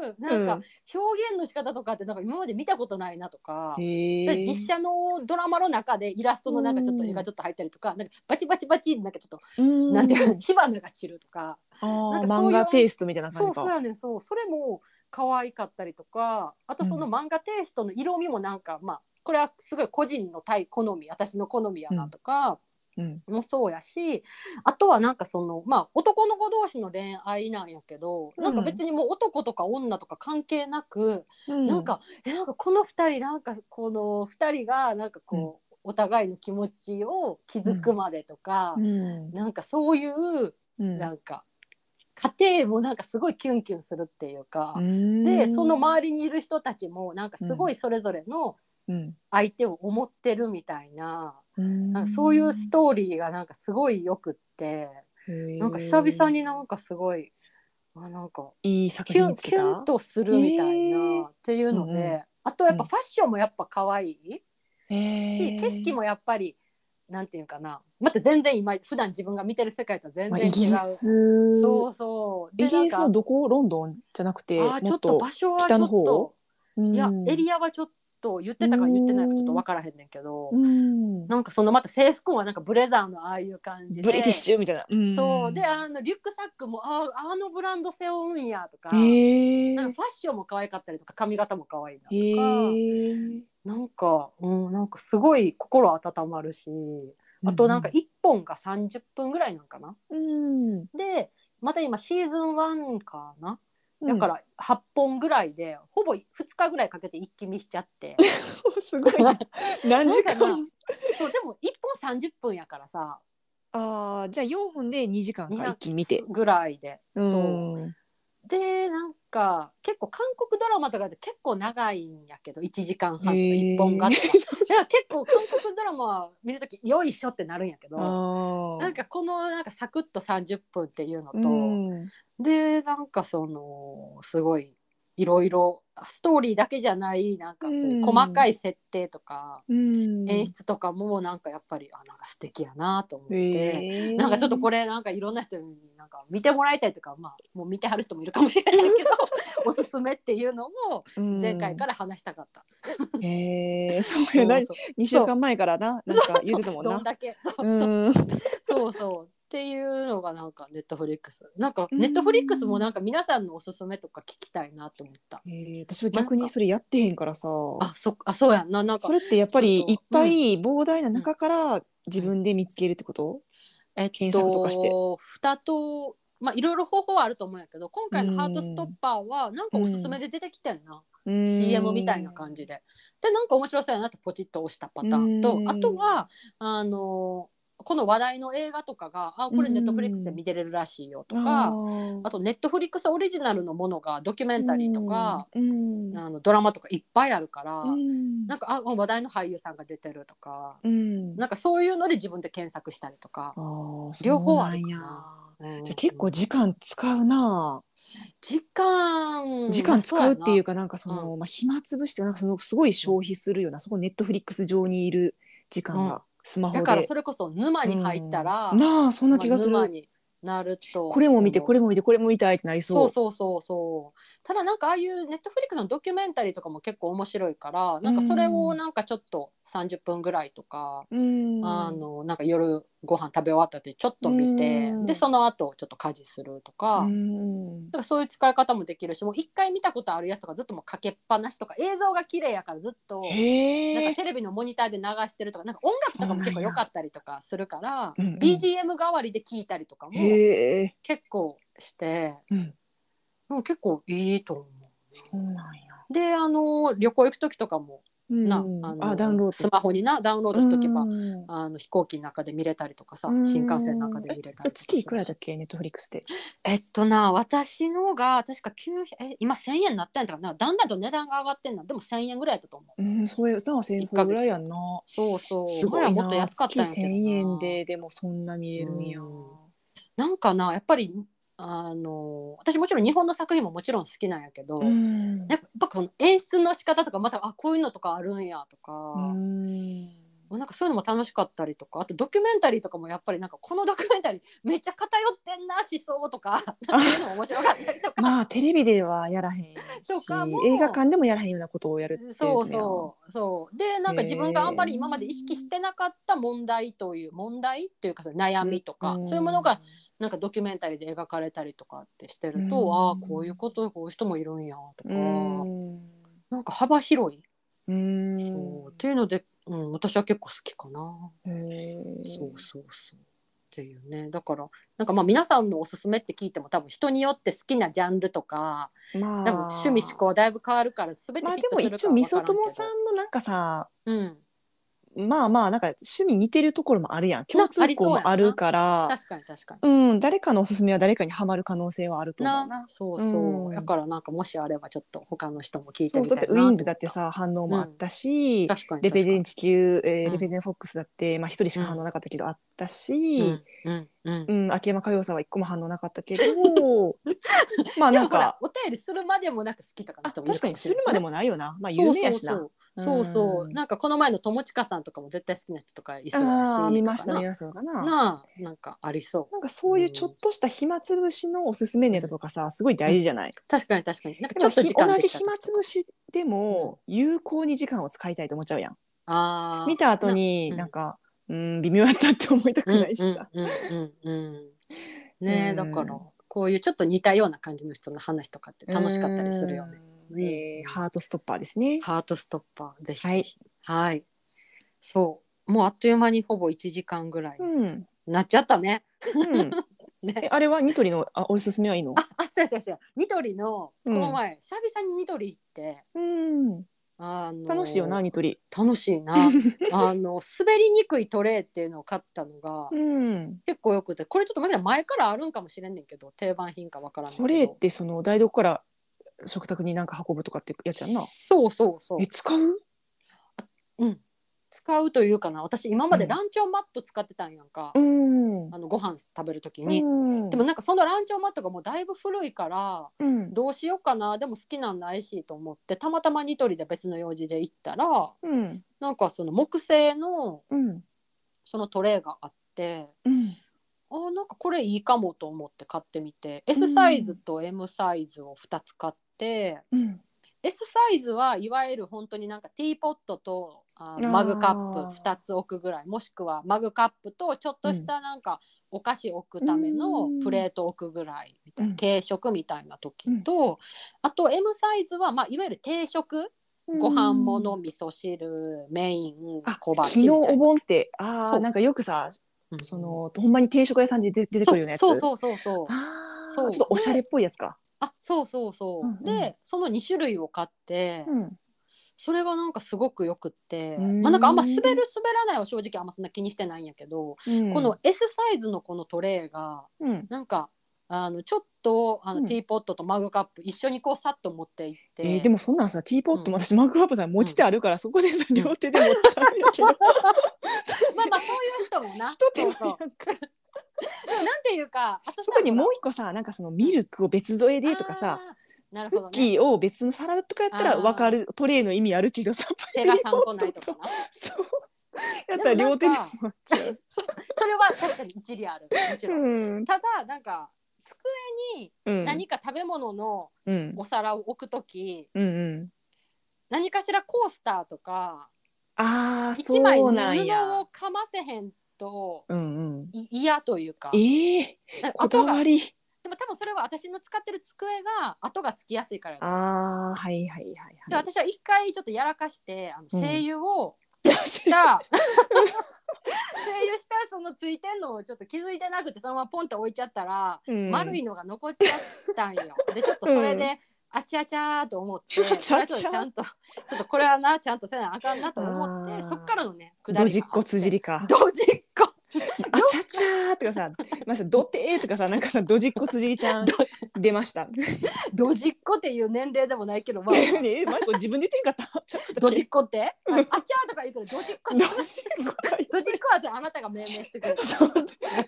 Speaker 1: ういうなんか表現の仕方とかってなんか今まで見たことないなとか。
Speaker 2: へ
Speaker 1: で
Speaker 2: ー
Speaker 1: 実写のドラマの中でイラストのなんかちょっと絵がちょっと入ったりとかなんかバチバチバチなんかちょっと
Speaker 2: うん
Speaker 1: なんていうか火花が散るとか
Speaker 2: あ
Speaker 1: なん
Speaker 2: ー
Speaker 1: かそういう
Speaker 2: 漫画テイストみたいな感
Speaker 1: そ
Speaker 2: じ
Speaker 1: うそう
Speaker 2: か
Speaker 1: やねんそうそれも可愛かったりとかあとその漫画テイストの色味もなんか、まあこれはすごい個人の対好み私の好みやなとか
Speaker 2: うん
Speaker 1: もそうやし、あとはなんかそのまあ男の子同士の恋愛なんやけど、なんか別にもう男とか女とか関係なく、なんかえなんかこの2人なんかこの2人がなんかこう、お互いの気持ちを気づくまでとか、
Speaker 2: うん
Speaker 1: なんかそういう
Speaker 2: うん
Speaker 1: なんか家庭もなんかすごいキュンキュンするっていうか、
Speaker 2: で
Speaker 1: でその周りにいる人たちもなんかすごいそれぞれの
Speaker 2: うん
Speaker 1: 相手を思ってるみたいな,、
Speaker 2: な
Speaker 1: なんかそういうストーリーがなんかすごいよくって、なんか久々になんかすごいあなんか
Speaker 2: いい作
Speaker 1: キュ
Speaker 2: 品
Speaker 1: ン
Speaker 2: 見つ
Speaker 1: キ
Speaker 2: け
Speaker 1: ュン
Speaker 2: た。
Speaker 1: とするみたいな、
Speaker 2: えー
Speaker 1: っていうので、
Speaker 2: うんうん
Speaker 1: あとやっ
Speaker 2: う
Speaker 1: ぱ
Speaker 2: ん
Speaker 1: ファッションもやっぱ可愛い
Speaker 2: へ
Speaker 1: し
Speaker 2: ー
Speaker 1: 景色。もやっぱりなんていうかなまた全然今普段自分が見てる世界とは全
Speaker 2: まあ
Speaker 1: 然違
Speaker 2: イ
Speaker 1: う。
Speaker 2: ギリス。
Speaker 1: そうそうで
Speaker 2: イギリス
Speaker 1: な
Speaker 2: の
Speaker 1: んか
Speaker 2: どこロンドンじゃなくて
Speaker 1: あーち
Speaker 2: も
Speaker 1: ょ
Speaker 2: っ
Speaker 1: っと
Speaker 2: と
Speaker 1: 場所はち
Speaker 2: 北
Speaker 1: ょ
Speaker 2: の
Speaker 1: っと
Speaker 2: 方。い
Speaker 1: いやエリアはちょっと言ってたか言ってないかちょっと分からへんねんけど、
Speaker 2: うん
Speaker 1: なんかそのまた制服もなんかブレザーのああいう感じで
Speaker 2: ブリティッシュみたいな。うん
Speaker 1: そうであのリュックサックもああのブランド背負うんやとか,、
Speaker 2: へえ
Speaker 1: なんかファッションも可愛かったりとか髪型も可愛いなとか、
Speaker 2: へえ
Speaker 1: なんか、うん、なんかすごい心温まるしあとなんか、1本が30分ぐらいなんかな。
Speaker 2: うん、
Speaker 1: でまた今シーズン1かなだから8本ぐらいで、ほぼ2日ぐらいかけて一気見しちゃって
Speaker 2: うん、 すごいな何時
Speaker 1: なんか
Speaker 2: 間
Speaker 1: そうでも1本30分やからさ
Speaker 2: ああじゃあ4本で2時間
Speaker 1: 二
Speaker 2: か
Speaker 1: 百
Speaker 2: 一気に見て
Speaker 1: ぐらいで
Speaker 2: うん
Speaker 1: でなんか結構韓国ドラマとかで結構長いんやけど1時間半とか
Speaker 2: へー
Speaker 1: 1本があってだから結構韓国ドラマ見るとき「よいしょ」ってなるんやけど
Speaker 2: あ
Speaker 1: なんかこのなんかサクッと30分っていうのと、
Speaker 2: うん、
Speaker 1: でなんかそのすごいいろいろストーリーだけじゃないなんかそういう
Speaker 2: うん
Speaker 1: 細かい設定とか、
Speaker 2: うん、
Speaker 1: 演出とかもなんかやっぱりあなんか素敵やなと思って。
Speaker 2: へえ
Speaker 1: なんかちょっとこれなんかいろんな人になんか見てもらいたいとかまあもう見てはる人もいるかもしれないけどおすすめっていうのも前回から話したかった。
Speaker 2: らへ えそうやな
Speaker 1: そう
Speaker 2: 2週間前からななんか言ってた
Speaker 1: そ
Speaker 2: も
Speaker 1: うん
Speaker 2: な
Speaker 1: どんだけそう
Speaker 2: うん
Speaker 1: そうそうっていうのがなんかネットフリックスなんか
Speaker 2: うん
Speaker 1: ネットフリックスもなんか皆さんのおすすめとか聞きたいなと思った。
Speaker 2: へえ私は逆にそれやってへんからさ
Speaker 1: あそあそうやんななんか
Speaker 2: それってやっぱり
Speaker 1: ちょっと
Speaker 2: いっぱい膨大な中から自分で見つけるってこと、
Speaker 1: えっと、
Speaker 2: 検索とかして
Speaker 1: 二とまあいろいろ方法はあると思うんやけど今回の「ハートストッパー」はなんかおすすめで出てきてんな。
Speaker 2: うん、
Speaker 1: CM みたいな感じででなんか面白そうやなってポチッと押したパターン
Speaker 2: う
Speaker 1: と
Speaker 2: ん
Speaker 1: あとはあのこの話題の映画とかがあこれ
Speaker 2: うん
Speaker 1: ネットフリックスで見てれるらしいよと
Speaker 2: あ
Speaker 1: か
Speaker 2: ー
Speaker 1: あとネットフリックスオリジナルのものがドキュメンタリーとか、
Speaker 2: うん
Speaker 1: あのドラマとかいっぱいあるから、
Speaker 2: うん
Speaker 1: なんかあ話題の俳優さんが出てるとか、
Speaker 2: うん
Speaker 1: なんかそういうので自分で検索したりとか
Speaker 2: あ、ーそう
Speaker 1: 両方あ
Speaker 2: な
Speaker 1: る
Speaker 2: ん
Speaker 1: か
Speaker 2: や
Speaker 1: な。うん
Speaker 2: じゃあ結構時間使うな、
Speaker 1: 時間
Speaker 2: 時間使うっていうかなんかその、
Speaker 1: う
Speaker 2: まあ、暇つぶしてなんかそのすごい消費するようなそこネットフリックス上にいる時間が、
Speaker 1: うん
Speaker 2: スマホで
Speaker 1: だからそれこそ沼に入ったら、
Speaker 2: うんなあそんな気がする、
Speaker 1: まあ沼になると
Speaker 2: これも見てこ
Speaker 1: れ
Speaker 2: れも見てこれも見たいってなり
Speaker 1: そ
Speaker 2: そう
Speaker 1: うそうそうそうただなんかああいうネットフリックスのドキュメンタリーとかも結構面白いからなんかそれをなんかちょっと30分ぐらいとか、
Speaker 2: うん
Speaker 1: あのなんか夜ご飯食べ終わった後にちょっと見て、
Speaker 2: うん
Speaker 1: でその後ちょっと家事するとか。
Speaker 2: うん
Speaker 1: なんかそういう使い方もできるしもう一回見たことあるやつとかずっともうかけっぱなしとか映像が綺麗やからずっと
Speaker 2: へ
Speaker 1: なん
Speaker 2: え
Speaker 1: かテレビのモニターで流してるとかなんか音楽とかも結構良かったりとかするから、
Speaker 2: うんうん
Speaker 1: BGM 代わりで聴いたりとかも
Speaker 2: へえ、
Speaker 1: 結構して、
Speaker 2: うん、
Speaker 1: うん、結構いいと思
Speaker 2: そうなんや。
Speaker 1: う。であの旅行行く時とかもな、
Speaker 2: うん
Speaker 1: あの
Speaker 2: あダウンロード
Speaker 1: スマホになダウンロードしとけば、
Speaker 2: うん
Speaker 1: あの飛行機の中で見れたりとかさ、
Speaker 2: うん
Speaker 1: 新幹線の中で見れたりとか
Speaker 2: それ月いくらだ
Speaker 1: っ
Speaker 2: っけネットフリックスで。
Speaker 1: えっとな私のが確か9え今1,000円になったんだからなだんだんと値段が上がってんのでも1,000円ぐらいだったと思う。
Speaker 2: うんそういうさ千円
Speaker 1: 一ヶ月
Speaker 2: ぐらいやんな。
Speaker 1: そうそう
Speaker 2: すごいな。
Speaker 1: 前はもっと安かったんや
Speaker 2: 月
Speaker 1: けどな
Speaker 2: 千円ででもそんな見えるんや。
Speaker 1: うんなんかなやっぱりあの私もちろん日本の作品ももちろん好きなんやけど、
Speaker 2: ん
Speaker 1: やっぱこの演出の仕方とかまたあこういうのとかあるんやと
Speaker 2: う
Speaker 1: か、
Speaker 2: ん
Speaker 1: なんかそういうのも楽しかったりとかあとドキュメンタリーとかもやっぱりなんかこのドキュメンタリーめっちゃ偏ってんな思想とかなんかそういうのも面白かったり とか。
Speaker 2: まあテレビではやらへん
Speaker 1: と
Speaker 2: し
Speaker 1: かも
Speaker 2: 映画館でもやらへんようなことをやるっていう
Speaker 1: そうそうそうでなんか自分があんまり今まで意識してなかった問題という問題っていうかその悩みとか、そういうものがなんかドキュメンタリーで描かれたりとかってしてると、
Speaker 2: うん
Speaker 1: ああこういうことこういう人もいるんやとか、
Speaker 2: うん
Speaker 1: なんか幅広い、
Speaker 2: うん
Speaker 1: そうっていうので、うん、私は結構好きかな。
Speaker 2: へえ
Speaker 1: そうそうそう。っていうね、だからなんかまあ皆さんのおすすめって聞いても多分人によって好きなジャンルとか
Speaker 2: ま
Speaker 1: 多
Speaker 2: あ
Speaker 1: 分趣味思考だいぶ変わるから全て
Speaker 2: まあ
Speaker 1: フィ
Speaker 2: で
Speaker 1: ット
Speaker 2: も
Speaker 1: する
Speaker 2: 一
Speaker 1: か
Speaker 2: 応
Speaker 1: は
Speaker 2: み
Speaker 1: 分からん
Speaker 2: そ
Speaker 1: け
Speaker 2: と
Speaker 1: ど
Speaker 2: もさんのなんかさ
Speaker 1: うん
Speaker 2: まあまあなんか趣味似てるところもあるやん共
Speaker 1: あ
Speaker 2: 通
Speaker 1: りそ
Speaker 2: 項
Speaker 1: うやんな
Speaker 2: もあるから
Speaker 1: 確かに確かに。
Speaker 2: うん誰かのおすすめは誰かにはまる可能性はあると思うな。
Speaker 1: そうそう、
Speaker 2: うん
Speaker 1: だからなんかもしあればちょっと他の人も聞いて
Speaker 2: そう
Speaker 1: みた
Speaker 2: だ
Speaker 1: い
Speaker 2: っ
Speaker 1: なと
Speaker 2: てウ
Speaker 1: 思
Speaker 2: ィ
Speaker 1: た
Speaker 2: ンズだってさ反応もあったし、
Speaker 1: 確かに
Speaker 2: レペゼン地球、えー
Speaker 1: うん
Speaker 2: レペゼンフォックスだってまあ、一人しか反応なかったけどあったし、
Speaker 1: 確
Speaker 2: うん
Speaker 1: かにうんうんうん
Speaker 2: 秋山佳代さんは一個も反応なかったけ どまあ
Speaker 1: で
Speaker 2: な
Speaker 1: も
Speaker 2: ん
Speaker 1: ほら
Speaker 2: か
Speaker 1: お便りするまでもなく好きとかの
Speaker 2: あ
Speaker 1: 人
Speaker 2: 確
Speaker 1: もいる
Speaker 2: かにするまで
Speaker 1: も
Speaker 2: もないよなまあ
Speaker 1: い
Speaker 2: 有
Speaker 1: る
Speaker 2: 名
Speaker 1: かも
Speaker 2: や
Speaker 1: し
Speaker 2: し
Speaker 1: れん
Speaker 2: な
Speaker 1: そうそうそうそうそう、
Speaker 2: ん
Speaker 1: なんかこの前の友近さんとかも絶対好きな人とかいそうだし
Speaker 2: ああ見ました
Speaker 1: とか
Speaker 2: 見
Speaker 1: な
Speaker 2: ましたかな
Speaker 1: なあなんかありそう
Speaker 2: なんかそういうちょっとした暇つぶしのおすすめネタとかさすごい大事じゃない、
Speaker 1: 確かに確かになんか
Speaker 2: で
Speaker 1: ちょ
Speaker 2: も
Speaker 1: っと
Speaker 2: ひ
Speaker 1: 時間
Speaker 2: 同
Speaker 1: で
Speaker 2: じ
Speaker 1: きた
Speaker 2: 暇つぶしでも有効に時間を使いたいと思っちゃうやん
Speaker 1: あー
Speaker 2: 見た後に
Speaker 1: なうん
Speaker 2: なんかうん微妙だったって思いたくないしさ、
Speaker 1: うんうんうんうん、ねえ、
Speaker 2: うん
Speaker 1: だからこういうちょっと似たような感じの人の話とかって楽しかったりするよね。
Speaker 2: うんえーハートストッパーですね
Speaker 1: ハートストッパーぜひ
Speaker 2: は
Speaker 1: ぜ
Speaker 2: い
Speaker 1: ひ。はい、そうもうあっという間にほぼ1時間ぐらい
Speaker 2: うん、うん、
Speaker 1: なっちゃったね。
Speaker 2: え
Speaker 1: ね
Speaker 2: あれはニトリのあおすすめはいいの
Speaker 1: ああそうそうそうニトリのこ
Speaker 2: うん
Speaker 1: の前、久々にニトリ行って。
Speaker 2: うん
Speaker 1: あの
Speaker 2: 楽しいよなニトリ
Speaker 1: 楽しい なあの滑りにくいトレーっていうのを買ったのが
Speaker 2: うん
Speaker 1: 結構よくてこれちょっとまだ前からあるんかもしれんねんけど定番品かわからんけど
Speaker 2: トレーってその台所から食卓になんか運ぶとかってやつやんな
Speaker 1: そうそうそう
Speaker 2: え。使う
Speaker 1: うん。使うというかな、私今まで
Speaker 2: うん
Speaker 1: ランチョンマット使ってたんやんか。
Speaker 2: うん
Speaker 1: あのご飯食べるときに。
Speaker 2: うん
Speaker 1: でもなんかそのランチョンマットがもうだいぶ古いから
Speaker 2: うん
Speaker 1: どうしようかなでも好きなんないしと思ってたまたまニトリで別の用事で行ったら
Speaker 2: うん
Speaker 1: なんかその木製の
Speaker 2: うん
Speaker 1: そのトレイがあって
Speaker 2: うん
Speaker 1: あーなんかこれいいかもと思って買ってみて S サイズと M サイズを2つ買って、
Speaker 2: うん、
Speaker 1: S サイズはいわゆる本当になんかティーポットとあ
Speaker 2: あー
Speaker 1: マグカップ2つ置くぐらいもしくはマグカップとちょっとしたなんかお菓子置くための
Speaker 2: うん
Speaker 1: プレート置くぐらいみたいな、
Speaker 2: うん
Speaker 1: 軽食みたいな時と、あと M サイズは、まあ、いわゆる定食ご飯もの味噌汁メイン
Speaker 2: あ
Speaker 1: 小
Speaker 2: 昨
Speaker 1: 鉢み
Speaker 2: 日
Speaker 1: た
Speaker 2: お
Speaker 1: いな、
Speaker 2: 盆ってあ
Speaker 1: そ
Speaker 2: あ
Speaker 1: う
Speaker 2: なんかよくさ
Speaker 1: うん
Speaker 2: そのほんまに定食屋さんで出出てくるようなやつ
Speaker 1: そうそうそうそうそう
Speaker 2: あー
Speaker 1: そう
Speaker 2: ちょっとおしゃれっぽいやつか、
Speaker 1: あそうそうそう、
Speaker 2: うんうん
Speaker 1: でその2種類を買って、
Speaker 2: うん
Speaker 1: それがなんかすごくよくって、
Speaker 2: うん
Speaker 1: まあ、なんかあんま滑る滑らないは正直あんまそんな気にしてないんやけど、この、S サイズのこのトレイが
Speaker 2: うん、
Speaker 1: なんかあのちょっとあ
Speaker 2: う
Speaker 1: の
Speaker 2: ん
Speaker 1: ティーポットとマグカップ一緒にこうさっと持っていって、
Speaker 2: えーでもそんなんさティーポットも私マグカップさん持ち手あるから、そこでさ
Speaker 1: ん
Speaker 2: 両手で持っちゃうんやけど、
Speaker 1: まあまあそういう人 もな
Speaker 2: 一手間
Speaker 1: そうそう
Speaker 2: やんか
Speaker 1: でもなんていうかあとさ
Speaker 2: そこにもう
Speaker 1: ほ
Speaker 2: 一個さなんかそのミルクを別添え
Speaker 1: ら
Speaker 2: でとかさ
Speaker 1: あーなる
Speaker 2: ク
Speaker 1: ほど、
Speaker 2: ッ
Speaker 1: ね、
Speaker 2: キーを別の皿とかやったら分かるトレイの意味あるけどさ
Speaker 1: 手が3個ないとかな
Speaker 2: そうやったら両手で持っちゃう。
Speaker 1: それは確かに一理あるもちろん
Speaker 2: うん
Speaker 1: ただなんか机に
Speaker 2: うん
Speaker 1: 何か食べ物の
Speaker 2: うん
Speaker 1: お皿を置くとき、
Speaker 2: うんうん
Speaker 1: 何かしらコースターとか
Speaker 2: ああそ
Speaker 1: 一枚布
Speaker 2: う
Speaker 1: を
Speaker 2: なんや。
Speaker 1: かませへんと
Speaker 2: うんうん、
Speaker 1: い嫌というか
Speaker 2: ええ
Speaker 1: なんか
Speaker 2: こだ
Speaker 1: 後が
Speaker 2: わ
Speaker 1: で
Speaker 2: り。
Speaker 1: も多分それは私の使ってる机が後がつきやすいからやと思う
Speaker 2: ああはいはいはい
Speaker 1: で
Speaker 2: はい。
Speaker 1: 私は一回ちょっとやらかしてあの
Speaker 2: うん
Speaker 1: 声優を
Speaker 2: いやせ
Speaker 1: した、 声優したそのついてんのをちょっと気づいてなくてそのままポンって置いちゃったら、
Speaker 2: うん
Speaker 1: 丸いのが残っちゃったん よ。でちょっとそれで、
Speaker 2: う
Speaker 1: あちゃちゃーと思って、
Speaker 2: あちゃちゃ
Speaker 1: ちゃんと、ちょっとこれはな、ちゃんとせなあかんなと思って
Speaker 2: あ、ー
Speaker 1: そっからのね、下りがあ
Speaker 2: ド
Speaker 1: って
Speaker 2: ジっこつじりか。
Speaker 1: ドジっこ。
Speaker 2: あちゃちゃーとかさ、まあ、さドテーとかさ、なんかさ、ドジっこつじりち ゃん
Speaker 1: ど
Speaker 2: 出ました。
Speaker 1: ドジっ子っていう年齢でもないけど、まあ、
Speaker 2: え、マイコ自分で言ってんかった。ちょっと
Speaker 1: ド
Speaker 2: だ
Speaker 1: ジ
Speaker 2: け
Speaker 1: っ子ってああちゃーとか言うけど、ドジっ子
Speaker 2: ド
Speaker 1: っ
Speaker 2: ジ
Speaker 1: て
Speaker 2: っ。こかい。
Speaker 1: ドジっ子はあなたが命名してくれた。
Speaker 2: そう。じゃ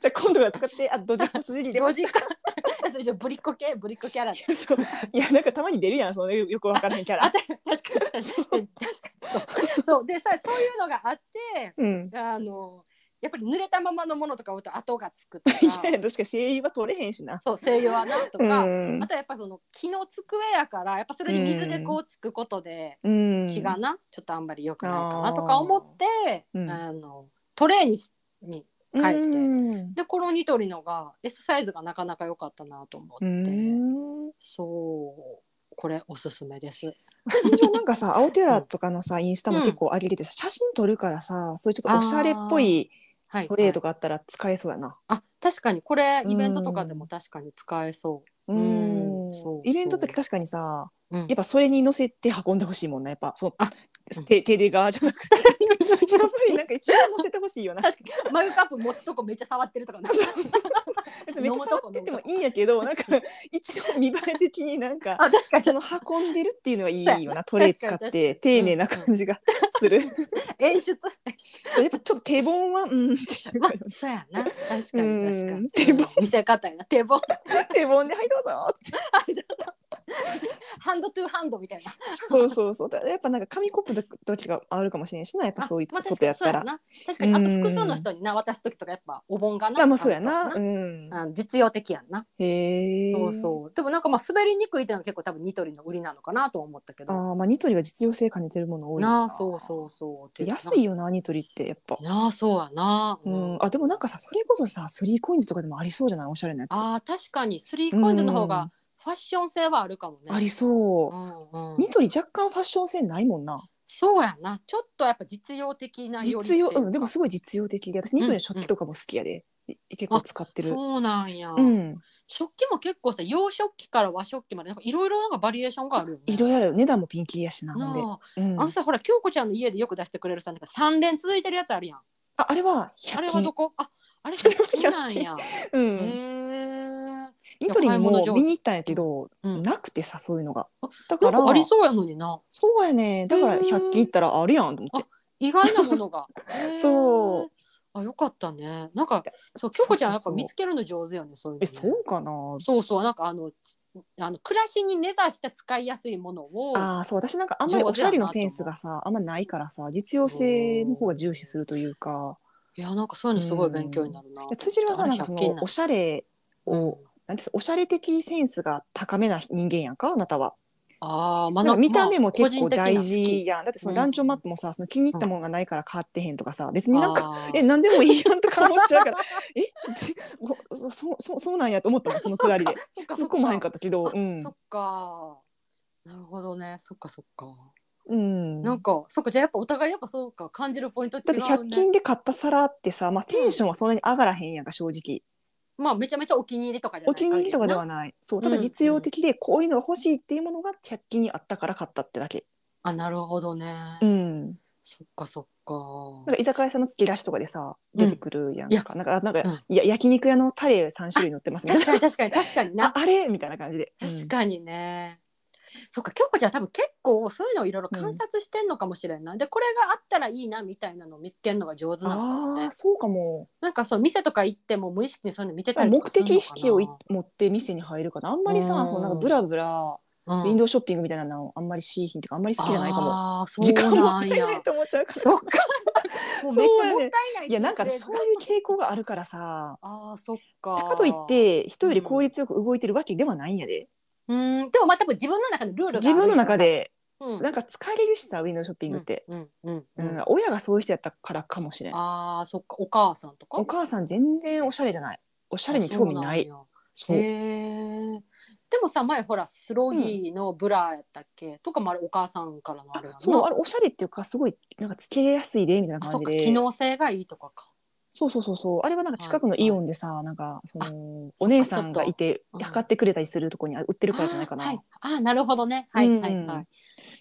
Speaker 2: あ今度は使って、あ、ドジっこつじり 出
Speaker 1: ド
Speaker 2: ま
Speaker 1: ジ
Speaker 2: し
Speaker 1: っ子。えそれじゃぶりっ子系ぶりっ子キャラで。
Speaker 2: た。そう。いや、なんかたまに出るやん、そのよくわからへんキャ
Speaker 1: あ
Speaker 2: ラ。
Speaker 1: た確かに確かにそうそうでさそういうのがあって
Speaker 2: うん。
Speaker 1: あのやっぱり濡れたままのものとか置くと跡がつくとか
Speaker 2: いやいや、確かに声優は取れへんしな。
Speaker 1: そう西洋はなと
Speaker 2: う
Speaker 1: か、
Speaker 2: ん
Speaker 1: あ。とはやっぱその木の机やからやっぱそれに水でこうつくことで
Speaker 2: うん。
Speaker 1: 気がな、ちょっとあんまり良くないかなとか思って、
Speaker 2: あーうん
Speaker 1: あのトレーにしに変えて、
Speaker 2: うん
Speaker 1: でこのニトリのが S サイズがなかなか良かったなと思
Speaker 2: う
Speaker 1: って、
Speaker 2: ん
Speaker 1: そうこれおすすめです。
Speaker 2: 私はなんか さ青寺とかのさインスタも結構上げててさ写真撮るからさそういうちょっとおしゃれっぽい
Speaker 1: はい、
Speaker 2: トレーとかあったら使えそうやな。
Speaker 1: あ確かにこれ
Speaker 2: うん
Speaker 1: イベントとかでも確かに使えそうい
Speaker 2: ん
Speaker 1: うんそう
Speaker 2: イベントって確かにさ
Speaker 1: う。うん
Speaker 2: やっぱそれに乗せて運んでほしいもんなやっぱそう
Speaker 1: あ
Speaker 2: 手手で側じゃな くてやっぱりなんか一応乗せてほしいよな。
Speaker 1: 確かにマグカップ持つとこめっちゃ触ってるとかな。
Speaker 2: そうそう別にめっちゃ触っててもいいんやけどなんか一応見栄え的になん か
Speaker 1: あ確かに
Speaker 2: その運んでるっていうのはいいよなトレー使って丁寧な感じがする。
Speaker 1: 演 出。
Speaker 2: そうやっぱちょっと手本はうんっていうかよね
Speaker 1: そうやな。確かに確か
Speaker 2: う
Speaker 1: に
Speaker 2: ん。手本
Speaker 1: うん見せ方やな。手本。
Speaker 2: 手本で「はいどうぞ」って
Speaker 1: ハンドトゥーハンドみたいな。
Speaker 2: そうそうそう。だやっぱなんか紙コップの時があるかもしれんしな、やっぱそうい
Speaker 1: ま
Speaker 2: う
Speaker 1: あ
Speaker 2: 外やったら。
Speaker 1: 確かにそうやな確かに、あ
Speaker 2: うん
Speaker 1: と複数の人にな、渡す時とかやっぱお盆がな。
Speaker 2: まあまあそうやな。
Speaker 1: あ
Speaker 2: う
Speaker 1: る
Speaker 2: ん
Speaker 1: から。なあの実用的やんな。
Speaker 2: へえ。
Speaker 1: そうそう。でもなんかまあ滑りにくいっていうのは結構多分ニトリの売りなのかなとは思ったけど。
Speaker 2: ああ、まあニトリは実用性兼ねてるもの多いよ
Speaker 1: なあ、そうそうそうっていうかな。
Speaker 2: 安いよな、ニトリってやっぱ。
Speaker 1: なあ、そうやな。
Speaker 2: うん、あでもなんかさそれこそさスリーコインズとかでもありそうじゃないおしゃれなやつあ
Speaker 1: あー確かにスリーコインズの方
Speaker 2: うん
Speaker 1: がファッション性はあるかもね。
Speaker 2: りそうう、
Speaker 1: んうん、
Speaker 2: ニトリ若干ファッション性ないもんな
Speaker 1: そうやなちょっとやっぱ実用的なよりって
Speaker 2: 実
Speaker 1: い
Speaker 2: 用
Speaker 1: うか
Speaker 2: うんでもすごい実用的で私ニトリの食器とかも好きやで、い結構使ってる
Speaker 1: そうなんや、
Speaker 2: うん
Speaker 1: 食器も結構さ洋食器から和食器までなんかいろいろなんかバリエーションがあるよね。
Speaker 2: いろいろある値段もピンキリやしなほんで、
Speaker 1: な
Speaker 2: うん、
Speaker 1: ああのさほら京子ちゃんの家でよく出してくれるさなんか3連続いてるやつあるやん。
Speaker 2: ああれは
Speaker 1: あれ
Speaker 2: 100
Speaker 1: はど
Speaker 2: 均
Speaker 1: こああれ100均なんや。
Speaker 2: う
Speaker 1: へ
Speaker 2: ん、
Speaker 1: え。
Speaker 2: ニトリに
Speaker 1: 買い
Speaker 2: も
Speaker 1: 物上手
Speaker 2: 見に行ったんやけど、
Speaker 1: うん、なん
Speaker 2: なくてさそういうのが
Speaker 1: あ
Speaker 2: だから
Speaker 1: かありそうやのにな
Speaker 2: そうやねだから
Speaker 1: へー
Speaker 2: 100均行ったらあるやんと思って
Speaker 1: 意外なもの が。へえ
Speaker 2: そう。
Speaker 1: あよかったね。なんかそう京
Speaker 2: そうそうそう
Speaker 1: 子ちゃんやっぱ見つけるの上手よねそういうの、ね。
Speaker 2: えそうかな
Speaker 1: そうそうなんかあのあの暮らしに根ざした使いやすいものを
Speaker 2: ああそう私なんかあんまりおしゃれのセンスがさあんまないからさ実用性の方が重視するというか
Speaker 1: いやなんかそういうのすごい勉強になるな。
Speaker 2: いや辻るはさなんかそのおしゃれをなんていうのおしゃれ的センスが高めな人間やんかあなたは
Speaker 1: ああまあな
Speaker 2: なんか見た目
Speaker 1: まあ
Speaker 2: も結構
Speaker 1: 個人的な
Speaker 2: 大事やんだってそのランチョンマットもさその気に入ったものがないから買ってへんとかさ別になんか
Speaker 1: あー
Speaker 2: え何でもいいやんとか思っちゃうから えそそそそうなんやと思ったのそのくだりで
Speaker 1: そっか
Speaker 2: 突っ込まへんか
Speaker 1: っ
Speaker 2: ったけど
Speaker 1: た
Speaker 2: うん
Speaker 1: そっか。なるほどね。そっかそっか。
Speaker 2: うん
Speaker 1: なんかそっかじゃあやっぱお互いやっぱそうか感じるポイント違う
Speaker 2: だっ
Speaker 1: ね。
Speaker 2: て100均で買った皿ってさ、まあ、テンションはそんなに上がらへんやんか正直
Speaker 1: まあめちゃめちゃお気に入りとかじゃない
Speaker 2: お気に入りとかでは
Speaker 1: な
Speaker 2: ないそう
Speaker 1: うんう
Speaker 2: た
Speaker 1: ん
Speaker 2: だ実用的でこういうのが欲しいっていうものが100均にあったから買ったってだけ
Speaker 1: あなるほどね、
Speaker 2: うん
Speaker 1: そっかそっか
Speaker 2: なんか居酒屋さんの突き出しとかでさ出てくるやん
Speaker 1: いや
Speaker 2: か、なんかなんか、
Speaker 1: う
Speaker 2: いや焼肉屋のタレ3種類乗ってますみたい
Speaker 1: 確
Speaker 2: な
Speaker 1: かに確かに確 かに
Speaker 2: あ
Speaker 1: な
Speaker 2: あれみたいな感じで、うん
Speaker 1: 確かにね、そっか京子ちゃん多分結構そういうのをいろいろ観察してんのかもしれんない、でこれがあったらいいなみたいなのを見つけるのが上手なのかも
Speaker 2: あ
Speaker 1: ね
Speaker 2: あそうかも
Speaker 1: なんかそう店とか行っても無意識にそういうの見てたりと
Speaker 2: 目
Speaker 1: かするのかな
Speaker 2: 的意識をい持って店に入るかなあんまりさ、
Speaker 1: うん
Speaker 2: そのなんかブラブラ、
Speaker 1: うん
Speaker 2: ウィンドウショッピングみたいなのあんまりしいひんっていうかあんまり好きじゃないかも
Speaker 1: あーそう
Speaker 2: 時間も
Speaker 1: な
Speaker 2: った
Speaker 1: ん
Speaker 2: い
Speaker 1: や
Speaker 2: ないと思っちゃうから
Speaker 1: そっかもうめっちゃもったいない
Speaker 2: いやなんか
Speaker 1: 人生
Speaker 2: そういう傾向があるからさ
Speaker 1: あーそっ
Speaker 2: だ
Speaker 1: か
Speaker 2: かといって人より効率よく動いてるわけではないんやで、
Speaker 1: うんでもまあ多分自分の中のルールがある
Speaker 2: 自分の中で
Speaker 1: うん
Speaker 2: なんか疲れるしさウィンドウショッピングって、
Speaker 1: うんうんう
Speaker 2: うんん
Speaker 1: うん、
Speaker 2: 親がそういう人やったからかもしれん
Speaker 1: あーそっかお母さんとか
Speaker 2: お母さん全然おしゃれじゃないおしゃれに興味ない
Speaker 1: あ
Speaker 2: そ
Speaker 1: そう
Speaker 2: う
Speaker 1: なんやへえでもさ前ほらスロギーのブラやったっけ、とかもあれお母さんからのあれやんな
Speaker 2: そうあれおしゃれっていうかすごいなんかつけやすい例みたいな
Speaker 1: あそっか
Speaker 2: 感じで
Speaker 1: 機能性がいいとかか
Speaker 2: そうそうそうそうあれはなんか近くのイオンでさ、なんかそ
Speaker 1: あ
Speaker 2: の
Speaker 1: そ
Speaker 2: お
Speaker 1: っか
Speaker 2: 姉さんがいて
Speaker 1: ちょっとうん
Speaker 2: 測ってくれたりするとこに売ってるからじゃないかな、
Speaker 1: あーはい、あーなるほどねはい、
Speaker 2: うん
Speaker 1: はいはい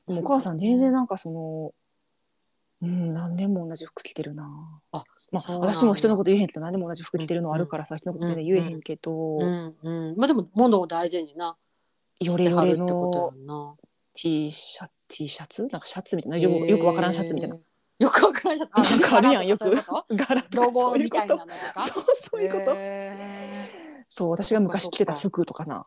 Speaker 2: でもお母さん全然なんかそのうん何年も同じ服着てるな
Speaker 1: あ
Speaker 2: まあ
Speaker 1: そうなんや
Speaker 2: 私も人のこと言えへんけど何でも同じ服着てるのあるからさ、人のこと全然言えへんけど、
Speaker 1: うんうんまあでも物を大事にな
Speaker 2: よれ
Speaker 1: し
Speaker 2: よれ
Speaker 1: てはるってこ
Speaker 2: の
Speaker 1: とやんな
Speaker 2: T シャツ T シャツなんかシャツみたいなよくよくわからんシャツみたいな
Speaker 1: へーよくわからんシャツあ
Speaker 2: なんかあるやんよ
Speaker 1: カ
Speaker 2: く
Speaker 1: ラーとか
Speaker 2: 柄と
Speaker 1: そういうことロ
Speaker 2: かそ
Speaker 1: ゴ
Speaker 2: ういう
Speaker 1: み
Speaker 2: こ
Speaker 1: たいな
Speaker 2: と
Speaker 1: のとか
Speaker 2: そうそういうこと、
Speaker 1: へー
Speaker 2: そう私が昔着てた服とかな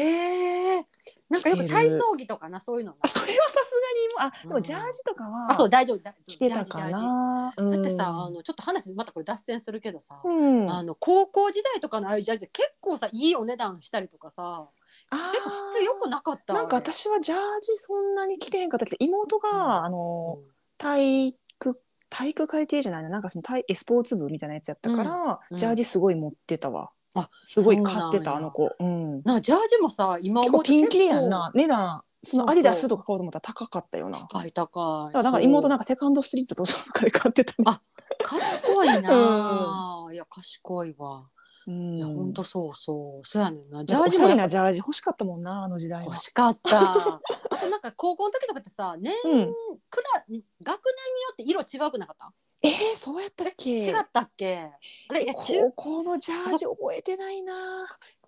Speaker 1: へえ。なんかよく体操着とかな、そういうのな
Speaker 2: あ。それはさすがにもうあで
Speaker 1: う
Speaker 2: も
Speaker 1: ん
Speaker 2: ジャージとか
Speaker 1: あ、そう、
Speaker 2: は
Speaker 1: 大丈夫。だ
Speaker 2: 着てたか。な、
Speaker 1: 大
Speaker 2: う
Speaker 1: 丈夫大丈夫
Speaker 2: ん
Speaker 1: だってさ、あの、ちょっと話、またこれ脱線するけどさ。
Speaker 2: うん
Speaker 1: あの高校時代とかのああいうジャージって結構さいいお値段したりとかさ
Speaker 2: あ
Speaker 1: 結構質良くなかった
Speaker 2: なんか
Speaker 1: あれ
Speaker 2: 私はジャージそんなに着てへんかったけど妹が、
Speaker 1: うん
Speaker 2: あの
Speaker 1: うん
Speaker 2: 体育体育会系じゃないななんかその体スポーツ部みたいなやつやったから、
Speaker 1: うんうん
Speaker 2: ジャージすごい持ってたわ
Speaker 1: あ
Speaker 2: すごい買って
Speaker 1: そうなん
Speaker 2: た
Speaker 1: や
Speaker 2: あの子、うん、
Speaker 1: なジャージもさ今
Speaker 2: 結
Speaker 1: 思
Speaker 2: 構
Speaker 1: うと
Speaker 2: ピンキリやんな値段そ
Speaker 1: そう
Speaker 2: の
Speaker 1: そう
Speaker 2: アディダスとか買おうと思ったら高かったよな
Speaker 1: 結構高い高
Speaker 2: だ
Speaker 1: い
Speaker 2: からなんか妹なん
Speaker 1: か
Speaker 2: かセカンドストリートとかで買ってたね
Speaker 1: あ賢いな、いや賢いわ
Speaker 2: うん
Speaker 1: いやほんとそうそうそうやねんなジ
Speaker 2: ジ
Speaker 1: ャ
Speaker 2: ャ
Speaker 1: ー
Speaker 2: ージ
Speaker 1: ジも
Speaker 2: もおしゃれ
Speaker 1: やっ
Speaker 2: なジャージ欲しかったもんなあの時
Speaker 1: ぱ
Speaker 2: 代は
Speaker 1: 欲しかったあとなんか高校の時とかってさ年
Speaker 2: うん
Speaker 1: くら学年によって色違くなかった
Speaker 2: えー、そうやったっけ
Speaker 1: 違ったっけあれいや中
Speaker 2: 高校のジャージ覚えてないな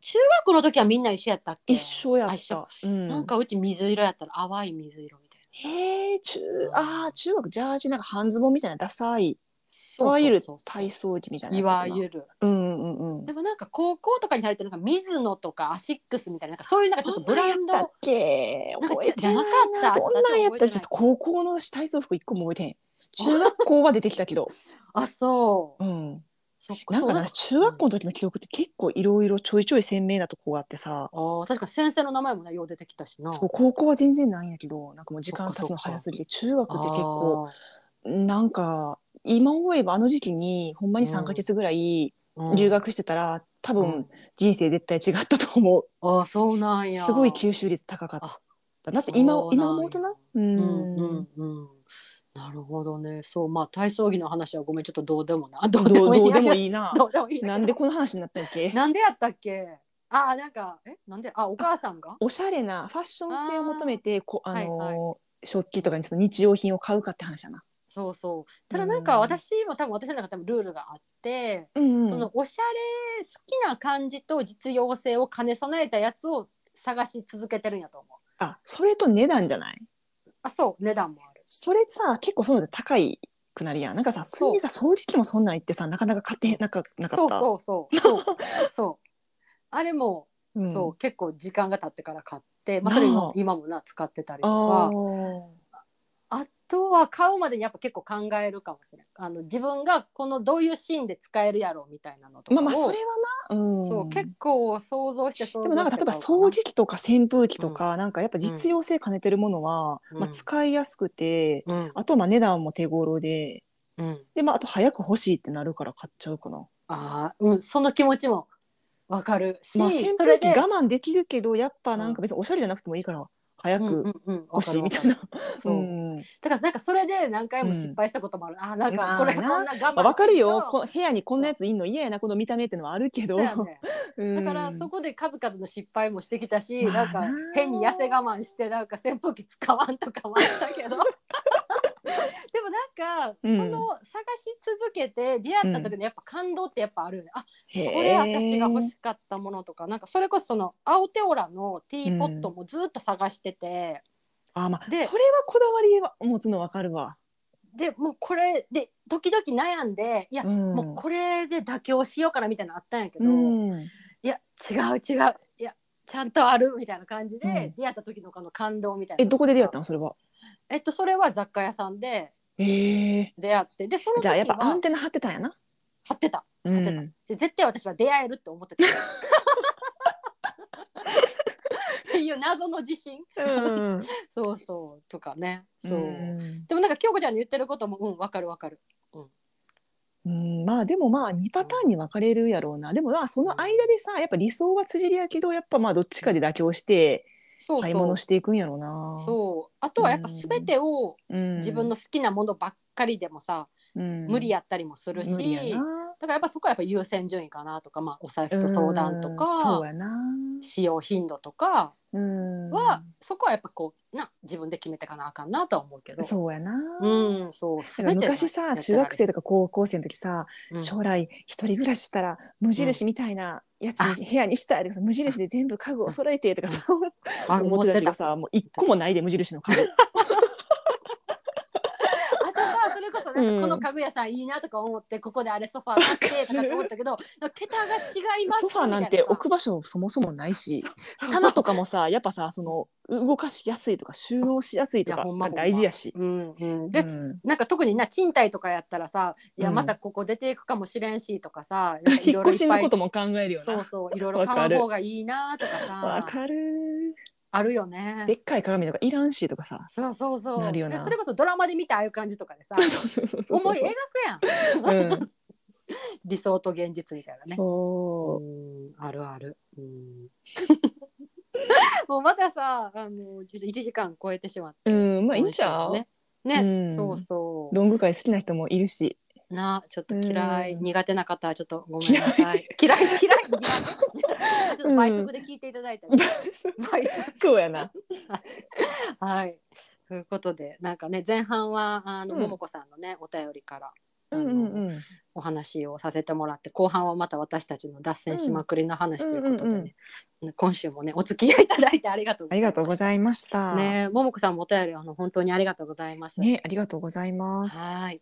Speaker 1: 中学の時はみんな一緒やったっけ
Speaker 2: 一緒や
Speaker 1: あ
Speaker 2: っ
Speaker 1: 一緒
Speaker 2: た、うん、
Speaker 1: なんかうち水色やったら淡い水色みたいな
Speaker 2: へえ中あー中学ジャージなんか半ズボンみたいなダサいい
Speaker 1: そ
Speaker 2: わゆる
Speaker 1: そうそう
Speaker 2: 体操着みたいないやつやな
Speaker 1: わゆる
Speaker 2: うんうんうんうん
Speaker 1: でもなんか高校とかに入れてるのが水野とかアシックスみたいななんかそういうなんかちょっとブランド
Speaker 2: そんなんやったっけ
Speaker 1: なんか
Speaker 2: 覚えてないな
Speaker 1: じゃなかった
Speaker 2: どんなんや
Speaker 1: 私
Speaker 2: っ
Speaker 1: 覚えてな
Speaker 2: た
Speaker 1: い
Speaker 2: ちょっと高校の体操服一個も覚えてへん中学校は出てきたけど、
Speaker 1: あそう
Speaker 2: うん、
Speaker 1: そっか
Speaker 2: なん
Speaker 1: そう
Speaker 2: かな中学校の時の記憶って結構いろいろちょいちょい鮮明なとこがあってさ、
Speaker 1: ああ確かに先生の名前もねよう出てきたしな
Speaker 2: そう高校は全然ないんやけどなんかもう時間経つ
Speaker 1: そっか
Speaker 2: の
Speaker 1: そっか
Speaker 2: 早すぎて中学って結構
Speaker 1: あ
Speaker 2: なんか今思えばあの時期にほんまに3か月ぐらい
Speaker 1: ーうん
Speaker 2: 留学してたら、多
Speaker 1: う
Speaker 2: 分
Speaker 1: ん
Speaker 2: 人生絶対違ったと思う、
Speaker 1: あーそうなんや
Speaker 2: すごい吸収率高かっただって今
Speaker 1: そうなんや
Speaker 2: 今思うとなう
Speaker 1: うんんうんうんなるほどねそうまあ体操着の話はごめんちょっとどうでもなどうで
Speaker 2: どう
Speaker 1: もいい
Speaker 2: どうでも
Speaker 1: い
Speaker 2: いい な
Speaker 1: どうでもいい
Speaker 2: なんでこの話になったんやっけ
Speaker 1: なんでやったっけあーなんかえなんであお母さんが
Speaker 2: おしゃれなファッション性を求めてこあのー
Speaker 1: はい
Speaker 2: 食器とかにその日用品を買うかって話やな。
Speaker 1: そうそうただなんか
Speaker 2: うん
Speaker 1: 私も多分私の中で多分ルールがあって、
Speaker 2: うんうん
Speaker 1: そのおしゃれ好きな感じと実用性を兼ね備えたやつを探し続けてるんやと思う
Speaker 2: あそれと値段じゃない
Speaker 1: あそう値段もある
Speaker 2: それさ結構そういうのって高いくなりやんなんかさ普通
Speaker 1: そう
Speaker 2: にさ掃除機もそんなん言ってさなかなか買ってなかなか
Speaker 1: そ
Speaker 2: っ
Speaker 1: う
Speaker 2: た
Speaker 1: そうそうそうそうあれも
Speaker 2: うん
Speaker 1: そう結構時間が経ってから買って、まあ、それ
Speaker 2: なあ
Speaker 1: も今もな使ってたりと
Speaker 2: あ
Speaker 1: か
Speaker 2: ー
Speaker 1: あとは買うまでにやっぱ結構考えるかもしれないあの自分がこのどういうシーンで使えるやろうみたいなのとか
Speaker 2: ま
Speaker 1: を、
Speaker 2: あまあそれはな、うん、
Speaker 1: そう結構想像して想像
Speaker 2: でもなんか例えば掃除機とか扇風機とか、なんかやっぱ実用性兼ねてるものは、
Speaker 1: うん
Speaker 2: まあ、使いやすくて、
Speaker 1: うん、
Speaker 2: あとまあ値段も手頃で
Speaker 1: うん、
Speaker 2: で、まあ、あと早く欲しいってなるから買っちゃうかな。
Speaker 1: あーうんその気持ちもわかるし、
Speaker 2: まあ、扇
Speaker 1: そ
Speaker 2: 風
Speaker 1: れ
Speaker 2: 機
Speaker 1: で
Speaker 2: 我慢できるけどやっぱなんか別におしゃれじゃなくてもいいから早
Speaker 1: うんう
Speaker 2: く
Speaker 1: んうんわ
Speaker 2: 欲
Speaker 1: か
Speaker 2: しい
Speaker 1: るわ
Speaker 2: み
Speaker 1: かる
Speaker 2: たいな。
Speaker 1: そう、だからなんかそれで何回も失敗したこともある、あーなんかこれこんな我慢してると
Speaker 2: わかるよこ部屋にこんなやついんの嫌やなこの見た目ってのはあるけど
Speaker 1: そうやねだから
Speaker 2: うん
Speaker 1: そこで数々の失敗もしてきたし、
Speaker 2: まあ
Speaker 1: なんか
Speaker 2: な
Speaker 1: 変に痩せ我慢してなんか扇風機使わんとかもあった けどでもなんか、
Speaker 2: うん
Speaker 1: その探し続けて出会った時のやっぱ感動ってやっぱあるよね、あ
Speaker 2: へー
Speaker 1: これ私が欲しかったものとかなんかそれこそその青テオラのティーポットもずっと探してて、
Speaker 2: あまあそれ
Speaker 1: で
Speaker 2: はこだわりは持つのわかるわ。
Speaker 1: でもうこれで時々悩んでいや、
Speaker 2: うん
Speaker 1: もうこれで妥協しようかなみたいなのあったんやけど、
Speaker 2: うん
Speaker 1: いや違う違ういやちゃんとあるみたいな感じで、
Speaker 2: うん
Speaker 1: 出会った時のこの感動みたいな
Speaker 2: えどこで出会ったのそれは。
Speaker 1: えっとそれは雑貨屋さんで
Speaker 2: へえ
Speaker 1: 出会ってでその時は
Speaker 2: じゃあやっぱアンテナ張ってたんやな。
Speaker 1: 貼ってた
Speaker 2: う
Speaker 1: 張ってた
Speaker 2: ん、
Speaker 1: で絶対私は出会えるって思ってたっていう謎の自信
Speaker 2: うん
Speaker 1: そうそうとかね そう、
Speaker 2: うん
Speaker 1: でもなんか京子ちゃんの言ってることもうんわかるわかる
Speaker 2: うん、まあでもまあ2パターンに分かれるやろうなでもまあその間でさやっぱ理想は辻りやけどやっぱまあどっちかで妥協して
Speaker 1: そう
Speaker 2: 買い
Speaker 1: そ
Speaker 2: 物
Speaker 1: う
Speaker 2: していくんやろうな
Speaker 1: そうあとはやっぱ全てを
Speaker 2: うん
Speaker 1: 自分の好きなものばっかりでもさ、無理やったりもす
Speaker 2: うん
Speaker 1: るし、
Speaker 2: 無理やな
Speaker 1: だからやっぱそこはやっぱ優先順位かなとか、まあ、お財布と相談と
Speaker 2: うんそう
Speaker 1: か
Speaker 2: やな
Speaker 1: 使用頻度とか
Speaker 2: うん
Speaker 1: は、そこはやっぱこうな自分で決めてかなあかんなとは思うけど
Speaker 2: そうやな、
Speaker 1: うんそう
Speaker 2: だから
Speaker 1: 全てが
Speaker 2: 昔さ中学生とか高校生の時さ、
Speaker 1: うん
Speaker 2: 将来一人暮らししたら無印みたいなやつに部屋にしたいとかさ無印で全部家具を揃えてとかさ、
Speaker 1: あ
Speaker 2: 思
Speaker 1: 思
Speaker 2: っ
Speaker 1: って
Speaker 2: た
Speaker 1: て
Speaker 2: け
Speaker 1: た
Speaker 2: どさもう一個もないで無印の家具
Speaker 1: あとはそれこそなんかこの家具屋さんいいなとか思ってここであれソファー買ってとかって思ったけどなんか桁が違います
Speaker 2: ソファーなんて置く場所そもそもな いし棚とかもさやっぱさその動かしやすいとか収納しやすいと
Speaker 1: いや
Speaker 2: か
Speaker 1: ほんまほんま
Speaker 2: 大事やし。
Speaker 1: うんうん、で、
Speaker 2: うん
Speaker 1: なんか特にな賃貸とかやったらさいや
Speaker 2: うん
Speaker 1: またここ出ていくかもしれんしとかさ、なんかい
Speaker 2: 引
Speaker 1: ろ
Speaker 2: っ
Speaker 1: いろい
Speaker 2: 越
Speaker 1: っ
Speaker 2: し
Speaker 1: ぱ
Speaker 2: の
Speaker 1: い
Speaker 2: ことも考えるよ
Speaker 1: そう
Speaker 2: な。
Speaker 1: そういろいろ買う方がいいなとか
Speaker 2: わ
Speaker 1: さ
Speaker 2: かる。
Speaker 1: あるよね
Speaker 2: でっかい鏡とかいらんしとかさ。
Speaker 1: そうそうそう
Speaker 2: なるよな
Speaker 1: でそれこそドラマで見たああいう感じとかでさ
Speaker 2: そうそうそうそうそう。
Speaker 1: 思い描くやん
Speaker 2: うん。
Speaker 1: 理想と現実みたいなね
Speaker 2: そう。
Speaker 1: うんあるあるうん もうまたさあのちょっと1時間超えてしまって
Speaker 2: うん、まあいいんちゃう、
Speaker 1: ねね、
Speaker 2: うん
Speaker 1: そうそ
Speaker 2: ロング会好きな人もいるし。
Speaker 1: うなちょっと嫌い、
Speaker 2: うん
Speaker 1: 苦手な方はちょっとごめんなさ い嫌い嫌い苦手ちょっと倍速で聞いていただいたり、倍速
Speaker 2: そうやな。
Speaker 1: はい。ということで、なんかね、前半は、あの、
Speaker 2: うん
Speaker 1: ももこさんのね、お便りから。
Speaker 2: うん
Speaker 1: あの
Speaker 2: うんうん。
Speaker 1: お話をさせてもらって、後半はまた私たちの脱線しまくりの話ということでね。
Speaker 2: うんうんうん
Speaker 1: 今週もね、お付き合いいただいてありがとう
Speaker 2: ありがとうご
Speaker 1: い
Speaker 2: ざいました。
Speaker 1: ます。ね、ももこさんもお便り、あの、本当にありがとうございます。
Speaker 2: ねありがとうございます。
Speaker 1: はい。はい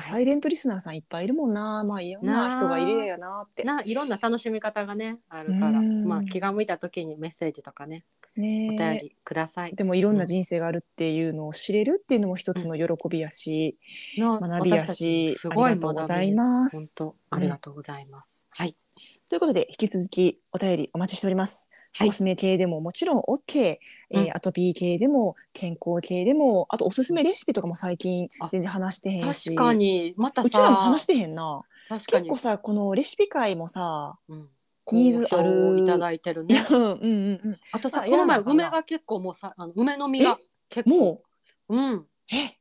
Speaker 2: サイレントリスナーさんいっぱいいるもんな、まあ、いろん
Speaker 1: なあ
Speaker 2: な人がいれやなって。
Speaker 1: ないろんな楽しみ方がねあるから、
Speaker 2: うん
Speaker 1: まあ、気が向いた時にメッセージとかねお
Speaker 2: ねえ
Speaker 1: 便りください。
Speaker 2: でもいろんな人生があるっていうのを知れるっていうのも一つの喜びやし、
Speaker 1: の
Speaker 2: 学び
Speaker 1: 私
Speaker 2: やし
Speaker 1: たちす
Speaker 2: あ
Speaker 1: ごい
Speaker 2: りがとうござい
Speaker 1: す。
Speaker 2: ま
Speaker 1: 本
Speaker 2: す。
Speaker 1: 当ありがとうございます。はい
Speaker 2: ということで引き続きお便りお待ちしております。
Speaker 1: はい
Speaker 2: コスメ系でももちろん OK、えー
Speaker 1: うん
Speaker 2: アトピー系でも健康系でもあとおすすめレシピとかも最近
Speaker 1: あ
Speaker 2: 全然話してへん
Speaker 1: 確
Speaker 2: し
Speaker 1: かにまたさ
Speaker 2: うちらも話してへんな
Speaker 1: 確か
Speaker 2: 結
Speaker 1: に
Speaker 2: 構さこのレシピ界もさ、
Speaker 1: うん
Speaker 2: ニーズある
Speaker 1: 好評をいただいてる
Speaker 2: い
Speaker 1: ね
Speaker 2: や。 うんうんうん
Speaker 1: あとさ
Speaker 2: あ
Speaker 1: この前
Speaker 2: いらんのかな
Speaker 1: 梅が結構もうさあの梅の実が結構
Speaker 2: も
Speaker 1: う、ん、
Speaker 2: うえ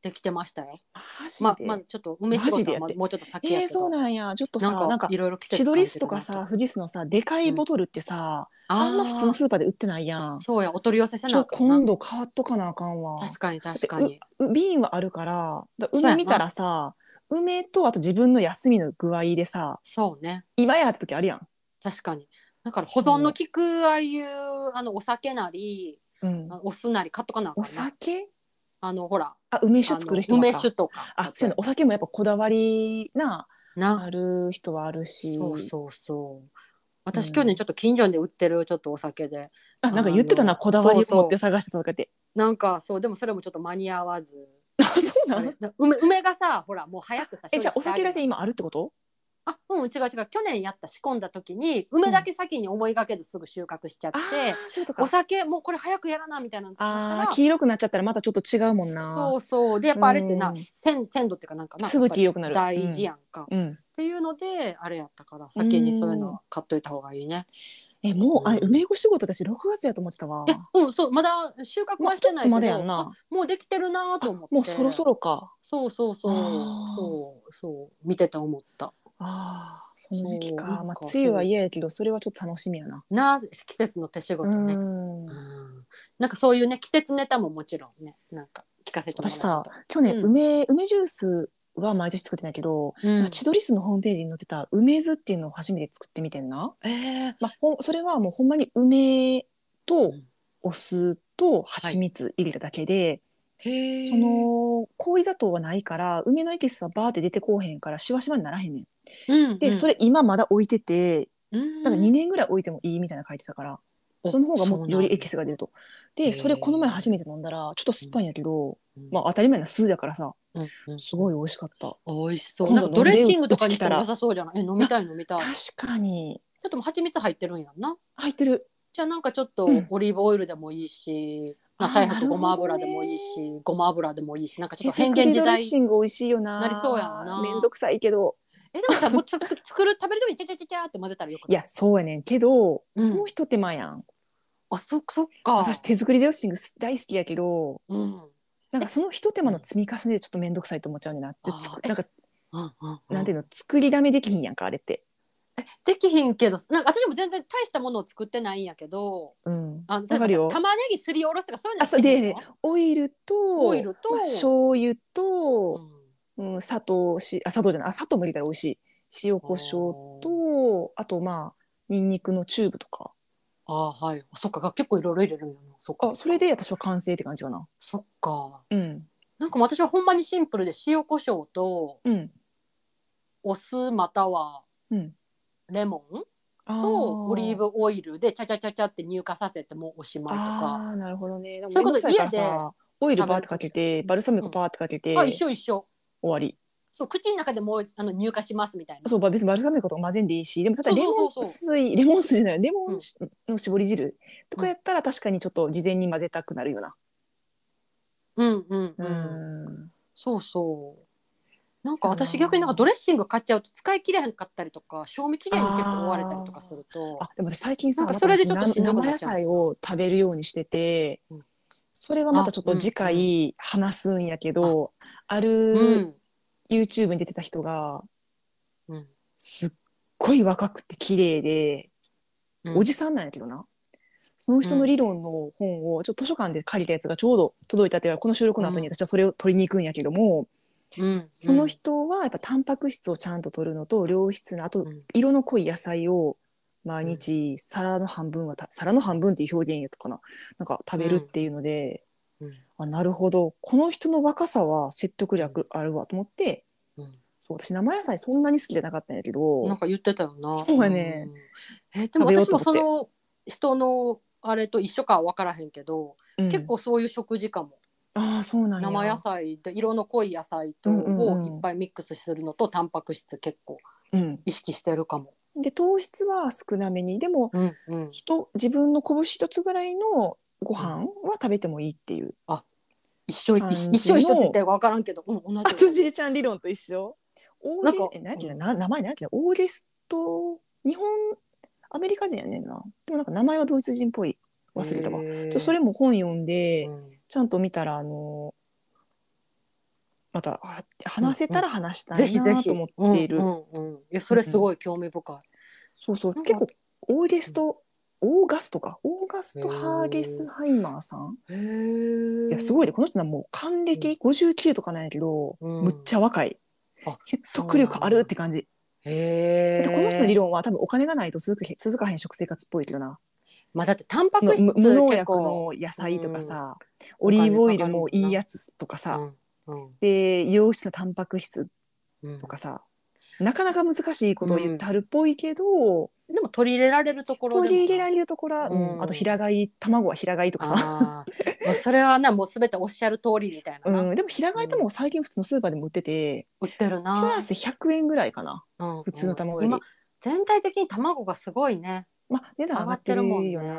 Speaker 1: できてましたよ。
Speaker 2: マジで、
Speaker 1: まあまあちょっと梅仕
Speaker 2: マ
Speaker 1: 事
Speaker 2: ジ
Speaker 1: は
Speaker 2: でやっ
Speaker 1: ま
Speaker 2: て
Speaker 1: もうちょっと先や
Speaker 2: え
Speaker 1: け
Speaker 2: ー、そ
Speaker 1: ど、
Speaker 2: うなんやちょっと
Speaker 1: な
Speaker 2: さなん
Speaker 1: んか
Speaker 2: か
Speaker 1: いろいろ季節
Speaker 2: シドリスとか
Speaker 1: 感
Speaker 2: さ富士スのさでかいボトルってさ、
Speaker 1: じるな
Speaker 2: あんま普通の
Speaker 1: あ
Speaker 2: スーパーで売ってないやん
Speaker 1: ーそうやお取り寄せせ
Speaker 2: ち
Speaker 1: な
Speaker 2: ょ
Speaker 1: あかんな
Speaker 2: 今度買っとかなあかんわ
Speaker 1: 確かに確かに
Speaker 2: う瓶はあるからだ
Speaker 1: そうやな
Speaker 2: 梅見たらさ梅とあと自分の休みの具合でさ
Speaker 1: そうね
Speaker 2: 今やって時あるやん、
Speaker 1: 確かにだから保存の効くああいうあのお酒なり
Speaker 2: うん
Speaker 1: あ、お酢なり買っとかなあかん
Speaker 2: お
Speaker 1: な
Speaker 2: 酒
Speaker 1: あのほら
Speaker 2: あ梅
Speaker 1: あ
Speaker 2: 酒
Speaker 1: の
Speaker 2: 作る人とか
Speaker 1: 梅酒とか
Speaker 2: あそうやなお酒もやっぱこだわりな
Speaker 1: な
Speaker 2: ある人はあるし
Speaker 1: そうそうそう私、
Speaker 2: うん
Speaker 1: 去年ちょっと近所で売ってるちょっとお酒で
Speaker 2: あなんか言ってた
Speaker 1: あ
Speaker 2: な
Speaker 1: の
Speaker 2: こだわり
Speaker 1: そうそう
Speaker 2: 持って探してたとかって
Speaker 1: なんかそうでもそれもちょっと間に合わず
Speaker 2: あそうな
Speaker 1: あ
Speaker 2: の
Speaker 1: れな梅梅がさほらもう早くさ
Speaker 2: えじゃあお酒だけ
Speaker 1: い
Speaker 2: 今あるってこと
Speaker 1: あうん違う違う去年やった仕込んだ時に梅だけ先に思いがけずすぐ収穫しちゃって
Speaker 2: あ、ーそういうこと
Speaker 1: お
Speaker 2: か
Speaker 1: 酒もうこれ早くやらなみたいなの
Speaker 2: あ
Speaker 1: だ
Speaker 2: ー
Speaker 1: か
Speaker 2: 黄色くなっちゃったらまたちょっと違うもん
Speaker 1: ら
Speaker 2: な
Speaker 1: そうそうでやっぱあれって
Speaker 2: う
Speaker 1: なん鮮鮮度っていうかなんかな
Speaker 2: すぐ黄色くなる
Speaker 1: やっぱ大事やんか、っ
Speaker 2: うん
Speaker 1: ていうのであれやったから先にそういうのは買っといた方がいいね
Speaker 2: えもうあ
Speaker 1: うん
Speaker 2: 梅干し仕事私6月やと思ってたわ
Speaker 1: えうんそうまだ収穫はしてないけど、
Speaker 2: まちょっとまだやん
Speaker 1: あ
Speaker 2: な
Speaker 1: もうできてるな
Speaker 2: あ
Speaker 1: と思って
Speaker 2: もうそろそろか
Speaker 1: そうそうそう
Speaker 2: あー
Speaker 1: そうそう見てて思った
Speaker 2: ああ、その時期
Speaker 1: そうなん
Speaker 2: か。
Speaker 1: か
Speaker 2: まあ、梅雨は嫌やけど、それはちょっと楽しみやな。
Speaker 1: な季節の手仕
Speaker 2: う
Speaker 1: 事ね、うん。
Speaker 2: ん
Speaker 1: なんかそういうね季節ネタももちろんねなんか聞かせてもら
Speaker 2: 私
Speaker 1: えたら
Speaker 2: さ、去年、
Speaker 1: うん
Speaker 2: 梅、梅ジュースは毎年作ってないけど、
Speaker 1: うん
Speaker 2: 千鳥スのホームページに載ってた梅酢っていうのを初めて作ってみてんな。
Speaker 1: えー
Speaker 2: まあ、ほんそれはもうほんまに梅
Speaker 1: う
Speaker 2: と
Speaker 1: ん
Speaker 2: お酢と蜂蜜入れただけで、
Speaker 1: へー
Speaker 2: その氷砂糖はないから、梅のエキスはバーって出てこうへんから、シワシワにならへんねん。
Speaker 1: うん
Speaker 2: で、それ今まだ置いてて、
Speaker 1: うん
Speaker 2: なんか2年ぐらい置いてもいいみたいなの書いてたから、
Speaker 1: お
Speaker 2: その方がも
Speaker 1: そう
Speaker 2: う
Speaker 1: な
Speaker 2: よ
Speaker 1: んや
Speaker 2: りエキスが出ると。
Speaker 1: へ
Speaker 2: で、
Speaker 1: ー
Speaker 2: それこの前初めて飲んだら、ちょっと酸っぱいんやけど、
Speaker 1: うん
Speaker 2: まあ当たり前な酢だからさ、
Speaker 1: うんうん
Speaker 2: すごい美味しかった。
Speaker 1: 美味しそう。な
Speaker 2: 今度
Speaker 1: んかドレッシングとかにしたら良さそう じゃない。え、飲みたい飲みたい。ちょ
Speaker 2: 確かに。
Speaker 1: っともう蜂蜜入ってるんやんな。
Speaker 2: 入ってる。
Speaker 1: じゃあなんかちょっと
Speaker 2: うん
Speaker 1: オリーブオイルでもいいし、
Speaker 2: あー
Speaker 1: まあ、大白ごま油
Speaker 2: な
Speaker 1: で
Speaker 2: るほ
Speaker 1: も
Speaker 2: どね
Speaker 1: いいし、ごま油でもいいし、なんかちょ
Speaker 2: 手
Speaker 1: っと変
Speaker 2: 作
Speaker 1: 幻
Speaker 2: り
Speaker 1: 自
Speaker 2: ドレッ
Speaker 1: 在。
Speaker 2: シング美味しいよな。
Speaker 1: なりそうやんな
Speaker 2: めんどくさいけど。
Speaker 1: え、でもさ、もうつく作る食べる時にちゃちゃちゃちゃって混ぜたらよく
Speaker 2: い
Speaker 1: ない。
Speaker 2: や、そうやねんけど、
Speaker 1: うん
Speaker 2: その一手間やん。
Speaker 1: あ、そそっか。
Speaker 2: 私手作りドレッシング大好きやけど、
Speaker 1: うん。うん
Speaker 2: なんかその一手間の積み重ねでちょっとめんどくさいと思っちゃうんだなって
Speaker 1: あー。
Speaker 2: つく
Speaker 1: え
Speaker 2: なんか、
Speaker 1: うんうん。
Speaker 2: なんていうの、作りだめできひんやんか、あれって。
Speaker 1: できひんけど、なんか私も全然大したものを作ってないんやけど、
Speaker 2: うん。
Speaker 1: あ、
Speaker 2: わかるよ。
Speaker 1: 玉ねぎすりおろすとかそういうの
Speaker 2: あそう
Speaker 1: できひん
Speaker 2: で
Speaker 1: の
Speaker 2: オイルと
Speaker 1: オイルと
Speaker 2: まあ醤油
Speaker 1: う
Speaker 2: と、
Speaker 1: ん
Speaker 2: うん、砂糖しあ砂糖じゃないあ砂糖も入れたら美味しい塩コショウとあとまあニンニクのチューブとか
Speaker 1: あーはい。そっか、結構いろいろ入れるんやな。そっかっ
Speaker 2: あ
Speaker 1: か。
Speaker 2: それで私は完成って感じかな
Speaker 1: そっか。
Speaker 2: うん
Speaker 1: なんかもう私はほんまにシンプルで塩コショウと
Speaker 2: うん
Speaker 1: お酢または
Speaker 2: うん
Speaker 1: レモン
Speaker 2: あ
Speaker 1: とオリーブオイルでチャチャチャチャって乳化させてもうおしまいとか。
Speaker 2: あーなるほどねでも
Speaker 1: そういうこと
Speaker 2: めんどくさいからさ
Speaker 1: 家で
Speaker 2: オイルバーってかけてバルサミコ
Speaker 1: うん
Speaker 2: バーってかけて、
Speaker 1: あ
Speaker 2: 終
Speaker 1: 一緒一緒。
Speaker 2: わり
Speaker 1: そう口の中でもうあの乳化しますみたいな。
Speaker 2: そうば別にバルサミコとか混ぜんでいいしでもただレモン
Speaker 1: そうそうそ
Speaker 2: 水レモン水じゃないレモンの絞り汁とかやったら確かにちょっと事前に混ぜたくなるような
Speaker 1: うんうん
Speaker 2: う
Speaker 1: うん。
Speaker 2: ん
Speaker 1: そうそう。なんか
Speaker 2: そ
Speaker 1: 私
Speaker 2: うやな
Speaker 1: 逆になんかドレッシング買っちゃうと使い切れへんかったりとか賞味期限に結構追われたりとかすると。
Speaker 2: あでも私最近さ
Speaker 1: なんか
Speaker 2: ま
Speaker 1: そ
Speaker 2: た
Speaker 1: れで
Speaker 2: 私
Speaker 1: ちょっと
Speaker 2: な
Speaker 1: しんどくなっちゃう
Speaker 2: 生野菜を食べるようにしてて、
Speaker 1: うん
Speaker 2: それはまたちょっ
Speaker 1: あう
Speaker 2: と
Speaker 1: ん
Speaker 2: 次回話すんやけど、あ
Speaker 1: う
Speaker 2: る
Speaker 1: ん。
Speaker 2: YouTube に出てた人が
Speaker 1: うん。
Speaker 2: すっごい若くて綺麗で、
Speaker 1: うん
Speaker 2: おじさんなんやけどなその人の理論の本をちょっと図書館で借りたやつがちょうど届いたっていうかこの収録の後に私はそれを取りに行くんやけども、
Speaker 1: うん。
Speaker 2: その人はやっぱタンパク質をちゃんと取るのと良質なあと
Speaker 1: うん
Speaker 2: 色の濃い野菜を毎日皿の半分はた皿の半分っていう表現やったかななんか食べるっていうので、
Speaker 1: うん
Speaker 2: あなるほどこの人の若さは説得力あるわと思ってそう私生野菜そんなに好きじゃなかったんやけ
Speaker 1: なん
Speaker 2: ど
Speaker 1: か言ってたよな。
Speaker 2: そうやね
Speaker 1: うん。えでも
Speaker 2: 食べよう
Speaker 1: 私もそ
Speaker 2: と思って
Speaker 1: の人のあれと一緒かは分からへんけど、結構そういう食事かも。
Speaker 2: ああそうなんや
Speaker 1: 生野菜で色の濃い野菜と
Speaker 2: うんうんうん
Speaker 1: をいっぱいミックスするのとタンパク質結構
Speaker 2: うん
Speaker 1: 意識してるかも。
Speaker 2: で糖質は少なめにでも
Speaker 1: うんうん。
Speaker 2: 人自分の拳一つぐらいのご飯は食べてもいいっていう
Speaker 1: 一緒一
Speaker 2: 感じ
Speaker 1: 緒
Speaker 2: の
Speaker 1: 一緒一緒って言ったら分からんけど、うん同
Speaker 2: あつ
Speaker 1: じ。
Speaker 2: じりちゃん理論と一緒オ
Speaker 1: な
Speaker 2: ー
Speaker 1: ん
Speaker 2: デ
Speaker 1: か
Speaker 2: えなんていうのな名前なんていうのオーデスト日本アメリカ人やねんなでもなんか名前はドイツ人っぽい忘れたわ、
Speaker 1: へー
Speaker 2: ちょそれも本読んで、
Speaker 1: うん
Speaker 2: ちゃんと見たらあのまたあ話せたら話した
Speaker 1: ぜ
Speaker 2: い
Speaker 1: ひぜ
Speaker 2: な
Speaker 1: ひ
Speaker 2: と思っている、
Speaker 1: うんうんうんいやそれすごい興味深い。
Speaker 2: そうそう
Speaker 1: なんか
Speaker 2: 結構オーデスト、オーガストかオーガスト・ハーゲスハイマーさん
Speaker 1: へえ。
Speaker 2: いやすごいでこの人はもう還暦59とかなんやけど、
Speaker 1: うん
Speaker 2: むっちゃ若い
Speaker 1: あ
Speaker 2: 説得力あるって感じ
Speaker 1: へ
Speaker 2: だっ
Speaker 1: え。
Speaker 2: てこの人の理論は多分お金がないと続くへ続かへん食生活っぽいけどな
Speaker 1: まあだってタンパ
Speaker 2: その
Speaker 1: ク質
Speaker 2: 無無農
Speaker 1: 結
Speaker 2: 薬
Speaker 1: 構
Speaker 2: の野菜とかさ、
Speaker 1: うん
Speaker 2: オリーブオイルもいいやつとかさ、
Speaker 1: うんうん
Speaker 2: で良質なタンパク質
Speaker 1: うん
Speaker 2: とかさなかなか難しいことを言ってはるっぽいけど、
Speaker 1: でも取り入れられるところ
Speaker 2: 取
Speaker 1: でも
Speaker 2: り入れられるところは、うん
Speaker 1: うん
Speaker 2: あと平飼い卵は平飼いとかさ、
Speaker 1: あーもうそれはなもうすべておっしゃる通りみたいなな、
Speaker 2: うん、でも平飼い卵最近普通のスーパーでも売ってて、
Speaker 1: 売ってるな
Speaker 2: プラス100円ぐらいかな
Speaker 1: うんうん
Speaker 2: 普通の卵より、
Speaker 1: 今全体的に卵がすごいね
Speaker 2: まあ値段
Speaker 1: 上
Speaker 2: 上
Speaker 1: が
Speaker 2: が
Speaker 1: っ
Speaker 2: ってて
Speaker 1: る
Speaker 2: る
Speaker 1: もんね、
Speaker 2: よな、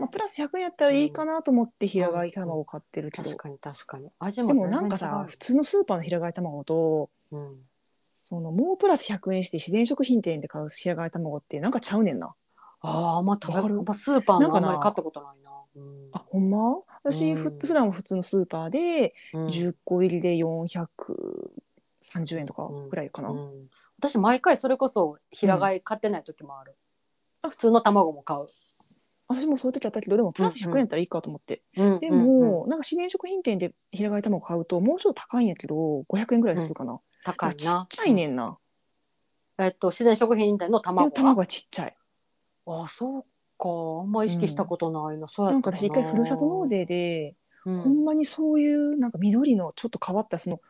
Speaker 2: まあ、プラス100円やったらいいかなと思って平飼い卵を買ってるけど、
Speaker 1: 確かに確かに味も
Speaker 2: で
Speaker 1: 全然
Speaker 2: もなんかさ普通のスーパーの平飼い卵と
Speaker 1: 違ううん、
Speaker 2: そのもうプラス100円して自然食品店で買う平飼い卵ってなんかちゃうねんな
Speaker 1: あああんま食べ
Speaker 2: わかる
Speaker 1: まあスーパー
Speaker 2: なん
Speaker 1: もあ
Speaker 2: か
Speaker 1: ん
Speaker 2: な
Speaker 1: まり買ったことないなうん
Speaker 2: あほんま私、
Speaker 1: うん
Speaker 2: ふ普段は普通のスーパーで
Speaker 1: うん
Speaker 2: 10個入りで430円とかぐらいかな、
Speaker 1: うん私毎回それこそ平飼い買ってない時もある、
Speaker 2: うんあ
Speaker 1: 普通の卵も買う、
Speaker 2: 私もそういう時あったけどでもプラス100円やったらいいかと思って、
Speaker 1: うん
Speaker 2: で
Speaker 1: うんうん
Speaker 2: も、なんか自然食品店で平飼い卵買うともうちょっと高いんやけど500円ぐらいするかな、
Speaker 1: 高いな
Speaker 2: ちっちゃいねんな、
Speaker 1: えっと、自然食品店の
Speaker 2: で
Speaker 1: 卵が。
Speaker 2: 卵がちっちゃい
Speaker 1: あそうか。あんま意識したことないな。そうや
Speaker 2: な
Speaker 1: っ
Speaker 2: ん
Speaker 1: たか
Speaker 2: か私一回ふるさと納。税で
Speaker 1: うん
Speaker 2: ほんまにそういうなんか緑のちょっと変わったその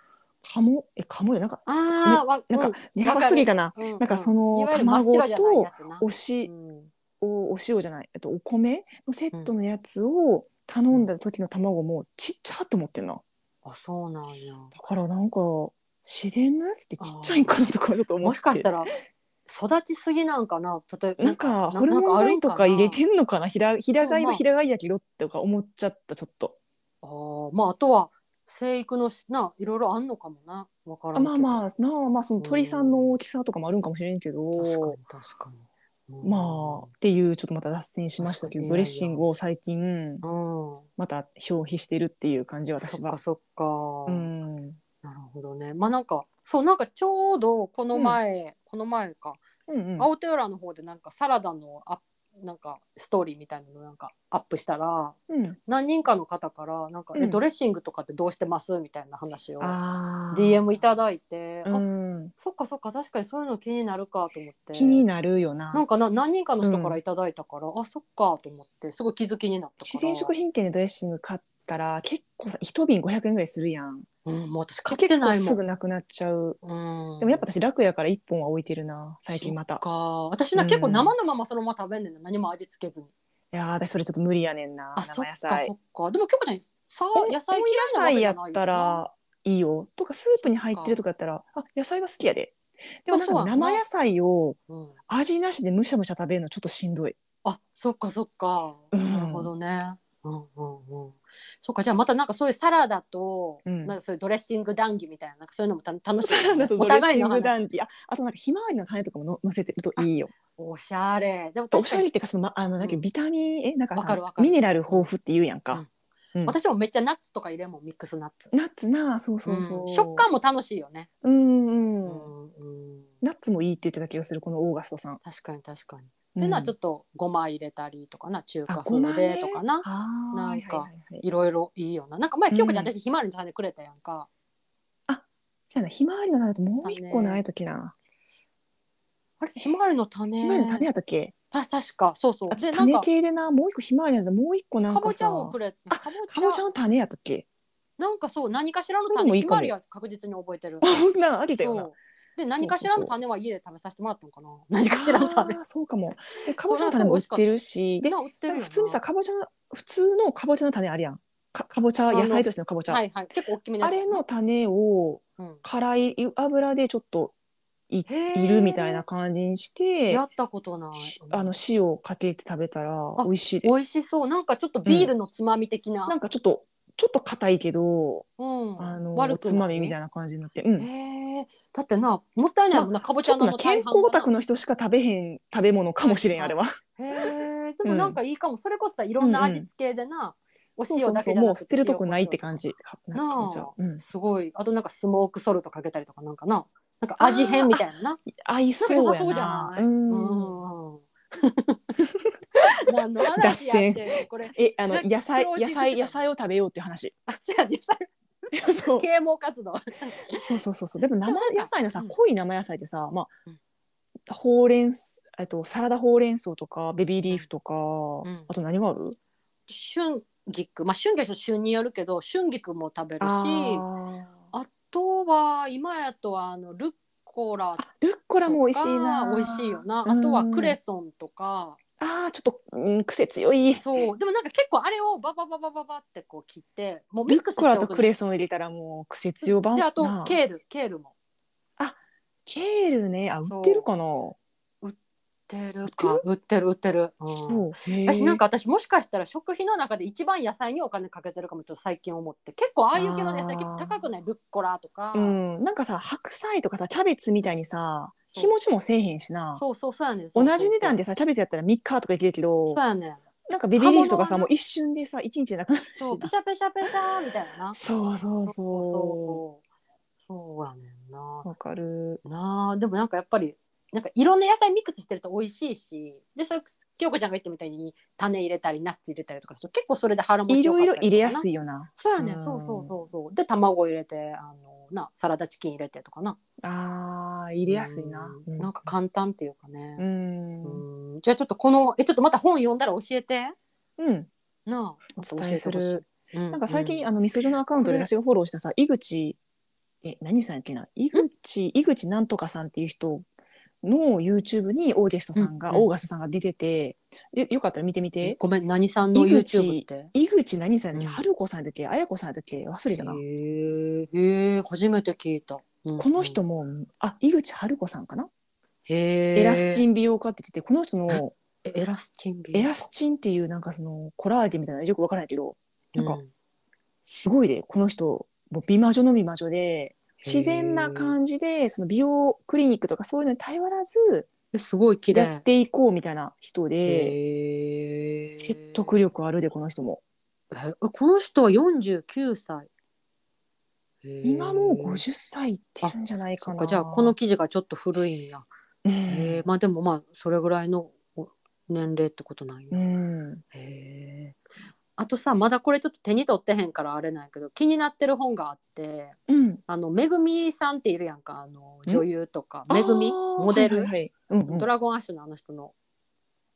Speaker 2: カモえカモよなんか
Speaker 1: ああ、わ
Speaker 2: なんか
Speaker 1: う
Speaker 2: でかすぎたな、
Speaker 1: う
Speaker 2: なんかその
Speaker 1: いわゆる真っ白じゃないやつな
Speaker 2: おし
Speaker 1: うん
Speaker 2: おお塩じゃないえっとお米のセットのやつを頼んだ時の卵もちっちゃと思ってんな
Speaker 1: あ、そうなんや。
Speaker 2: だからなんか自然のやつってちっちゃいんかなとかちょっと思って
Speaker 1: もしかしたら、育ちすぎなんかな。例えば。
Speaker 2: なんかホルモン剤とか入れてんのかな平平飼いは平飼いやけどとか思っちゃったちょっと
Speaker 1: ああ、まあ、あとは、生育のしな、いろいろあんのかもな。わからんけ
Speaker 2: ま
Speaker 1: ど。
Speaker 2: あま
Speaker 1: あ。
Speaker 2: あなあまあその鳥さんの大きさとかもあるんかもしれんけ
Speaker 1: 確か
Speaker 2: ど
Speaker 1: に、確かに。うん
Speaker 2: まあっ。ていうちょっとまた脱線しました
Speaker 1: 確か
Speaker 2: け
Speaker 1: にいやい
Speaker 2: ど
Speaker 1: や
Speaker 2: ドレッシングを最近
Speaker 1: うん。
Speaker 2: また消費してるっていう感じ私
Speaker 1: そっか、
Speaker 2: は。
Speaker 1: そっか。
Speaker 2: うん
Speaker 1: なるほどね。まあなんかそうなんかちょうどこの前、この前か、
Speaker 2: うんうん
Speaker 1: 青豊らの方でなんかサラダのアップなんかストーリーみたいなのなんかアップしたら
Speaker 2: うん
Speaker 1: 何人かの方からなんか、
Speaker 2: うん
Speaker 1: えドレッシングとかってどうしてますみたいな話を
Speaker 2: あー
Speaker 1: DM いただいて、
Speaker 2: う
Speaker 1: あ
Speaker 2: ん、
Speaker 1: そっかそっか確かにそういうの気になるかと思って
Speaker 2: 気になるよな
Speaker 1: なんかな何人かの人からいただいたから、あそっかと思ってすごい気づきになったから
Speaker 2: 自然食品店でドレッシング買ったら結構さ一瓶500円ぐらいするやん
Speaker 1: うんもう私買ってない
Speaker 2: 結構
Speaker 1: も
Speaker 2: す
Speaker 1: ん
Speaker 2: ぐなくなっちゃう
Speaker 1: うん
Speaker 2: でもやっぱ私楽やから1本は置いてるな最近また
Speaker 1: そっか私な
Speaker 2: うん
Speaker 1: 結構生のままそのまま食べんねんな何も味付けずに
Speaker 2: いやー私それちょっと無理やねんな
Speaker 1: あそ
Speaker 2: 生
Speaker 1: っ
Speaker 2: 野
Speaker 1: か
Speaker 2: 菜
Speaker 1: そっかでも結構ねさ
Speaker 2: 温温
Speaker 1: 野
Speaker 2: 野
Speaker 1: 菜
Speaker 2: 菜
Speaker 1: 嫌いなわけじゃないよ
Speaker 2: や
Speaker 1: な
Speaker 2: ったらいいよとかスープに入ってるとかやったらあ野菜は好きやででもなん
Speaker 1: まあそ
Speaker 2: か
Speaker 1: うやんな
Speaker 2: 生野菜を
Speaker 1: うん、
Speaker 2: 味なしでむしゃむしゃ食べるのちょっとしん どい
Speaker 1: あそっかそっか、
Speaker 2: うん
Speaker 1: なるほどねうんうんうんそっかじゃあまたなんかそういうサラダと、
Speaker 2: うん
Speaker 1: なんかそういうドレッシング談義みたいななんかそういうのもた楽し
Speaker 2: サ
Speaker 1: い
Speaker 2: ラダと
Speaker 1: お
Speaker 2: ドレッ
Speaker 1: 互い
Speaker 2: シン
Speaker 1: の
Speaker 2: グ
Speaker 1: 話
Speaker 2: ダンティああとなんかひまわりの種とかもの乗せてるといいよ
Speaker 1: おしゃれでも
Speaker 2: お
Speaker 1: 確
Speaker 2: し
Speaker 1: か
Speaker 2: ゃれ
Speaker 1: に
Speaker 2: っていうかその、ま、あのなんていう
Speaker 1: うん
Speaker 2: ビタミンえなんか
Speaker 1: わかるわ
Speaker 2: さ
Speaker 1: かる
Speaker 2: ミネラル豊富って言うやんか、うん
Speaker 1: 私もめっちゃナッツとか入れんもんミックスナッツ、
Speaker 2: ナッツなそうそうそう、
Speaker 1: うん食感も楽しいよね、
Speaker 2: うん
Speaker 1: う
Speaker 2: うん
Speaker 1: んうん、
Speaker 2: ナッツもいいって言ってた気がするこのオーガストさん。
Speaker 1: 確かに確かにっていうのはちょ
Speaker 2: っ
Speaker 1: っとごま入れたりとかな中華
Speaker 2: あごま
Speaker 1: 風
Speaker 2: ね
Speaker 1: でとかな、
Speaker 2: あー
Speaker 1: なんか
Speaker 2: はいはいはいはい
Speaker 1: いろいろいいよななんか前京子ちゃん
Speaker 2: うん
Speaker 1: 私ひまわりの種くれたやんか、
Speaker 2: そうやなひまわりの種ともう一個ないときな、
Speaker 1: あれひまわりの種
Speaker 2: ひまわりの種やったっけ
Speaker 1: た確かそうそう
Speaker 2: あ
Speaker 1: で
Speaker 2: ち
Speaker 1: なん
Speaker 2: 種
Speaker 1: か
Speaker 2: 系でなもう一個ひまわりの種もう一個なん
Speaker 1: かぼ
Speaker 2: か
Speaker 1: ちゃ
Speaker 2: さ
Speaker 1: もくれ
Speaker 2: あ
Speaker 1: かぼちゃ
Speaker 2: かぼちゃの種やったっけ
Speaker 1: なんかそう何かしらの
Speaker 2: それも
Speaker 1: 種
Speaker 2: いい
Speaker 1: ひ
Speaker 2: か
Speaker 1: ま
Speaker 2: も
Speaker 1: わりは確実に覚えてる
Speaker 2: あほんならありだよな
Speaker 1: そうで何かしらの種は家で食べさせてもらったのかな何かしらの種
Speaker 2: あーそうかも。でかぼちゃの種も売ってるし、 で、
Speaker 1: な売ってる
Speaker 2: で
Speaker 1: よ
Speaker 2: も
Speaker 1: な
Speaker 2: 普通にさ、かぼちゃの、普通のかぼちゃの種あるやん。かかぼちゃ、野菜としてのかぼちゃ。
Speaker 1: はいはい結構大きめ
Speaker 2: あれの、種を
Speaker 1: うん
Speaker 2: 辛い油でちょっと
Speaker 1: へー
Speaker 2: いるみたいな感じにして、
Speaker 1: やったことない
Speaker 2: しあの塩をかけて食べたら
Speaker 1: あ
Speaker 2: 美味しいで
Speaker 1: 美味しそうなんかちょっとビールのつまみ的な,、
Speaker 2: なんかちょっとちょっと硬いけど、
Speaker 1: うん
Speaker 2: あの
Speaker 1: 悪
Speaker 2: お
Speaker 1: く
Speaker 2: つまみみた
Speaker 1: い
Speaker 2: いな感じになって、うん、
Speaker 1: へえだってなもったいないもんな、かぼち
Speaker 2: ちょ
Speaker 1: ゃ
Speaker 2: っ
Speaker 1: の
Speaker 2: とな
Speaker 1: もう
Speaker 2: 健
Speaker 1: 大
Speaker 2: 康
Speaker 1: 半
Speaker 2: オ
Speaker 1: が
Speaker 2: タクの人しか食べへん食べ物かもしれん、
Speaker 1: はい
Speaker 2: あれは。
Speaker 1: へえでもなんかいいかも、それこそさいろんな味付けでな、お
Speaker 2: そうそ
Speaker 1: 塩
Speaker 2: う
Speaker 1: だ
Speaker 2: そ
Speaker 1: け
Speaker 2: う
Speaker 1: じゃなく
Speaker 2: もう捨てるとこないって感
Speaker 1: じ
Speaker 2: じか
Speaker 1: なあ
Speaker 2: かぼちゃ、うん、
Speaker 1: すごいあとなんかスモークソルトかけたりとかなんかななんか味変みたいなな
Speaker 2: 合い そうや
Speaker 1: なんか良さそうじゃ
Speaker 2: な
Speaker 1: ないううんん何の話やってんのこれ
Speaker 2: えあの
Speaker 1: じゃ
Speaker 2: 野菜
Speaker 1: 黒落
Speaker 2: 野
Speaker 1: ちしてた
Speaker 2: 菜野菜を食べようって話
Speaker 1: あそうやねさ
Speaker 2: そう
Speaker 1: 啓蒙活動
Speaker 2: そうそうそうそうでも生
Speaker 1: でもなんか
Speaker 2: 野菜のさ、
Speaker 1: うん
Speaker 2: 濃い生野菜ってさまあ、
Speaker 1: うん
Speaker 2: ほうれんすえっとサラダほうれん草とかベビーリーフとか、
Speaker 1: ん
Speaker 2: あと何がある
Speaker 1: 春菊まあ春菊と旬によるけど春菊も食べるしあ
Speaker 2: あー
Speaker 1: とは今やとはあのルッコラとか
Speaker 2: ルッコラも美味しいな
Speaker 1: 美味しいよな
Speaker 2: うん
Speaker 1: あとはクレソンとか
Speaker 2: あーちょっと、うん、癖強い
Speaker 1: そうでもなんか結構あれをババババババってこう切ってもうミッ
Speaker 2: ル
Speaker 1: ク
Speaker 2: ッ
Speaker 1: スして
Speaker 2: コラと
Speaker 1: おく
Speaker 2: クレソン入れたらもう癖強版
Speaker 1: であと
Speaker 2: なあ
Speaker 1: ケールケールも
Speaker 2: ケールねあ売ってるかな
Speaker 1: 売ってるか売ってる売ってる、うん
Speaker 2: そうへー
Speaker 1: 私なんか私もしかしたら食費の中で一番野菜にお金かけてるかもちょっと最近思って結構ああいう系の野菜
Speaker 2: あー
Speaker 1: 結構高くないルッコラとか、
Speaker 2: うん、なんかさ白菜とかさキャベツみたいにさ
Speaker 1: そう
Speaker 2: 日持ちもせえへんしな
Speaker 1: そうそうそうやねん
Speaker 2: 同じ値
Speaker 1: で
Speaker 2: 段でさキャベツやったら3日とかいけるけ
Speaker 1: そう
Speaker 2: ど
Speaker 1: やねん
Speaker 2: なんかベビーリーフとか
Speaker 1: 葉
Speaker 2: さ
Speaker 1: 物はな
Speaker 2: もう一瞬でさ1日でなくなるし
Speaker 1: そうペシャペシャペシャみたいな
Speaker 2: なそうそうそ
Speaker 1: そうそうやねんな
Speaker 2: うわかる
Speaker 1: なあでもなんかやっぱりなんかいろんな野菜ミックスしてると美味しいしでそれ京子ちゃんが言ったみたいに種入れたりナッツ入れたりとかすると結構それで腹持
Speaker 2: い
Speaker 1: ちよか
Speaker 2: ろ
Speaker 1: った
Speaker 2: い
Speaker 1: り
Speaker 2: ろ
Speaker 1: とかな
Speaker 2: 入れやすいよな
Speaker 1: そうやね
Speaker 2: うん
Speaker 1: んそうそうそうそうで卵入れてあのなサラダチキン入れてとかな
Speaker 2: あー入れやすいな
Speaker 1: うんなんか簡単っていうかね
Speaker 2: う、んうん
Speaker 1: うんじゃあちょっとこのえちょっとまた本読んだら教えて
Speaker 2: うん
Speaker 1: なあ
Speaker 2: お
Speaker 1: また
Speaker 2: 伝えする
Speaker 1: 教えてほしい
Speaker 2: なんか最近、
Speaker 1: う
Speaker 2: あのみそじのアカウント
Speaker 1: こ
Speaker 2: で
Speaker 1: れ
Speaker 2: 私がフォローしたさ井口え何さんやっけな井口井口なんとかさんっていう人の YouTube にオーディストさんが、
Speaker 1: うんうん
Speaker 2: オーガスタさんが出ててよよかったら見てみ
Speaker 1: ん
Speaker 2: て、
Speaker 1: ごめん何さんの
Speaker 2: 井口
Speaker 1: YouTube って
Speaker 2: 井口何さんだっけ
Speaker 1: うん
Speaker 2: 春子さんだっけ綾子さんだっけ忘れたな、
Speaker 1: へえへえ初めて聞いた、うん
Speaker 2: この人もあ井口春子さんかな、
Speaker 1: へえ
Speaker 2: エラスチン美容家って言っててこの人の
Speaker 1: えエラスチンビー
Speaker 2: エラスチンっていうなんかそのコラーゲンみたいなのよくわからないけどなんか
Speaker 1: う
Speaker 2: すごいでこの人もう美魔女の美魔女で自然な感じでその美容クリニックとかそういうのに頼らず
Speaker 1: えすごい綺麗
Speaker 2: やっていこうみたいな人で
Speaker 1: へー
Speaker 2: 説得力あるでこの人も
Speaker 1: えこの人は49歳
Speaker 2: 今もう
Speaker 1: 50
Speaker 2: 50歳いってるんじゃないかな
Speaker 1: じゃあこの記事がちょっと古いんや、
Speaker 2: う
Speaker 1: へえ
Speaker 2: ん
Speaker 1: まあでもまあそれぐらいのお年齢ってことなんや、
Speaker 2: うん
Speaker 1: へえあとさまだこれちょっと手に取ってへんからあれなんやけど気になってる本があって
Speaker 2: うん
Speaker 1: あのめぐみさんっているやんかあの
Speaker 2: ん
Speaker 1: 女優とかめぐみ
Speaker 2: あー
Speaker 1: モデル、
Speaker 2: はいはいはいうんうん
Speaker 1: ドラゴンアッシュのあの人の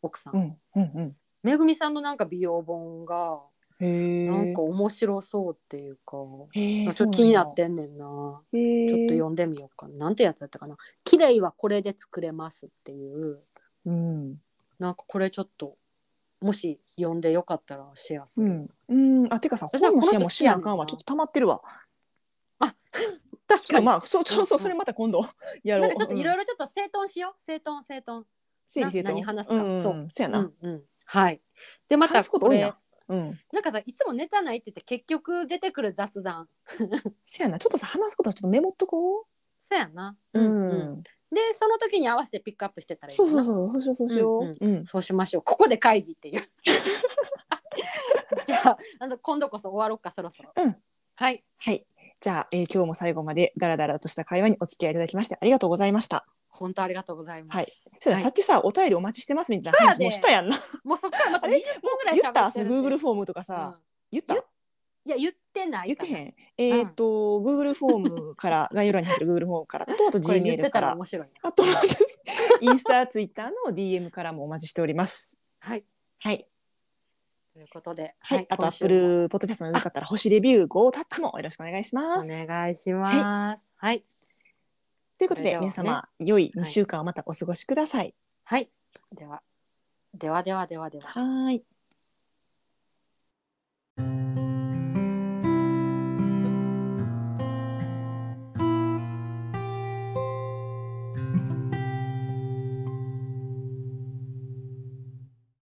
Speaker 1: 奥さん、
Speaker 2: うんうん
Speaker 1: めぐみさんのなんか美容本が
Speaker 2: うんへえ
Speaker 1: なんか面白そうっていうか、
Speaker 2: へえ
Speaker 1: ちょっと気になってんねんな、
Speaker 2: ち
Speaker 1: ちょっと読んでみようかななんてやつやったかな「綺麗はこれで作れます」っていう
Speaker 2: うん
Speaker 1: なんかこれちょっともし読んでよかったらシェアす
Speaker 2: う
Speaker 1: る、
Speaker 2: んうんあてかさ
Speaker 1: 私は
Speaker 2: 本の
Speaker 1: この人
Speaker 2: シェアもしなあか
Speaker 1: 好
Speaker 2: ん
Speaker 1: きやねん
Speaker 2: わ
Speaker 1: な
Speaker 2: ちょっと溜まってるわ
Speaker 1: 確
Speaker 2: ち
Speaker 1: か
Speaker 2: ょっと
Speaker 1: に、
Speaker 2: まあそうそうそうそれまた今度 やろ
Speaker 1: な
Speaker 2: うん
Speaker 1: かちょっといろ
Speaker 2: う
Speaker 1: いろちょっと整頓しよう整頓整頓
Speaker 2: 整理整
Speaker 1: な
Speaker 2: 頓
Speaker 1: 何話すか
Speaker 2: うん
Speaker 1: そ
Speaker 2: そうや
Speaker 1: う
Speaker 2: なん
Speaker 1: うんはいでまた
Speaker 2: 話すこと
Speaker 1: こ
Speaker 2: 多い
Speaker 1: れ
Speaker 2: な
Speaker 1: な
Speaker 2: うん
Speaker 1: んかさいつもネタないって言って結局出てくる雑談
Speaker 2: せやな、ちょっとさ、話すことはちょっとメモっとこ
Speaker 1: そやな、
Speaker 2: う。
Speaker 1: うんでその時に合わせてピックアップしてたらいい
Speaker 2: そうそう
Speaker 1: う
Speaker 2: そう、そうしよう、そうしよう。うん。
Speaker 1: そうしましょうここで会議 っていうじゃああの今度こそ終わろうかそろそろ、
Speaker 2: うん
Speaker 1: はい
Speaker 2: はい。じゃあ、えー今日も最後までダラダラとした会話にお付き合いいただきましてありがとうございました。
Speaker 1: 本当ありがとうございます、
Speaker 2: はいそうや
Speaker 1: はい
Speaker 2: さっきさ、お便りお待ちしてますみたいな
Speaker 1: そうや
Speaker 2: 話
Speaker 1: で
Speaker 2: もしたやんな。
Speaker 1: もうそっからまた
Speaker 2: あ
Speaker 1: 20
Speaker 2: れ
Speaker 1: 分ぐらい
Speaker 2: 言ったそ
Speaker 1: る
Speaker 2: の
Speaker 1: んで
Speaker 2: Google フォームとかさ、言った
Speaker 1: 言うんいや言ってない
Speaker 2: 言っ
Speaker 1: か
Speaker 2: て
Speaker 1: ら
Speaker 2: へん。えーっと、Google フォー ムから、概要欄に入ってる Google フォームからと、あと
Speaker 1: これ言って
Speaker 2: Gmail
Speaker 1: た
Speaker 2: からら、
Speaker 1: 面白いね
Speaker 2: あと、インスタ、ツイッターの DM からもお待ちしております。
Speaker 1: はい
Speaker 2: はい。
Speaker 1: ということで
Speaker 2: はい。あと、
Speaker 1: 今週も
Speaker 2: Apple Podcast のよかったら、星レビュー5タッチもよろしくお願いします。
Speaker 1: お願いしますはい、
Speaker 2: ということ
Speaker 1: それ
Speaker 2: で
Speaker 1: ではね
Speaker 2: 皆様、良い2週間をまたお過ごしください。
Speaker 1: はい。では、ではではではでは。
Speaker 2: はーい。